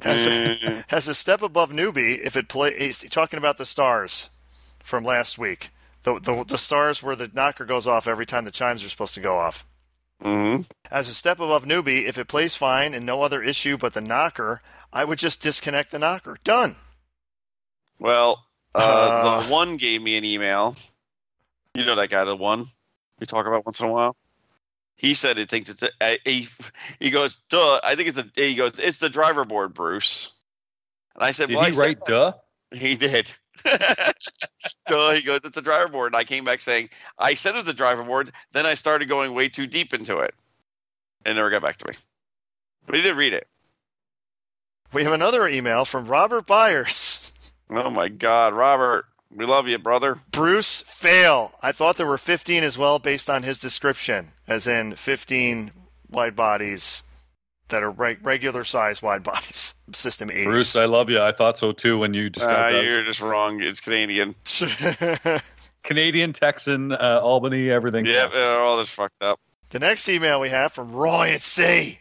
[SPEAKER 3] has,
[SPEAKER 4] [laughs] Mm.
[SPEAKER 3] a, has a step above newbie if it play. He's talking about the stars from last week. The, the, the stars where the knocker goes off every time the chimes are supposed to go off.
[SPEAKER 4] hmm
[SPEAKER 3] As a step above newbie, if it plays fine and no other issue but the knocker, I would just disconnect the knocker. Done.
[SPEAKER 4] Well, uh,
[SPEAKER 3] Uh.
[SPEAKER 4] the one gave me an email. You know that guy, the one we talk about once in a while. He said he thinks it's a, a, a he goes, duh. I think it's a he goes, it's the driver board, Bruce. And I said,
[SPEAKER 5] Did
[SPEAKER 4] well, I
[SPEAKER 5] he
[SPEAKER 4] said
[SPEAKER 5] write duh?
[SPEAKER 4] [laughs] He did. so he goes, it's a driver board. And I came back saying, I said it was a driver board. Then I started going way too deep into it. And never got back to me. But he did read it.
[SPEAKER 3] We have another email from Robert Byers.
[SPEAKER 4] Oh my God, Robert. We love you, brother.
[SPEAKER 3] Bruce fail. I thought there were 15 as well based on his description, as in 15 wide bodies that are reg- regular size wide bodies, [laughs] system 80s.
[SPEAKER 5] Bruce, I love you. I thought so too when you
[SPEAKER 4] Uh,
[SPEAKER 5] described us.
[SPEAKER 4] you're just wrong. It's Canadian.
[SPEAKER 5] Canadian, Texan, uh, Albany, everything.
[SPEAKER 4] Yep, uh, all this fucked up.
[SPEAKER 3] [laughs] the next email we have from Roy at C,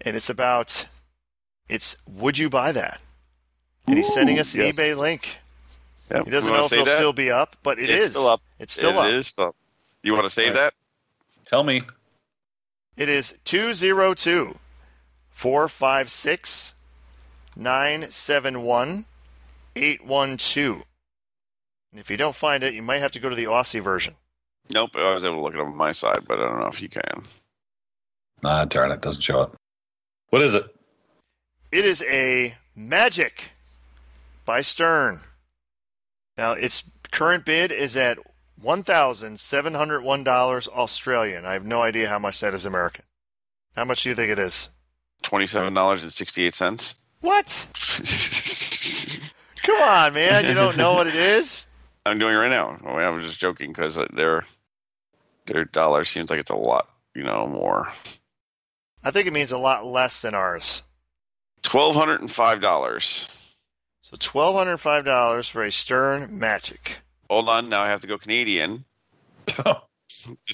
[SPEAKER 3] and it's about it's would you buy that? And he's sending us the
[SPEAKER 4] yes.
[SPEAKER 3] eBay link.
[SPEAKER 4] Yep.
[SPEAKER 3] He doesn't
[SPEAKER 4] You wanna
[SPEAKER 3] know if
[SPEAKER 4] say
[SPEAKER 3] it'll
[SPEAKER 4] that?
[SPEAKER 3] still be up, but it
[SPEAKER 4] It's
[SPEAKER 3] is.
[SPEAKER 4] still up.
[SPEAKER 3] It's still
[SPEAKER 4] It
[SPEAKER 3] up.
[SPEAKER 4] is still up. You want to save
[SPEAKER 5] Right.
[SPEAKER 4] that?
[SPEAKER 5] Tell me.
[SPEAKER 3] It is 202 456 971 812. And if you don't find it, you might have to go to the Aussie version.
[SPEAKER 4] Nope. I was able to look it up on my side, but I don't know if you can.
[SPEAKER 5] Nah, darn it. Doesn't show up. What is it? [laughs]
[SPEAKER 3] It is a Magic by Stern. Now, its current bid is at $1,701 Australian. I have no idea how much that is American. How much do you think it is?
[SPEAKER 4] $27.68.
[SPEAKER 3] What? Come on, man. You don't know what it is?
[SPEAKER 4] [laughs] I'm doing it right now. I, mean, I was just joking because their their dollar seems like it's a lot, you know, more.
[SPEAKER 3] I think it means a lot less than ours.
[SPEAKER 4] Twelve hundred and five dollars.
[SPEAKER 3] So twelve hundred five dollars for a Stern Magic.
[SPEAKER 4] Hold on, now I have to go Canadian. Just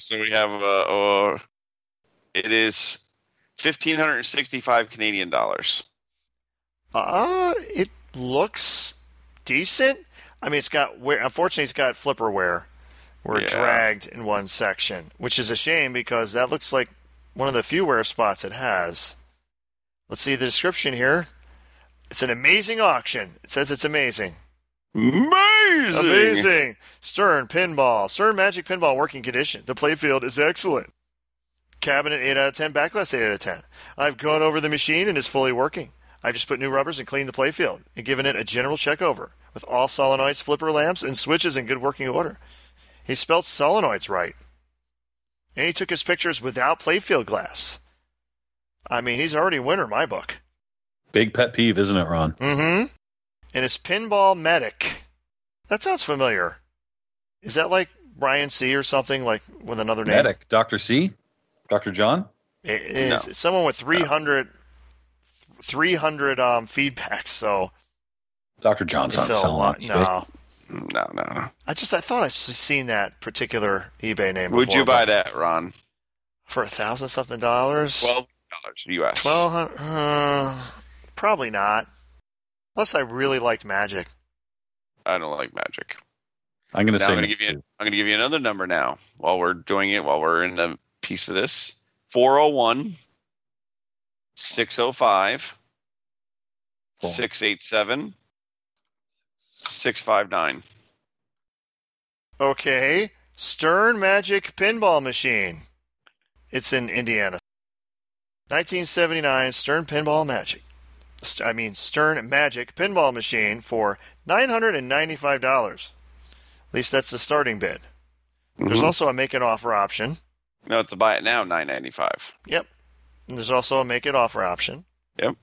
[SPEAKER 4] so we have uh, uh it is fifteen hundred and sixty-five Canadian dollars.
[SPEAKER 3] Uh it looks decent. I mean, it's got wear. Unfortunately, it's got flipper wear, where it
[SPEAKER 4] Yeah.
[SPEAKER 3] dragged in one section, which is a shame because that looks like one of the few wear spots it has. Let's see the description here. It's an amazing auction. It says it's amazing.
[SPEAKER 4] Amazing!
[SPEAKER 3] Amazing. Stern pinball. Stern Magic pinball working condition. The playfield is excellent. Cabinet 8 out of 10, backlash 8 out of 10. I've gone over the machine and it's fully working. I've just put new rubbers and cleaned the playfield and given it a general check over with all solenoids, flipper lamps, and switches in good working order. He spelled solenoids right. And he took his pictures without playfield glass. I mean, he's already a winner in my book.
[SPEAKER 5] Big pet peeve, isn't it, Ron?
[SPEAKER 3] Mm-hmm. And it's Pinball Medic. That sounds familiar. Is that like Ryan C or something like with another name?
[SPEAKER 5] Medic, Dr. C, Dr. John.
[SPEAKER 3] It is it's someone with 300, 300 um, feedbacks. So
[SPEAKER 5] Dr. John's not
[SPEAKER 3] so a
[SPEAKER 5] selling
[SPEAKER 3] lot.
[SPEAKER 5] on eBay.
[SPEAKER 3] No,
[SPEAKER 4] No, no, no.
[SPEAKER 3] I just I thought I'd s- seen that particular eBay name.
[SPEAKER 4] Would
[SPEAKER 3] before,
[SPEAKER 4] you buy
[SPEAKER 3] but
[SPEAKER 4] that, Ron?
[SPEAKER 3] for a thousand something dollars?
[SPEAKER 4] Twelve dollars US.
[SPEAKER 3] twelve hundred. Uh, probably not. Unless I really liked Magic.
[SPEAKER 4] I don't like magic.
[SPEAKER 5] I'm going to
[SPEAKER 4] Now
[SPEAKER 5] say
[SPEAKER 4] I'm going to
[SPEAKER 5] no,
[SPEAKER 4] give you.
[SPEAKER 5] too.
[SPEAKER 4] I'm going to give you another number now. While we're doing it, while we're in the piece of this, 401, 605,
[SPEAKER 5] Cool.
[SPEAKER 4] 687, 659.
[SPEAKER 3] Okay, Stern Magic Pinball Machine. It's in Indiana. 1979 Stern Pinball Magic. St- I mean Stern Magic Pinball Machine for $995. At least that's the starting bid. There's
[SPEAKER 4] Mhm.
[SPEAKER 5] Mm-hmm.
[SPEAKER 3] also a make an offer option
[SPEAKER 4] No, to buy it now, nine ninety five.
[SPEAKER 3] Yep. And there's also a make it offer option.
[SPEAKER 4] Yep.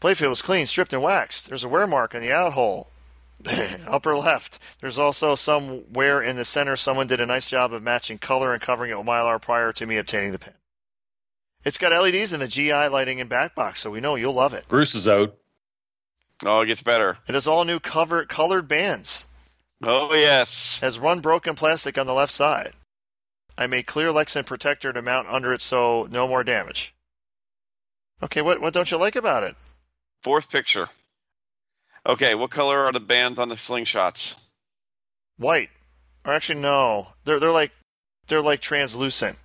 [SPEAKER 3] Playfield is clean, stripped, and waxed. There's a wear mark in the out hole. [laughs] Upper left. There's also some wear in the center. Someone did a nice job of matching color and covering it with mylar prior to me obtaining the pin. It's got LEDs in the GI lighting and back box, so we know you'll love it.
[SPEAKER 5] Bruce is out.
[SPEAKER 4] Oh, it gets better.
[SPEAKER 3] It has all new cover colored bands.
[SPEAKER 4] Oh yes.
[SPEAKER 3] has run broken plastic on the left side. I made clear Lexan protector to mount under it so no more damage. Okay, what what don't you like about it?
[SPEAKER 4] Fourth picture. Okay, what color are the bands on the slingshots?
[SPEAKER 3] White. Or actually no. They're they're like they're like translucent.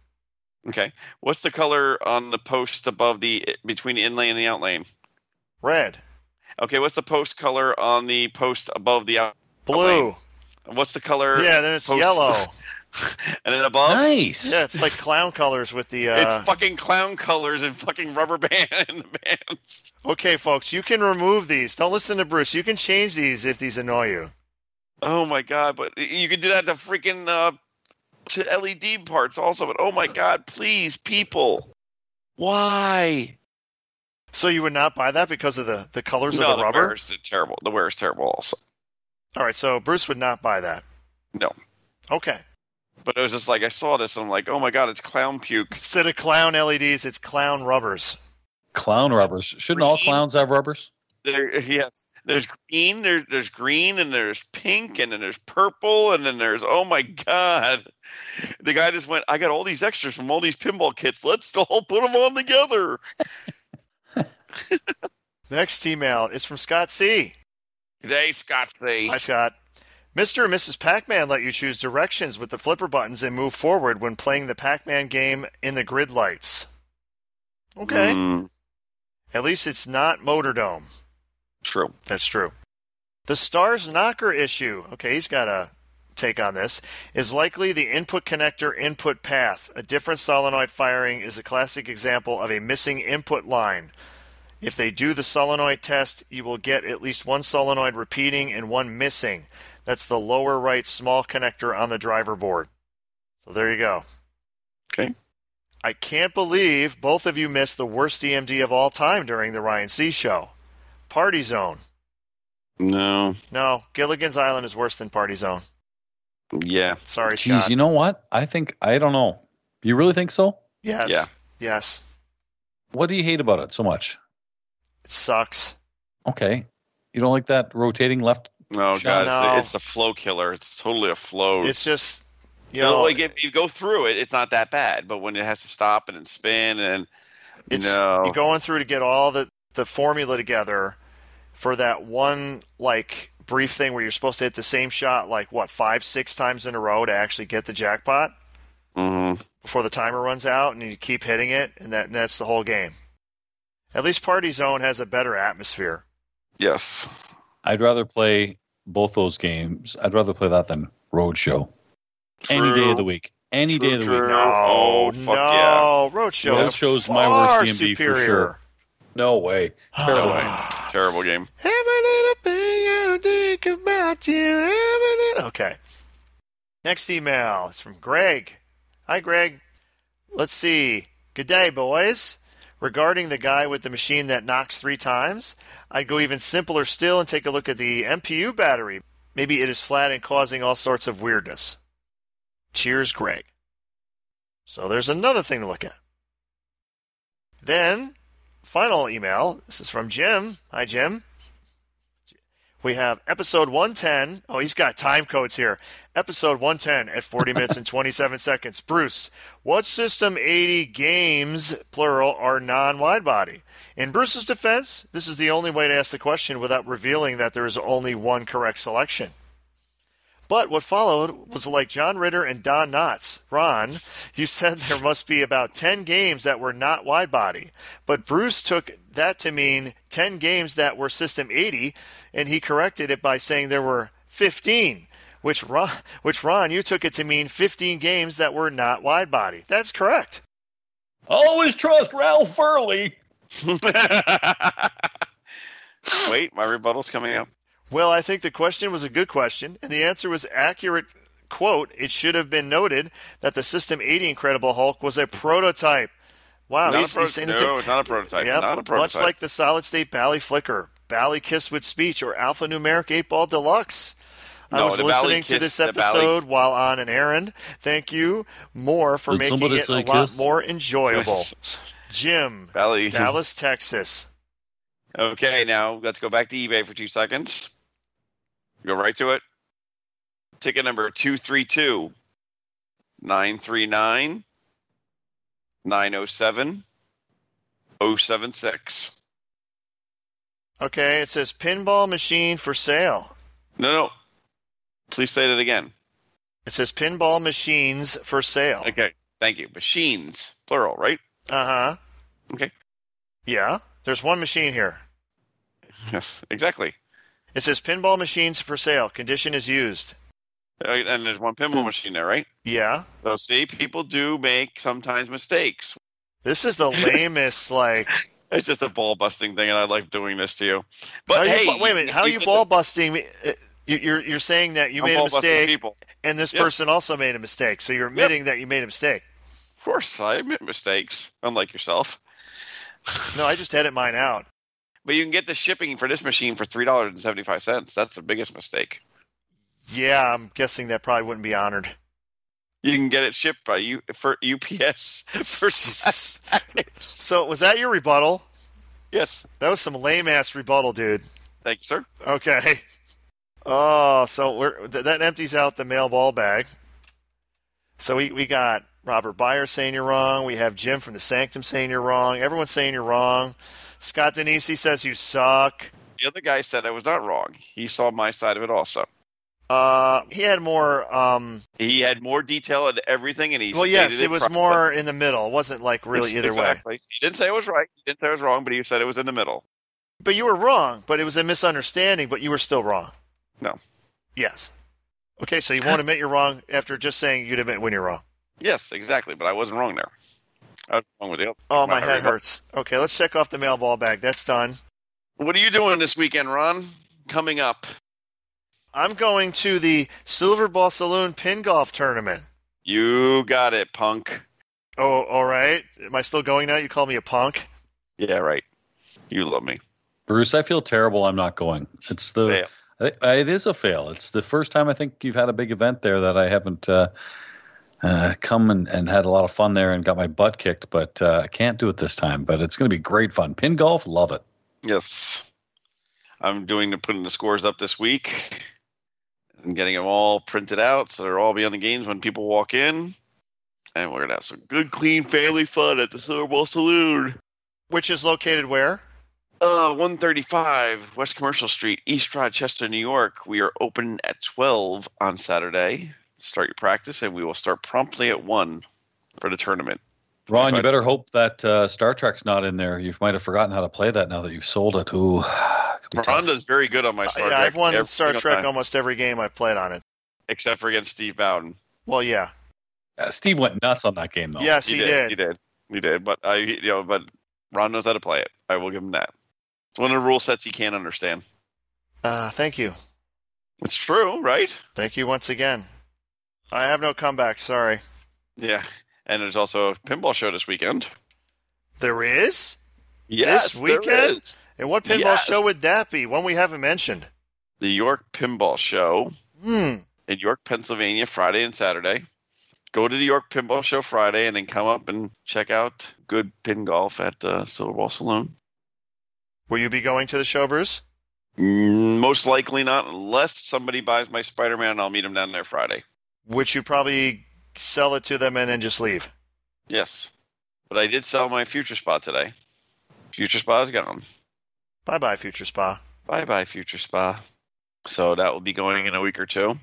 [SPEAKER 4] Okay. What's the color on the post above the between the inlay and the outlane?
[SPEAKER 3] Red.
[SPEAKER 4] Okay, what's the post color on the post above the out?
[SPEAKER 3] Blue.
[SPEAKER 4] What's the color?
[SPEAKER 3] yeah, then it's
[SPEAKER 4] Oh, post-
[SPEAKER 3] yellow.
[SPEAKER 4] [laughs] and then above?
[SPEAKER 5] Nice.
[SPEAKER 3] yeah, it's like clown colors with the uh
[SPEAKER 4] It's fucking clown colors and fucking rubber [laughs] band in the bands.
[SPEAKER 3] Okay folks, you can remove these. Don't listen to Bruce. You can change these if these annoy you.
[SPEAKER 4] Oh my god! But you could do that to freaking uh, to LED parts also. But oh my god! Please, people, why?
[SPEAKER 3] So you would not buy that because of the, the colors
[SPEAKER 4] no,
[SPEAKER 3] of the
[SPEAKER 4] the
[SPEAKER 3] rubber?
[SPEAKER 4] wear is terrible. The wear is terrible also.
[SPEAKER 3] Alright, so Bruce would not buy that.
[SPEAKER 4] No,
[SPEAKER 3] Okay.
[SPEAKER 4] but it was just like I saw this and I'm like, oh my god, it's clown puke.
[SPEAKER 3] Instead of clown LEDs, it's clown rubbers.
[SPEAKER 5] Clown rubbers. Shouldn't all
[SPEAKER 4] Green.
[SPEAKER 5] clowns have rubbers?
[SPEAKER 4] There, yes. There's green, there's there's green, and there's pink, and then there's purple, and then there's oh my god, the guy just went. I got all these extras from all these pinball kits. Let's all [laughs] put them on together.
[SPEAKER 3] Next email is from Scott C.
[SPEAKER 4] Today, Scott C.
[SPEAKER 3] Hi, Scott. Mr. and Mrs. Pac Man let you choose directions with the flipper buttons and move forward when playing the Pac Man game in the grid lights. Okay.
[SPEAKER 4] Mm,
[SPEAKER 3] At least it's not Motordome.
[SPEAKER 4] true.
[SPEAKER 3] That's true. The Stars Knocker issue, okay, he's got a take on this, is likely the input connector input path. A different solenoid firing is a classic example of a missing input line. If they do the solenoid test, you will get at least one solenoid repeating and one missing. That's the lower right small connector on the driver board. So there you go.
[SPEAKER 4] Okay.
[SPEAKER 3] I can't believe both of you missed the worst DMD of all time during the Ryan C show. Party Zone.
[SPEAKER 4] No.
[SPEAKER 3] No, Gilligan's Island is worse than Party Zone.
[SPEAKER 4] Yeah.
[SPEAKER 3] Sorry,
[SPEAKER 5] Jeez,
[SPEAKER 3] Scott.
[SPEAKER 5] you know what? I think I don't know. You really think so?
[SPEAKER 3] yes.
[SPEAKER 4] Yeah.
[SPEAKER 3] Yes.
[SPEAKER 5] What do you hate about it so much?
[SPEAKER 3] It sucks.
[SPEAKER 5] Okay. You don't like that rotating left?
[SPEAKER 4] No,
[SPEAKER 5] Shut
[SPEAKER 4] Oh, God,
[SPEAKER 3] up.
[SPEAKER 4] it's, it's the flow killer. It's totally a flow.
[SPEAKER 3] It's just you
[SPEAKER 4] Oh. No,
[SPEAKER 3] know,
[SPEAKER 4] like if you go through it, it's not that bad. But when it has to stop and then spin and
[SPEAKER 3] it's
[SPEAKER 4] no,
[SPEAKER 3] you're going through to get all the, the formula together for that one like brief thing where you're supposed to hit the same shot like what, five, six times in a row to actually get the jackpot
[SPEAKER 4] Mhm.
[SPEAKER 3] before the timer runs out and you keep hitting it and that and that's the whole game. At least Party Zone has a better atmosphere.
[SPEAKER 4] yes,
[SPEAKER 5] I'd rather play both those games. I'd rather play that than Roadshow. Any day
[SPEAKER 4] True.
[SPEAKER 5] of the week. Any
[SPEAKER 4] True,
[SPEAKER 5] day of the
[SPEAKER 4] true.
[SPEAKER 5] week.
[SPEAKER 4] No. Oh, fuck
[SPEAKER 3] no, Roadshow. is
[SPEAKER 5] Roadshow's my worst
[SPEAKER 3] far
[SPEAKER 5] DMD for
[SPEAKER 3] superior.
[SPEAKER 5] sure. No way.
[SPEAKER 4] No
[SPEAKER 3] Ah.
[SPEAKER 4] terrible game. [laughs]
[SPEAKER 3] Every little thing I think about you. Every little... Okay. Next email is from Greg. Hi, Greg. Let's see. Good day, boys. Regarding the guy with the machine that knocks three times, I'd go even simpler still and take a look at the MPU battery. Maybe it is flat and causing all sorts of weirdness. Cheers, Greg. So there's another thing to look at. Then, final email. This is from Jim. Hi, Jim. We have episode 110. Oh, he's got time codes here. Episode 110 at 40 minutes and 27 seconds. Bruce, what System 80 games, plural, are non widebody? In Bruce's defense, this is the only way to ask the question without revealing that there is only one correct selection. But what followed was like John Ritter and Don Knotts. Ron, you said there must be about 10 games that were not widebody, but Bruce took that to mean 10 games that were System 80, and he corrected it by saying there were 15, which Ron, which Ron you took it to mean 15 games that were not widebody. That's correct.
[SPEAKER 5] Always trust Ralph Furley.
[SPEAKER 4] Wait, my rebuttal's coming up.
[SPEAKER 3] Well, I think the question was a good question, and the answer was accurate quote, it should have been noted that the System 80 Incredible Hulk was a prototype. Wow,
[SPEAKER 4] not,
[SPEAKER 3] he's,
[SPEAKER 4] a pro-
[SPEAKER 3] he's saying it's a-
[SPEAKER 4] no, not a prototype.
[SPEAKER 3] Yep,
[SPEAKER 4] Not a
[SPEAKER 3] much
[SPEAKER 4] prototype.
[SPEAKER 3] like the solid state Bally Flicker, Bally Kiss with Speech, or alphanumeric 8 Ball Deluxe. I
[SPEAKER 4] No,
[SPEAKER 3] was
[SPEAKER 4] the Bally
[SPEAKER 3] listening to this
[SPEAKER 4] Kiss- the Bally-
[SPEAKER 3] episode while on an errand. Thank you more for
[SPEAKER 5] Did
[SPEAKER 3] making
[SPEAKER 5] somebody
[SPEAKER 3] it a
[SPEAKER 5] say
[SPEAKER 3] lot
[SPEAKER 5] kiss?
[SPEAKER 3] more enjoyable.
[SPEAKER 4] Yes. [laughs]
[SPEAKER 3] Jim,
[SPEAKER 4] Bally.
[SPEAKER 3] Dallas, Texas.
[SPEAKER 4] Okay, now let's go back to eBay for two seconds. Go right to it. Ticket number 232 939 907 076.
[SPEAKER 3] Okay, it says pinball machine for sale.
[SPEAKER 4] No, no. Please say that again.
[SPEAKER 3] It says pinball machines for sale.
[SPEAKER 4] Okay. Thank you. Machines, plural, right?
[SPEAKER 3] Uh huh.
[SPEAKER 4] Okay.
[SPEAKER 3] Yeah, there's one machine here.
[SPEAKER 4] Yes, exactly.
[SPEAKER 3] It says pinball machines for sale. Condition is used.
[SPEAKER 4] Uh, And there's one pinball machine there, right?
[SPEAKER 3] Yeah.
[SPEAKER 4] So, see, people do make sometimes mistakes.
[SPEAKER 3] This
[SPEAKER 4] [laughs]
[SPEAKER 3] is the lamest, like.
[SPEAKER 4] It's just a ball busting thing, and I like doing this to you. But
[SPEAKER 3] how are
[SPEAKER 4] hey,
[SPEAKER 3] you, bu- wait a minute. How are you
[SPEAKER 4] put the-
[SPEAKER 3] ball busting me? Uh, you- You're you're saying that you
[SPEAKER 4] I'm
[SPEAKER 3] made a
[SPEAKER 4] ball busting
[SPEAKER 3] mistake,
[SPEAKER 4] People.
[SPEAKER 3] and this
[SPEAKER 4] Yes.
[SPEAKER 3] person also made a mistake. So you're admitting that you made a mistake.
[SPEAKER 4] Of course, I admit mistakes, unlike yourself.
[SPEAKER 3] No, I just edit mine out.
[SPEAKER 4] But you can get the shipping for this machine for three dollars and seventy-five cents. That's the biggest mistake.
[SPEAKER 3] Yeah, I'm guessing that probably wouldn't be
[SPEAKER 4] [laughs]
[SPEAKER 3] honored. [laughs]
[SPEAKER 4] You can get it shipped by U- for
[SPEAKER 3] [laughs]
[SPEAKER 4] UPS. [laughs] For
[SPEAKER 3] Jesus. so was that your rebuttal?
[SPEAKER 4] yes,
[SPEAKER 3] That was some lame ass rebuttal, dude.
[SPEAKER 4] thank you, sir.
[SPEAKER 3] Okay. Oh, so we're th- that empties out the mail ball bag. So we, we got Robert Byer saying you're wrong. We have Jim from the Sanctum saying you're wrong. Everyone's saying you're wrong. Scott Denisi says you suck.
[SPEAKER 4] The other guy said I was not wrong. He saw my side of it also.
[SPEAKER 3] Uh, he had more. Um,
[SPEAKER 4] He had more detail in everything, and he
[SPEAKER 3] well, yes,
[SPEAKER 4] stated
[SPEAKER 3] it was
[SPEAKER 4] properly.
[SPEAKER 3] more in the middle. It wasn't like really
[SPEAKER 4] Yes,
[SPEAKER 3] either way.
[SPEAKER 4] exactly. He didn't say it was right. He didn't say it was wrong, but he said it was in the middle.
[SPEAKER 3] But you were wrong. But it was a misunderstanding. But you were still wrong.
[SPEAKER 4] No.
[SPEAKER 3] Yes. Okay, so you won't admit you're wrong after just saying you'd admit when you're wrong.
[SPEAKER 4] Yes, exactly. But I wasn't wrong there. I was wrong with the other.
[SPEAKER 3] Oh, my
[SPEAKER 4] my
[SPEAKER 3] head
[SPEAKER 4] rebuttal.
[SPEAKER 3] hurts. Okay, let's check off the mail ball bag. That's done.
[SPEAKER 4] What are you doing this weekend, Ron? Coming up.
[SPEAKER 3] I'm going to the Silver Ball Saloon Pin Golf Tournament.
[SPEAKER 4] You got it, punk.
[SPEAKER 3] Oh, all right. Am I still going now? You call me a punk?
[SPEAKER 4] Yeah, right. You love me.
[SPEAKER 5] Bruce, I feel terrible. I'm not going. It's the
[SPEAKER 4] Fail.
[SPEAKER 5] I- I- it is a fail. It's the first time I think you've had a big event there that I haven't uh, uh, come and, and had a lot of fun there and got my butt kicked, but uh, I can't do it this time. But it's going to be great fun. Pin golf, love it.
[SPEAKER 4] Yes. I'm doing the putting the scores up this week. I'm getting them all printed out so they'll all be on the games when people walk in. And we're gonna have some good, clean family fun at the Silver Bowl Saloon.
[SPEAKER 3] Which is located where?
[SPEAKER 4] Uh, 135 West Commercial Street, East Rochester, New York. We are open at 12 on Saturday. Start your practice, and we will start promptly at 1 for the tournament.
[SPEAKER 5] Ron,
[SPEAKER 4] If I-
[SPEAKER 5] you better hope that uh, Star Trek's not in there. You might have forgotten how to play that now that you've sold it. Ooh, [sighs] could be tough.
[SPEAKER 4] Rhonda's very good on my Star
[SPEAKER 3] Uh, yeah,
[SPEAKER 4] Trek.
[SPEAKER 3] I've won
[SPEAKER 4] every
[SPEAKER 3] Star
[SPEAKER 4] single
[SPEAKER 3] Trek
[SPEAKER 4] time,
[SPEAKER 3] almost every game I've played on it.
[SPEAKER 4] except for against Steve Bowden.
[SPEAKER 3] Well, yeah.
[SPEAKER 5] Uh, Steve went nuts on that game though.
[SPEAKER 3] yes, he, did.
[SPEAKER 4] He did. He did. But I, you know, but Ron knows how to play it. I will give him that. It's one of the rule sets he can't understand.
[SPEAKER 3] Uh, thank you.
[SPEAKER 4] It's true, right?
[SPEAKER 3] Thank you once again. I have no comeback. Sorry.
[SPEAKER 4] Yeah. And there's also a pinball show this weekend.
[SPEAKER 3] There is?
[SPEAKER 4] Yes,
[SPEAKER 3] This
[SPEAKER 4] there
[SPEAKER 3] weekend?
[SPEAKER 4] is.
[SPEAKER 3] And what pinball
[SPEAKER 4] Yes.
[SPEAKER 3] show would that be? One we haven't mentioned.
[SPEAKER 4] the York Pinball Show.
[SPEAKER 3] Hmm.
[SPEAKER 4] in York, Pennsylvania, Friday and Saturday. Go to the York Pinball Show Friday and then come up and check out good pin golf at the Silver Ball Saloon.
[SPEAKER 3] Will you be going to the show, Bruce?
[SPEAKER 4] Mm, Most likely not, unless somebody buys my Spider Man and I'll meet him down there Friday.
[SPEAKER 3] Which you probably sell it to them and then just leave.
[SPEAKER 4] Yes. But I did sell my Future Spa today. Future Spa is gone.
[SPEAKER 3] Bye bye, Future Spa.
[SPEAKER 4] Bye bye, Future Spa. So that will be going in a week or two.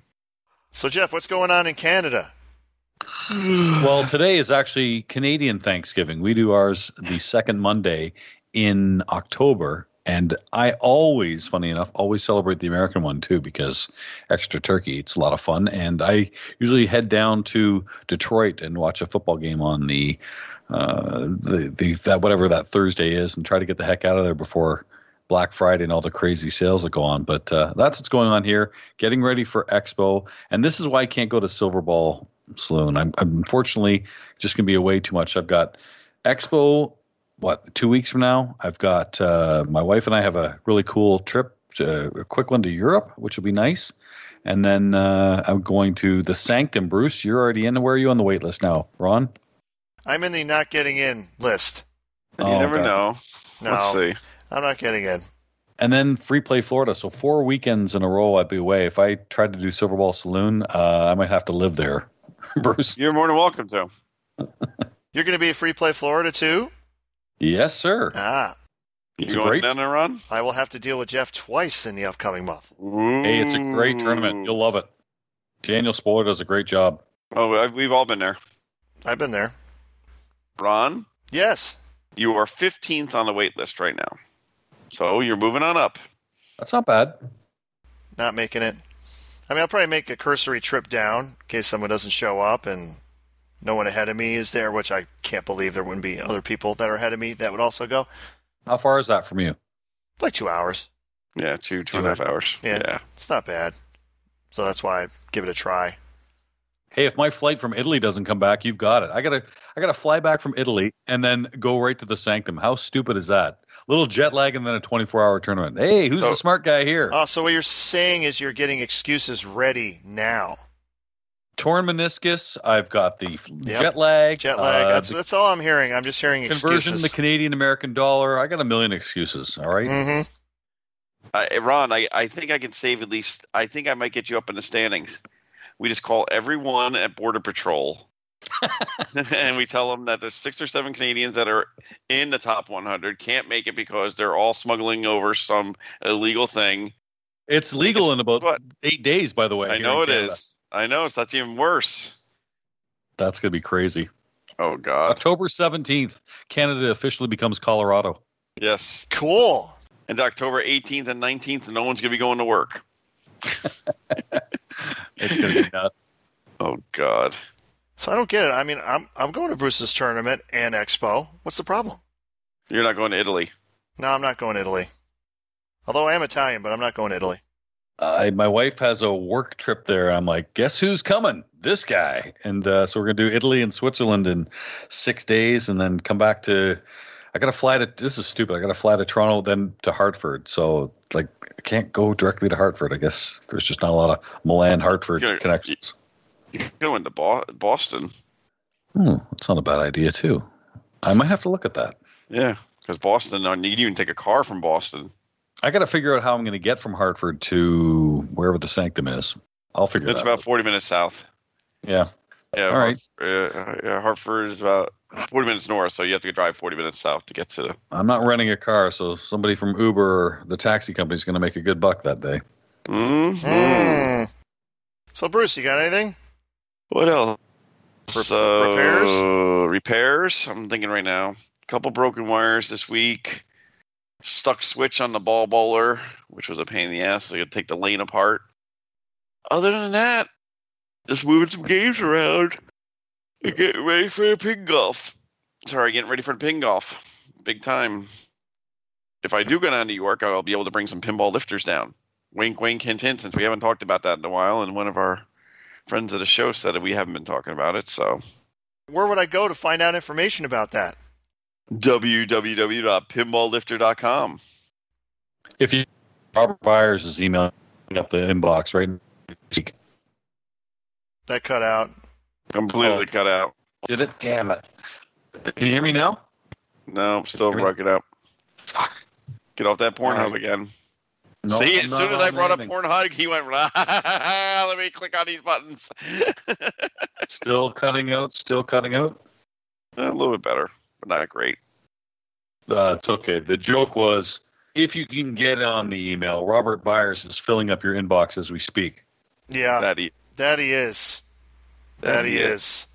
[SPEAKER 3] So, Jeff, what's going on in Canada?
[SPEAKER 4] [sighs]
[SPEAKER 5] well, today is actually Canadian Thanksgiving. We do ours the second Monday in October. And I always, funny enough, always celebrate the American one too because extra turkey. It's a lot of fun. And I usually head down to Detroit and watch a football game on the, uh, the, the that whatever that Thursday is and try to get the heck out of there before Black Friday and all the crazy sales that go on. But uh, that's what's going on here. Getting ready for Expo, and this is why I can't go to Silver Ball Saloon. I'm, I'm unfortunately just going to be away too much. I've got Expo. What two weeks from now? I've got uh, my wife and I have a really cool trip, to, a quick one to Europe, which will be nice. And then uh, I'm going to the Sanctum. Bruce, you're already in. Where are you on the wait list now, Ron?
[SPEAKER 3] I'm in the not getting in list.
[SPEAKER 4] You
[SPEAKER 5] Oh,
[SPEAKER 4] never
[SPEAKER 5] God.
[SPEAKER 4] know.
[SPEAKER 3] No,
[SPEAKER 4] Let's see.
[SPEAKER 3] I'm not getting in.
[SPEAKER 5] And then Free Play Florida. So four weekends in a row, I'd be away. If I tried to do Silver Ball Saloon, uh, I might have to live there, [laughs] Bruce.
[SPEAKER 4] You're more than welcome to.
[SPEAKER 3] You're going to be at Free Play Florida too?
[SPEAKER 5] Yes, sir.
[SPEAKER 3] Ah,
[SPEAKER 5] It's
[SPEAKER 4] you
[SPEAKER 5] a
[SPEAKER 4] going
[SPEAKER 5] great.
[SPEAKER 4] down and run?
[SPEAKER 3] I will have to deal with Jeff twice in the upcoming month.
[SPEAKER 5] Hey, it's a great tournament. You'll love it. Daniel Spoiler does a great job.
[SPEAKER 4] Oh, I- we've all been there.
[SPEAKER 3] I've been there.
[SPEAKER 4] Ron,
[SPEAKER 3] Yes.
[SPEAKER 4] you are 15th on the wait list right now. So you're moving on up.
[SPEAKER 5] That's not bad.
[SPEAKER 3] not making it. I mean, I'll probably make a cursory trip down in case someone doesn't show up and no one ahead of me is there, which I can't believe there wouldn't be other people that are ahead of me that would also go.
[SPEAKER 5] How far is that from you?
[SPEAKER 3] Like two hours.
[SPEAKER 4] Yeah, two, two and a half hours.
[SPEAKER 3] Yeah. It's not bad. So that's why I give it a try.
[SPEAKER 5] Hey, if my flight from Italy doesn't come back, you've got it. I gotta, I gotta fly back from Italy and then go right to the Sanctum. How stupid is that? Little jet lag and then a 24-hour tournament. Hey, who's
[SPEAKER 4] So-
[SPEAKER 5] the smart guy here?
[SPEAKER 3] Oh, so what you're saying is you're getting excuses ready now.
[SPEAKER 5] torn meniscus. I've got the f-
[SPEAKER 3] Yep.
[SPEAKER 5] jet lag.
[SPEAKER 3] Jet lag.
[SPEAKER 5] uh,
[SPEAKER 3] that's,
[SPEAKER 5] the
[SPEAKER 3] that's all I'm hearing. I'm just hearing
[SPEAKER 5] conversion to
[SPEAKER 3] excuses.
[SPEAKER 5] the Canadian American dollar. I got a million excuses. All
[SPEAKER 4] Mm.
[SPEAKER 5] right?
[SPEAKER 3] Mhm.
[SPEAKER 4] Uh, Ron, I, I think I can save at least, I think I might get you up in the standings. We just call everyone at Border
[SPEAKER 5] [laughs]
[SPEAKER 4] Patrol [laughs] and we tell them that there's six or seven Canadians that are in the top 100, can't make it because they're all smuggling over some illegal thing.
[SPEAKER 5] It's legal in about
[SPEAKER 4] What?
[SPEAKER 5] eight days, by the way.
[SPEAKER 4] I
[SPEAKER 5] here
[SPEAKER 4] know
[SPEAKER 5] in
[SPEAKER 4] it
[SPEAKER 5] Canada.
[SPEAKER 4] is. I know it's that's even worse.
[SPEAKER 5] That's gonna be crazy.
[SPEAKER 4] Oh God.
[SPEAKER 5] October seventeenth, Canada officially becomes Colorado.
[SPEAKER 4] Yes.
[SPEAKER 3] Cool.
[SPEAKER 4] And October 18th and 19th, no one's gonna be going to work.
[SPEAKER 5] It's gonna be
[SPEAKER 4] [laughs]
[SPEAKER 5] nuts.
[SPEAKER 4] Oh God.
[SPEAKER 3] So I don't get it. I mean, I'm, I'm going to Bruce's tournament and expo. What's the problem?
[SPEAKER 4] You're not going to Italy.
[SPEAKER 3] No, I'm not going to Italy. Although I am Italian, but I'm not going to Italy.
[SPEAKER 5] I, my wife has a work trip there. I'm like, guess who's coming? This guy. And uh, so we're going to do Italy and Switzerland in six days and then come back to. I got to fly to. This is stupid. I got to fly to Toronto, then to Hartford. So, like, I can't go directly to Hartford. I guess there's just not a lot of Milan Hartford
[SPEAKER 4] You're-
[SPEAKER 5] connections.
[SPEAKER 4] You're going to Bo- Boston.
[SPEAKER 5] Hmm, that's not a bad idea, too. I might have to look at that.
[SPEAKER 4] Yeah. Because Boston, I need you can take a car from Boston.
[SPEAKER 5] I got to figure out how I'm going to get from Hartford to wherever the sanctum is. I'll figure
[SPEAKER 4] It's
[SPEAKER 5] that
[SPEAKER 4] about
[SPEAKER 5] out.
[SPEAKER 4] 40 minutes south.
[SPEAKER 5] Yeah.
[SPEAKER 4] Yeah.
[SPEAKER 5] All right.
[SPEAKER 4] Hartford, uh, Hartford is about 40 minutes north, so you have to drive 40 minutes south to get to. The,
[SPEAKER 5] I'm not renting a car, so somebody from Uber or the taxi company is going to make a good buck that day.
[SPEAKER 4] Mhm.
[SPEAKER 3] Hmm. So, Bruce, you got anything?
[SPEAKER 4] What else?
[SPEAKER 3] Re-
[SPEAKER 4] So,
[SPEAKER 3] repairs?
[SPEAKER 4] repairs, I'm thinking right now. couple broken wires this week. Stuck switch on the ball bowler, which was a pain in the ass. So you had to take the lane apart. Other than that, just moving some games around and getting ready for the ping golf. Sorry, getting ready for the ping golf. Big time. If I do go down to New York, I'll be able to bring some pinball lifters down. Wink, wink, hint, hint, since we haven't talked about that in a while. And one of our friends at the show said that we haven't been talking about it. So
[SPEAKER 3] Where would I go to find out information about that?
[SPEAKER 4] www.pinballlifter.com.
[SPEAKER 5] If you, Robert Byers is emailing up the inbox right. this week.
[SPEAKER 3] That cut out.
[SPEAKER 4] Completely
[SPEAKER 5] Oh.
[SPEAKER 4] cut out.
[SPEAKER 5] Did it? Damn it! Can you hear me now?
[SPEAKER 4] No, I'm still
[SPEAKER 5] Everything-
[SPEAKER 4] rocking up.
[SPEAKER 5] Fuck.
[SPEAKER 4] Get off that Pornhub
[SPEAKER 5] Alright.
[SPEAKER 4] again.
[SPEAKER 5] No,
[SPEAKER 4] See,
[SPEAKER 5] I'm
[SPEAKER 4] as
[SPEAKER 5] not
[SPEAKER 4] soon as I
[SPEAKER 5] on
[SPEAKER 4] brought
[SPEAKER 5] anything.
[SPEAKER 4] up Pornhub, he went, [laughs] let me click on these buttons. [laughs]
[SPEAKER 5] still cutting out, still cutting out.
[SPEAKER 4] a little bit better, but not great.
[SPEAKER 5] Uh, it's okay. The joke was, if you can get on the email, Robert Byers is filling up your inbox as we speak.
[SPEAKER 3] Yeah, that,
[SPEAKER 4] that he,
[SPEAKER 3] he is. That, Ah,
[SPEAKER 4] Oh,
[SPEAKER 3] he is.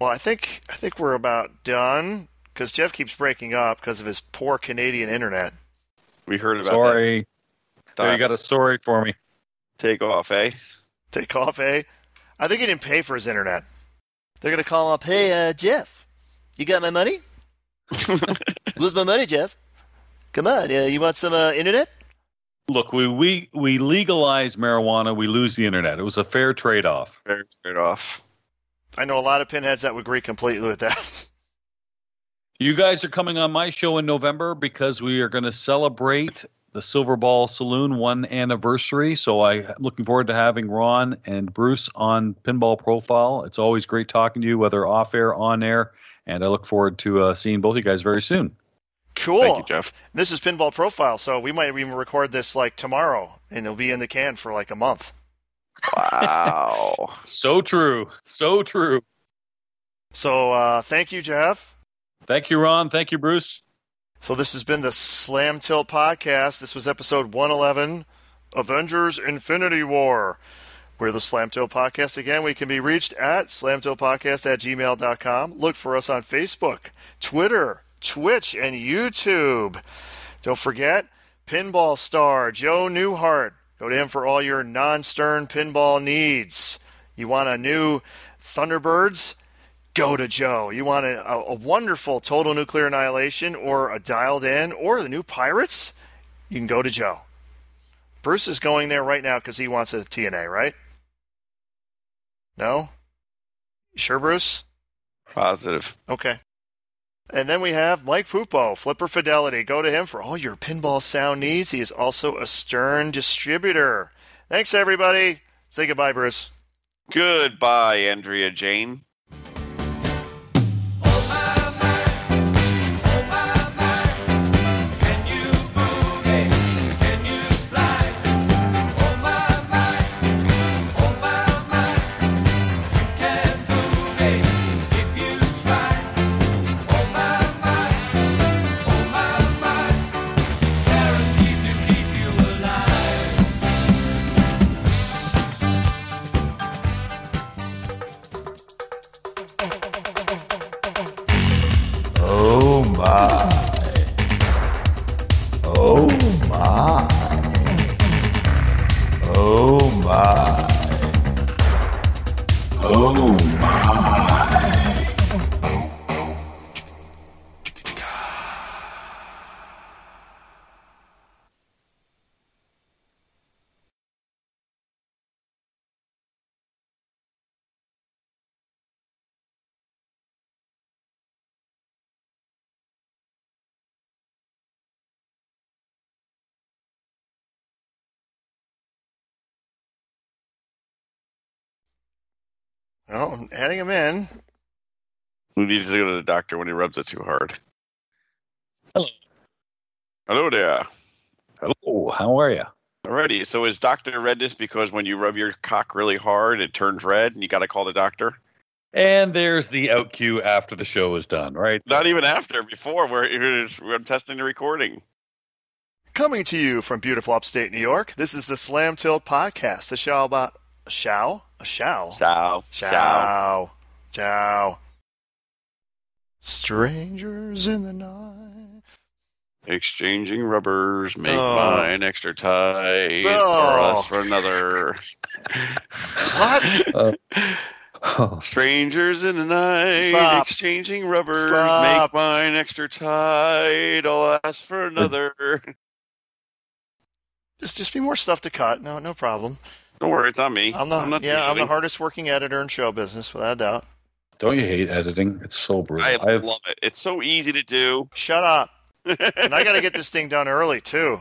[SPEAKER 3] Well, I think I think we're about done because Jeff keeps breaking up because of his poor Canadian internet.
[SPEAKER 4] We heard about
[SPEAKER 5] Sorry,
[SPEAKER 4] that.
[SPEAKER 5] there
[SPEAKER 4] Time
[SPEAKER 5] you got a story for me.
[SPEAKER 4] Take off,
[SPEAKER 5] [laughs]
[SPEAKER 4] eh?
[SPEAKER 3] Take off, eh? I think he didn't pay for his internet. They're gonna call up. Hey, uh, Jeff, you got my money? Lose my money, Jeff. Come on, uh, you want some uh, internet?
[SPEAKER 5] Look, we, we we legalize marijuana, we lose the internet. It was a fair trade off.
[SPEAKER 4] Fair trade off.
[SPEAKER 3] I know a lot of pinheads that would agree completely with that. [laughs]
[SPEAKER 5] You guys are coming on my show in November because we are going to celebrate the Silver Ball Saloon one anniversary. So I'm looking forward to having Ron and Bruce on Pinball Profile. It's always great talking to you, whether off air, on air, and I look forward to uh, seeing both of you guys very soon.
[SPEAKER 3] Cool.
[SPEAKER 4] Thank you, Jeff.
[SPEAKER 3] This is Pinball Profile, so we might even record this like tomorrow, and it'll be in the can for like a month.
[SPEAKER 4] Wow.
[SPEAKER 5] [laughs] So true, so true.
[SPEAKER 3] So uh, thank you, Jeff.
[SPEAKER 5] Thank you, Ron. Thank you, Bruce.
[SPEAKER 3] So this has been the Slam Tilt Podcast. This was episode 111, Avengers Infinity War. We're the Slam Tilt Podcast. Again, we can be reached at slamtiltpodcast at gmail.com. Look for us on Facebook, Twitter, Twitch, and YouTube. Don't forget, pinball star Joe Newhart. Go to him for all your non-stern pinball needs. You want a new Thunderbirds? go to Joe. You want a, a, a wonderful total nuclear annihilation or a dialed in or the new pirates? You can go to Joe. Bruce is going there right now because he wants a TNA, right? No? You sure, Bruce?
[SPEAKER 4] Positive.
[SPEAKER 3] Okay. And then we have Mike Pupo, Flipper Fidelity. Go to him for all your pinball sound needs. He is also a Stern distributor. Thanks, everybody. Say goodbye, Bruce.
[SPEAKER 4] Goodbye, Andrea Jane.
[SPEAKER 6] Oh my. Oh my. Oh my. Oh my.
[SPEAKER 3] Oh, I'm adding him in.
[SPEAKER 4] Who needs to go to the doctor when he rubs it too hard? Hello there.
[SPEAKER 5] Hello, how are you?
[SPEAKER 4] Alrighty, so is doctor red this because when you rub your cock really hard, it turns red and you got to call the doctor?
[SPEAKER 5] And there's the out cue after the show is done, [laughs] right?
[SPEAKER 4] Not even after, before. We're, here's- we're testing the recording.
[SPEAKER 3] Coming to you from beautiful upstate New York, this is the Slam Tilt Podcast, a show about. A show? A show?
[SPEAKER 4] Ciao.
[SPEAKER 3] Ciao. Ciao. Strangers in the night.
[SPEAKER 4] Exchanging rubbers, make
[SPEAKER 3] Oh.
[SPEAKER 4] mine extra tight
[SPEAKER 3] Oh.
[SPEAKER 4] for us for another.
[SPEAKER 3] [laughs] What?
[SPEAKER 5] Oh,
[SPEAKER 4] Strangers in the night,
[SPEAKER 3] Stop.
[SPEAKER 4] exchanging rubbers,
[SPEAKER 3] Stop.
[SPEAKER 4] make mine extra tight. I'll ask for another.
[SPEAKER 3] just just be more stuff to cut. No, no problem.
[SPEAKER 4] Don't worry, it's not me.
[SPEAKER 3] I'm the
[SPEAKER 4] not
[SPEAKER 3] yeah, I'm the
[SPEAKER 4] leaving.
[SPEAKER 3] hardest working editor in show business, without a doubt.
[SPEAKER 5] don't you hate editing? It's so brutal.
[SPEAKER 4] I
[SPEAKER 5] I've-
[SPEAKER 4] love it. It's so easy to do. [laughs]
[SPEAKER 3] Shut up. And I gotta get this thing done early too.